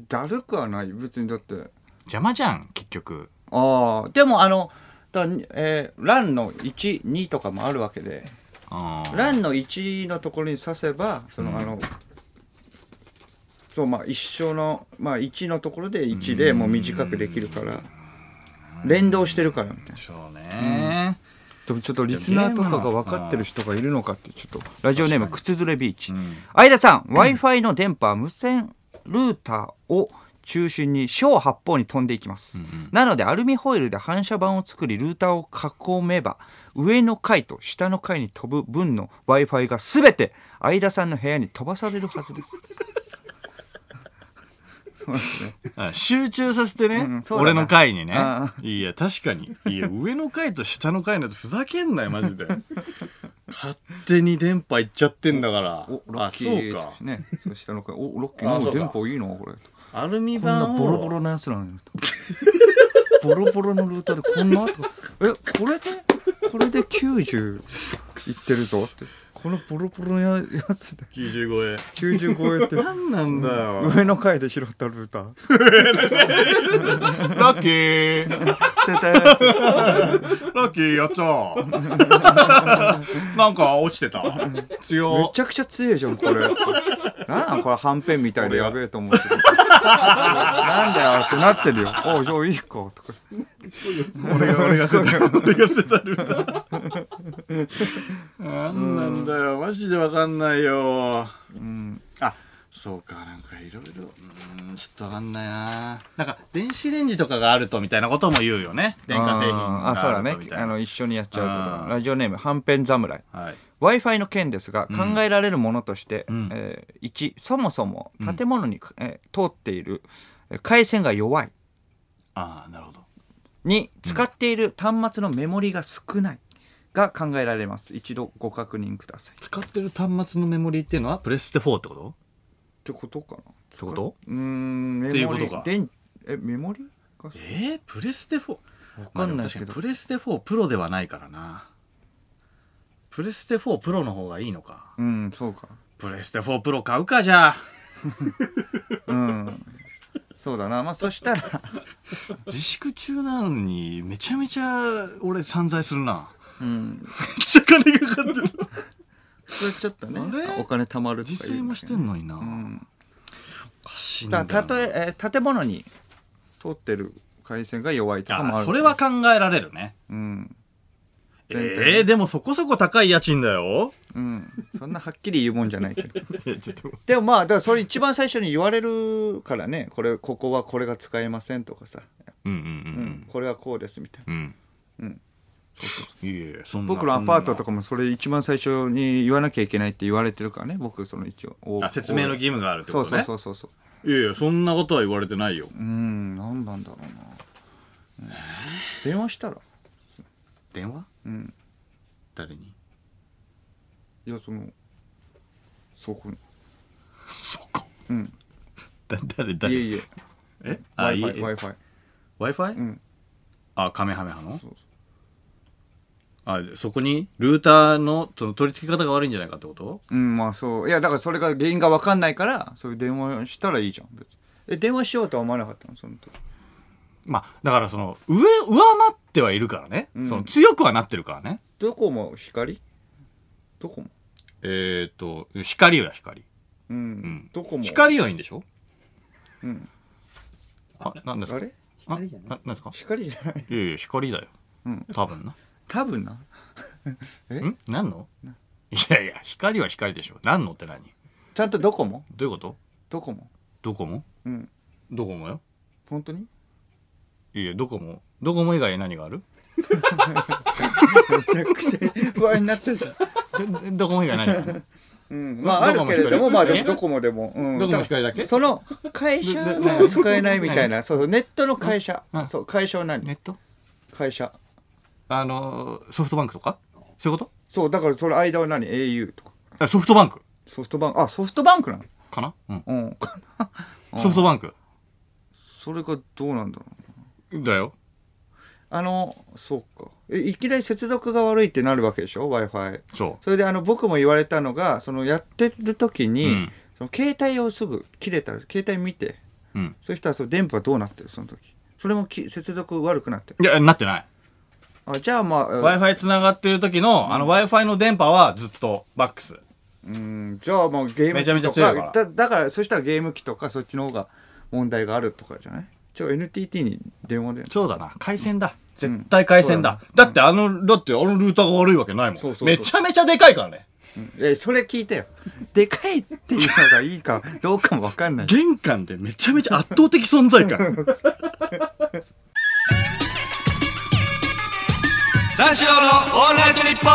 S2: だるくはない別にだって
S1: 邪魔じゃん、結局。
S2: ああでもあのだ、えー、LAN の12とかもあるわけで
S1: あー
S2: LAN の1のところに刺せばその、あのそうまあ一緒の、まあ、1のところで1でもう短くできるから連動してるからみたいな
S1: そうね、
S2: でもちょっとリスナーとかが分かってる人がいるのかってちょっとラジオネーム靴ずれビーチ
S1: ん
S2: 相田さん w i f i の電波は無線ルーターを中心に小八方に飛んでいきます、なのでアルミホイルで反射板を作りルーターを囲めば上の階と下の階に飛ぶ分の w i f i が全て相田さんの部屋に飛ばされるはずですそうですね
S1: あ集中させてね、
S2: んそうだな
S1: 俺の回にね
S2: あ。
S1: いや、確かに。いや、上の回と下の回なんてふざけんなよ、マジで。勝手に電波いっちゃってんだから。
S2: おロ
S1: あ、
S2: ッキ
S1: そ
S2: ー
S1: う
S2: と
S1: か
S2: か。ねそう下の階おロッキ
S1: あ
S2: ー
S1: そ
S2: も
S1: う
S2: う
S1: か
S2: 電波いいなこれ
S1: アルミ
S2: こんな
S1: 板を。
S2: ボロボロの やつなのにとボロボロのルーターでこんなとえこれでこれで90いってるぞってこのボロボロのややつで
S1: 95円
S2: 95円って
S1: 何なんだよ
S2: 上の階で拾ったルーター
S1: ラッキー
S2: 捨てたや つ
S1: ラッキーやっちゃおう なんか落ちてた
S2: め
S1: 強
S2: ちゃくちゃ強いじゃんこれなんなんこれはんぺんみたいでやべえと思ってたなんだよってなってるよおうじゃあいいかとか
S1: 俺が俺が捨てた俺が捨てたルーターなんなんだよマジでわかんないよ
S2: うん
S1: あそうかなんかいろいろうんちょっとわかんないななんか電子レンジとかがあるとみたいなことも言うよね電化製品
S2: あーあ
S1: が
S2: そう
S1: あ
S2: だ
S1: る
S2: ね
S1: とみたい
S2: あ
S1: な
S2: の一緒にやっちゃうと
S1: う
S2: か
S1: ん
S2: ラジオネームはんぺん侍
S1: はい
S2: w i f i の件ですが考えられるものとして、
S1: ん
S2: えー1そもそも建物に、えー通っているえー回線が弱い
S1: ああなるほど
S2: 2使っている端末のメモリが少ないが考えられます一度ご確認くださいっ
S1: 使ってる端末のメモリーっていうのはプレステ4ってこと
S2: てことかな
S1: ってこと
S2: うーんメ
S1: っていう
S2: モ
S1: こと
S2: リ
S1: か
S2: 電えメモリが少
S1: えー、プレステ 4? わ
S2: かんないけど
S1: プレステ4プロではないからなプレステ4プロの方がいいのか
S2: うんそうか
S1: プレステ4プロ買うかじゃあ
S2: うんそうだなまあそしたら
S1: 自粛中なのにめちゃめちゃ俺散財するな
S2: うん
S1: めっちゃ金かかってる
S2: それちょっとね
S1: あれ
S2: お金貯まるとか
S1: 自
S2: い
S1: 炊
S2: う
S1: もしてんのにな、
S2: ん
S1: おかしいんだ
S2: だ
S1: よ
S2: た
S1: な
S2: とええー建物に通ってる回線が弱いとかもあ
S1: あ
S2: る
S1: それは考えられるね
S2: うん
S1: え
S2: 全体
S1: ー、でもそこそこ高い家賃だよ
S2: うんそんなはっきり言うもんじゃ ないけど
S1: いやちょっと
S2: でもまあだからそれ一番最初に言われるからねこれここはこれが使えませんとかさ、
S1: うんう
S2: うん
S1: ん
S2: これはこうですみたいな
S1: うんうん
S2: うん
S1: いやいやそんな
S2: 僕のアパートと
S1: か
S2: かもそれ一番最初に言わなきゃいけないって言われてるからね僕その一応
S1: あ説明の義務があるって
S2: そ
S1: こと
S2: うそう
S1: ね
S2: そうそうそう
S1: いやいやそんなことは言われてないよ
S2: うん何なんだろうな、うん電話したら
S1: 電話
S2: うん
S1: 誰に
S2: いやそのそこに
S1: そこ
S2: うん
S1: だ誰
S2: いえ
S1: 誰
S2: いえ
S1: えあ
S2: w
S1: い
S2: i
S1: い
S2: f i w i f i
S1: w i f i
S2: うん
S1: あカメハメハ
S2: そう
S1: の
S2: そう
S1: あそこにルーターのその取り付け方が悪いんじゃないかってこと
S2: うんまあそういやだからそれが原因が分かんないからそういう電話したらいいじゃん別にえ電話しようとは思わなかったのその時
S1: まあだからその上上回ってはいるからね、
S2: うん
S1: その強くはなってるからね
S2: どこも光どこも
S1: えっ、と光よ光
S2: うん、
S1: ん
S2: どこも
S1: 光はいいんでしょ
S2: うん
S1: あなんです
S2: あ
S1: か
S2: れ
S1: あ
S3: 光じゃない
S1: ななんですか
S2: 光じゃない
S1: いやいや光だよ、
S2: うん
S1: 多分な
S2: 多分なえ
S1: ん何のいやいや光は光でしょ何のって何
S2: ちゃんとドコモ
S1: どういうこと
S2: ドコモ
S1: ドコモ
S2: うん
S1: ドコモよ
S2: 本当に
S1: いやドコモドコモ以外何がある
S2: めちゃくちゃ不安になってるじゃん、
S1: でドコモ以外何があ る
S2: うん、まああるけれどもまあでもドコモでも、うん、
S1: ドコモ光だけ
S2: その会社が使えないみたいなそうそうネットの会社
S1: うん
S2: そう会社は何、
S1: ネット
S2: 会社
S1: あのーソフトバンクとかそういうこ
S2: そうだからその間は何 au とか
S1: とあソフトバンク
S2: ソフトバンクあソフトバンクなの
S1: かな、うん、
S2: うん
S1: ソフトバンク
S2: それがどうなんだろう
S1: だよ
S2: あのそうかえいきなり接続が悪いってなるわけでしょ w i f i
S1: そ
S2: それであの僕も言われたのがそのやってる時に、
S1: うん
S2: その携帯をすぐ切れたら携帯見て
S1: ううん
S2: そしたらその電波どうなってるその時それもき接続悪くなって
S1: い
S2: る
S1: やなってない
S2: あじゃあまあえ
S1: w i
S2: ー
S1: f i つながってる時の、あの w i f i の電波はずっとバックス
S2: うんじゃあまあゲーム
S1: め
S2: 機
S1: ちゃめちゃ
S2: と
S1: 強
S2: か
S1: いから
S2: だだからそしたらゲーム機とかそっちの方が問題があるとかじゃないちょ NTT に電話で
S1: そうだな回線だ絶対回線だ、だってあのだってあのルーターが悪いわけないもん
S2: そうそうそう
S1: めちゃめちゃでかいからね
S2: えそれ聞いてよでかいっていうのがいいか どうかも分かんない
S1: 玄関でめちゃめちゃ圧倒的存在感三四郎のオールナイトニッポン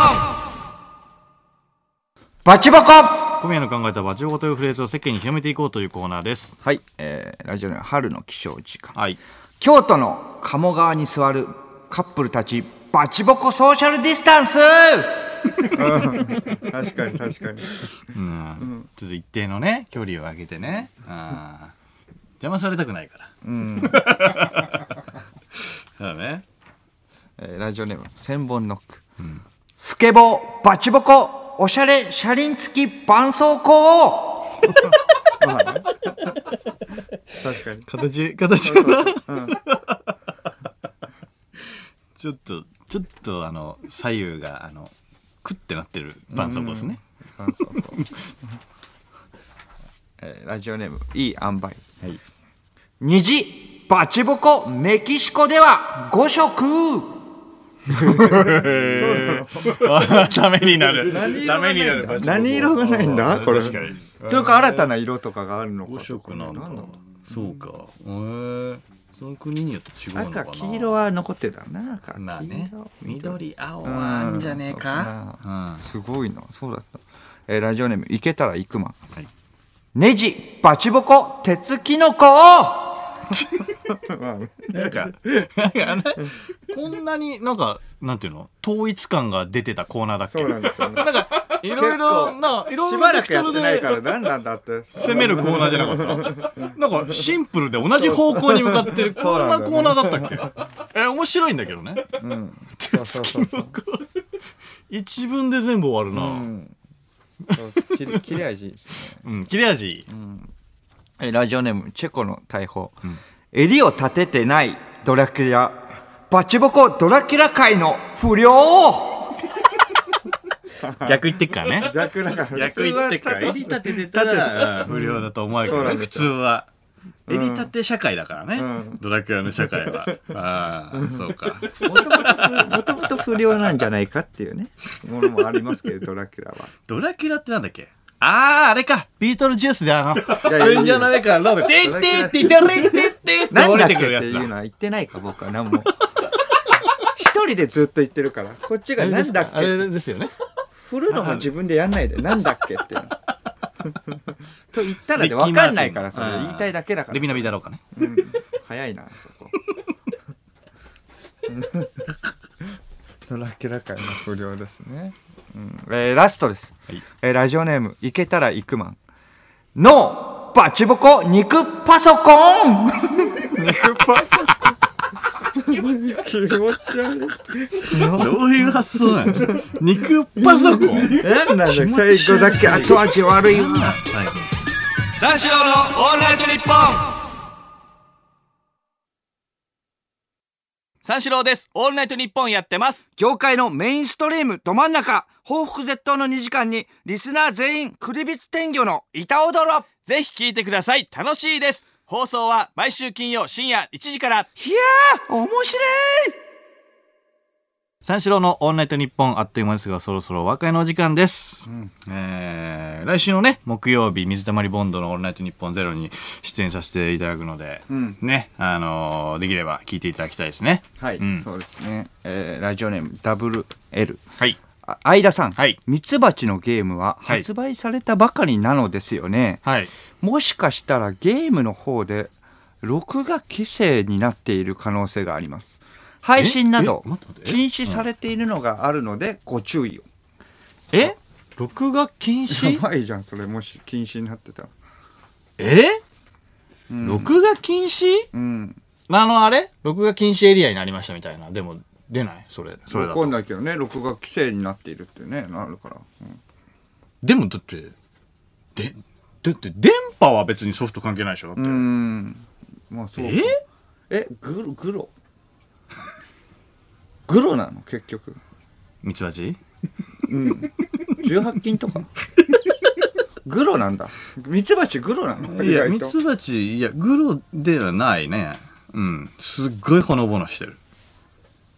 S2: バチボコは
S1: 今夜の考えたバチボコというフレーズを世間に広めていこうというコーナーです
S2: い、えー、ラジオの春の起床時間、
S1: はい
S2: 京都の鴨川に座るカップルたちバチボコソーシャルディスタン ス確かに確かに
S1: うん、ちょっと一定のね距離を空けてねあー 邪魔されたくないからうんだね
S2: えーラジオネーム千本ノック、スケボーバチボコおしゃれ車輪付き絆創膏まあね確かに
S1: 形、形かな。ちょっと、ちょっとあの、左右が、あの、クッてなってる絆創膏ですね。
S2: 絆創膏えーラジオネームいい塩梅
S1: はい。
S2: 虹バチボコメキシコでは5色
S1: ためになる。ためになる。
S2: 何色がないんだこれ
S1: 確かに。
S2: というか新たな色とかがあるのか
S1: 五色なんだ。そうか。へえ。その国によって違うのかな。
S2: 赤黄色は残ってたな赤黄色
S1: まあね。緑、青
S2: う
S1: はあんじゃねえか。うん。は
S2: すごいなそうだった、えーラジオネームいけたらいくま
S1: い。
S2: ネジバチボコ鉄キノコ
S1: なんか、なんかあのこんなになんか、なんていうの統一感が出てたコーナーだっけ
S2: そうなんですよ
S1: な
S2: ね
S1: んか、いろいろ
S2: 結構
S1: な、いろ
S2: し
S1: んな
S2: ば
S1: ベ
S2: ら
S1: ク
S2: く
S1: ト
S2: やっ
S1: ル
S2: てない
S1: で
S2: から何なんだって
S1: 攻めるコーナーじゃなかったなんかシンプルで同じ方向に向かって る、こんなコーナーだったっけえ、面白いんだけどね。
S2: そうそうそうそう
S1: 一文で全部終わる
S2: う
S1: な。
S2: んそうそう切れ切れ味いいですね
S1: うん、切れ味いい。
S2: えーラジオネームチェコの大砲、襟を立ててないドラキュラバチボコドラキュラ界の不良
S1: 逆言ってっからね。
S2: 逆だから
S1: 逆言ってっから。襟立ててたら、うん不良だと思われるからね、
S2: そうなんで
S1: 普
S2: す
S1: 通は。襟立て社会だからね。
S2: ん
S1: ドラキュラの社会は。ああ、そうか。
S2: もともと不良なんじゃないかっていうねものもありますけどドラキュラは
S1: ドラキュラってなんだっけああ、あれか。ビートルジュースであの、
S2: やいやいや
S1: レンジャーの上からラブ、て
S2: ド
S1: っ
S2: ラキュ
S1: て
S2: ラ
S1: ってってれってってって
S2: 何
S1: 降
S2: だ
S1: りて
S2: っけっ
S1: く
S2: て
S1: るや
S2: い
S1: つ
S2: うの
S1: だ。
S2: は言ってないか僕は何も一人でずっと言ってるからこっちが何だっ
S1: あ
S2: け
S1: れですよね。
S2: 振るのも自分でやんないで何だっけっていうのと言ったらで分かんないからそれ
S1: あー
S2: 言いたいだけだから
S1: レビナビだろうかね。
S2: うん早いなそ こドラキュラ界の不良ですね、うんえーラストです、
S1: はい
S2: えーラジオネームいけたらいくまんノーバチボコ肉パソコン 肉パソコン気持ち悪い
S1: どういう発想なの肉パソコン。
S2: 何なんだよ最後だけ後味悪いわ
S1: 最後三四郎のオールナイトニッポン三四郎です。オールナイトニッポンやってます。
S2: 業界のメインストリームど真ん中報復絶倒の2時間にリスナー全員クリビツ天魚の板踊ろ
S1: ぜひ聞いてください。楽しいです。放送は毎週金曜深夜1時から。
S2: いやー面白い
S1: 三四郎のオンライトニッポンあっという間ですが、そろそろお別れのお時間です。えー来週のね、木曜日、水溜りボンドのオールナイトニッポンゼロに出演させていただくので、ね、あのーできれば聞いていただきたいですね。
S2: はい、
S1: うん
S2: そうですね、えーラジオネーム WL
S1: はい。
S2: あ相田さん、
S1: はい
S2: ミツバチのゲームは
S1: はい
S2: 発売されたばかりなのですよね、
S1: はい。
S2: もしかしたらゲームの方で録画規制になっている可能性があります配信など
S1: え待って待ってえ
S2: 禁止されているのがあるのでご注意を
S1: え録画禁
S2: や
S1: 止
S2: ばいじゃんそれもし禁止になってたら
S1: え録画禁止
S2: うん
S1: あの、あれ録画禁止エリアになりましたみたいな。でも、出ないそれ。それだ
S2: わかん
S1: と。
S2: ないけどね録画規制になっているってねなるから、うん
S1: でも、だって、で、だって、電波は別にソフト関係ないでしょだって。
S2: うんまあそうか
S1: え
S2: えグログログロなの結局
S1: ミツバチ
S2: 18禁 とかグロなんだミツバチグロなの
S1: い
S2: 意
S1: や、
S2: 外
S1: ミ
S2: と
S1: ツバチ、いや、グロではないね。うん。すっごいほのぼのしてる。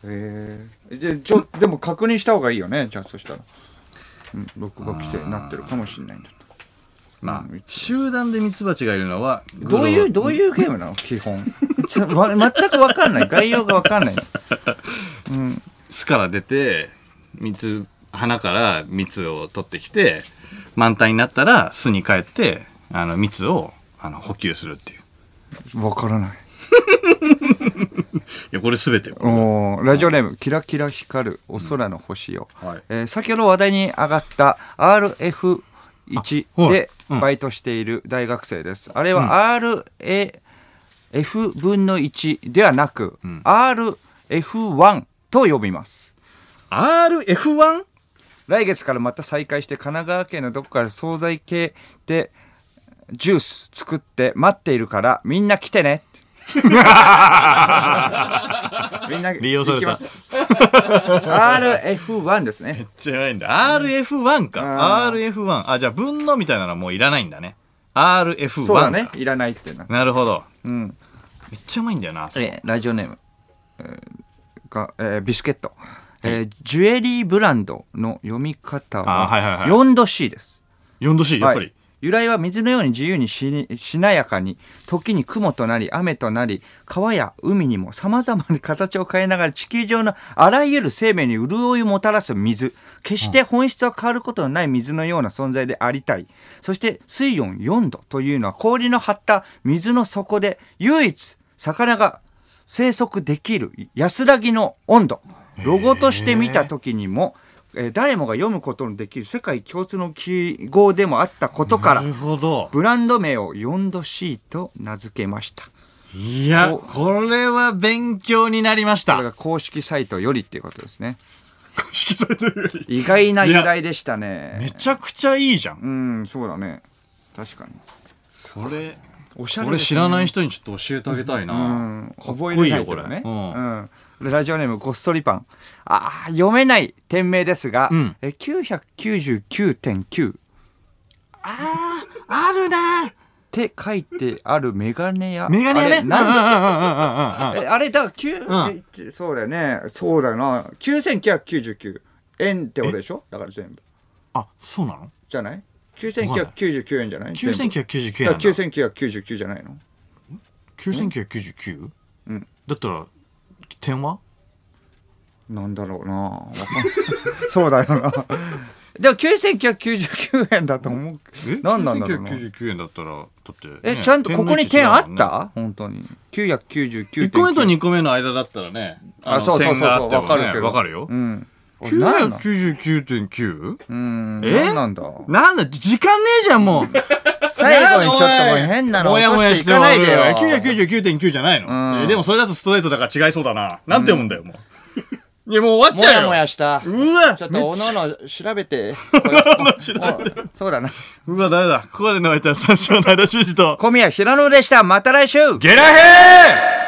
S2: へえじゃあちょでも確認した方がいいよねじゃあそしたら、うん、録画規制になってるかもしれないんだと
S1: まあ、集団でミツバチがいるのは、グロ
S2: どういうどういうゲームなの基本ちょわ全く分かんない概要が分かんない
S1: 巣から出て、蜜、花から蜜を取ってきて、満タンになったら巣に帰って、あの、蜜を、あの、補給するっていう。
S2: 分からない
S1: いや、これすべてよ。
S2: おーラジオネーム「キラキラ光るお空の星よ」
S1: うんはい
S2: えー先ほど話題に上がった RF1
S1: あはい
S2: で
S1: うん
S2: バイトしている大学生です、あれは RF 分の1ではなく、RF1 と呼びます
S1: RF1?
S2: 来月からまた再開して神奈川県のどこから惣菜系でジュース作って待っているからみんな来 てねみんな
S1: 利用され
S2: 行き
S1: た
S2: ます RF1 ですね
S1: 違うんだ。RF1 か。RF1。あ、じゃあ分のみたいなのはもういらないんだね。RF1 か。
S2: そうだねいらないってな
S1: なるほど。
S2: うん
S1: めっちゃうまいんだよな。それ
S2: えーラジオネーム、えーが、えービスケット、えージュエリーブランドの読み方
S1: あはいはいは
S2: はい4度 C です、
S1: 4度 C、やっぱり。
S2: はい由来は水のように自由にしにしなやかに時に雲となり雨となり川や海にも様々な 形を変えながら地球上のあらゆる生命に潤いをもたらす水決して本質は変わることのない水のような存在でありたいそして水温4度というのは氷の張った水の底で唯一魚が生息できる安らぎの温度ロゴとして見た時にも、えー誰もが読むことのできる世界共通の記号でもあったことから
S1: なるほど。
S2: ブランド名を4度 C と名付けました
S1: いや、
S2: お
S1: これは勉強になりまし
S2: これ
S1: た。
S2: が公式サイトよりっていうことですね
S1: 公式サイトより。
S2: 意外な由来でしたね
S1: めちゃくちゃいいじゃん。
S2: うんそうだね確かに
S1: それ、
S2: おしゃれ
S1: 俺知らない人にちょっと教えてあげたいな。かっこいいよ、これ。
S2: 覚えれないけ
S1: う
S2: どね
S1: ん
S2: うんラジオネームごっそりパンあー読めない店名ですが、
S1: うん
S2: え999.9っ
S1: あるな
S2: て書いてあるメガネ屋
S1: メガネ
S2: あ
S1: やね。
S2: れなん
S1: うんうんうんうんうんうん
S2: えあれだから9、そうだよねそうだよな9999円ってことでしょだから全部
S1: あ、そうなの
S2: じゃない9999円じゃない全部
S1: ?9999
S2: だ
S1: なん
S2: から
S1: だ。
S2: 9999じゃないの
S1: 9999?
S2: うん
S1: だったら、点は
S2: なんだろうなわかんないそうだよなでも9999円だと思う何なんだろうな
S1: ?9999 円だったら、だってね。
S2: え、ちゃんとここに点あ
S1: 点の位置違うもん
S2: っ
S1: ね
S2: た、本当に。999.9。
S1: 1個目と2個目の間だったらね、あ
S2: あ、
S1: の
S2: そうそう
S1: 点
S2: そう
S1: があ
S2: そ
S1: っ
S2: う。
S1: ても
S2: わ
S1: ね
S2: かるけど。
S1: わかるよ
S2: う。ん。なんなん
S1: 999.9?
S2: うん。
S1: え
S2: なんなんだ
S1: なんだ、時間ねえじゃん、もう。
S2: 最後にちょっともう変なの
S1: もやもやして
S2: 落と
S1: ない
S2: してい
S1: で
S2: か
S1: よ
S2: ない。でよ。
S1: 999.9じゃないの、
S2: うん
S1: えーでもそれだとストレートだから違いそうだな。なんて読むんだよ、もう。いや、もう終わっ
S2: も
S1: ちゃう
S2: や
S1: よ。
S2: もやした。
S1: うわ
S2: ちょっ
S1: め
S2: と、お
S1: ちゃ
S2: のおの調べて。 おの調べて。 そうだな。
S1: うわ、ダメだ。ここまでの間、三章の間、修士と、
S2: 小宮平野でした。また来週
S1: ゲラヘー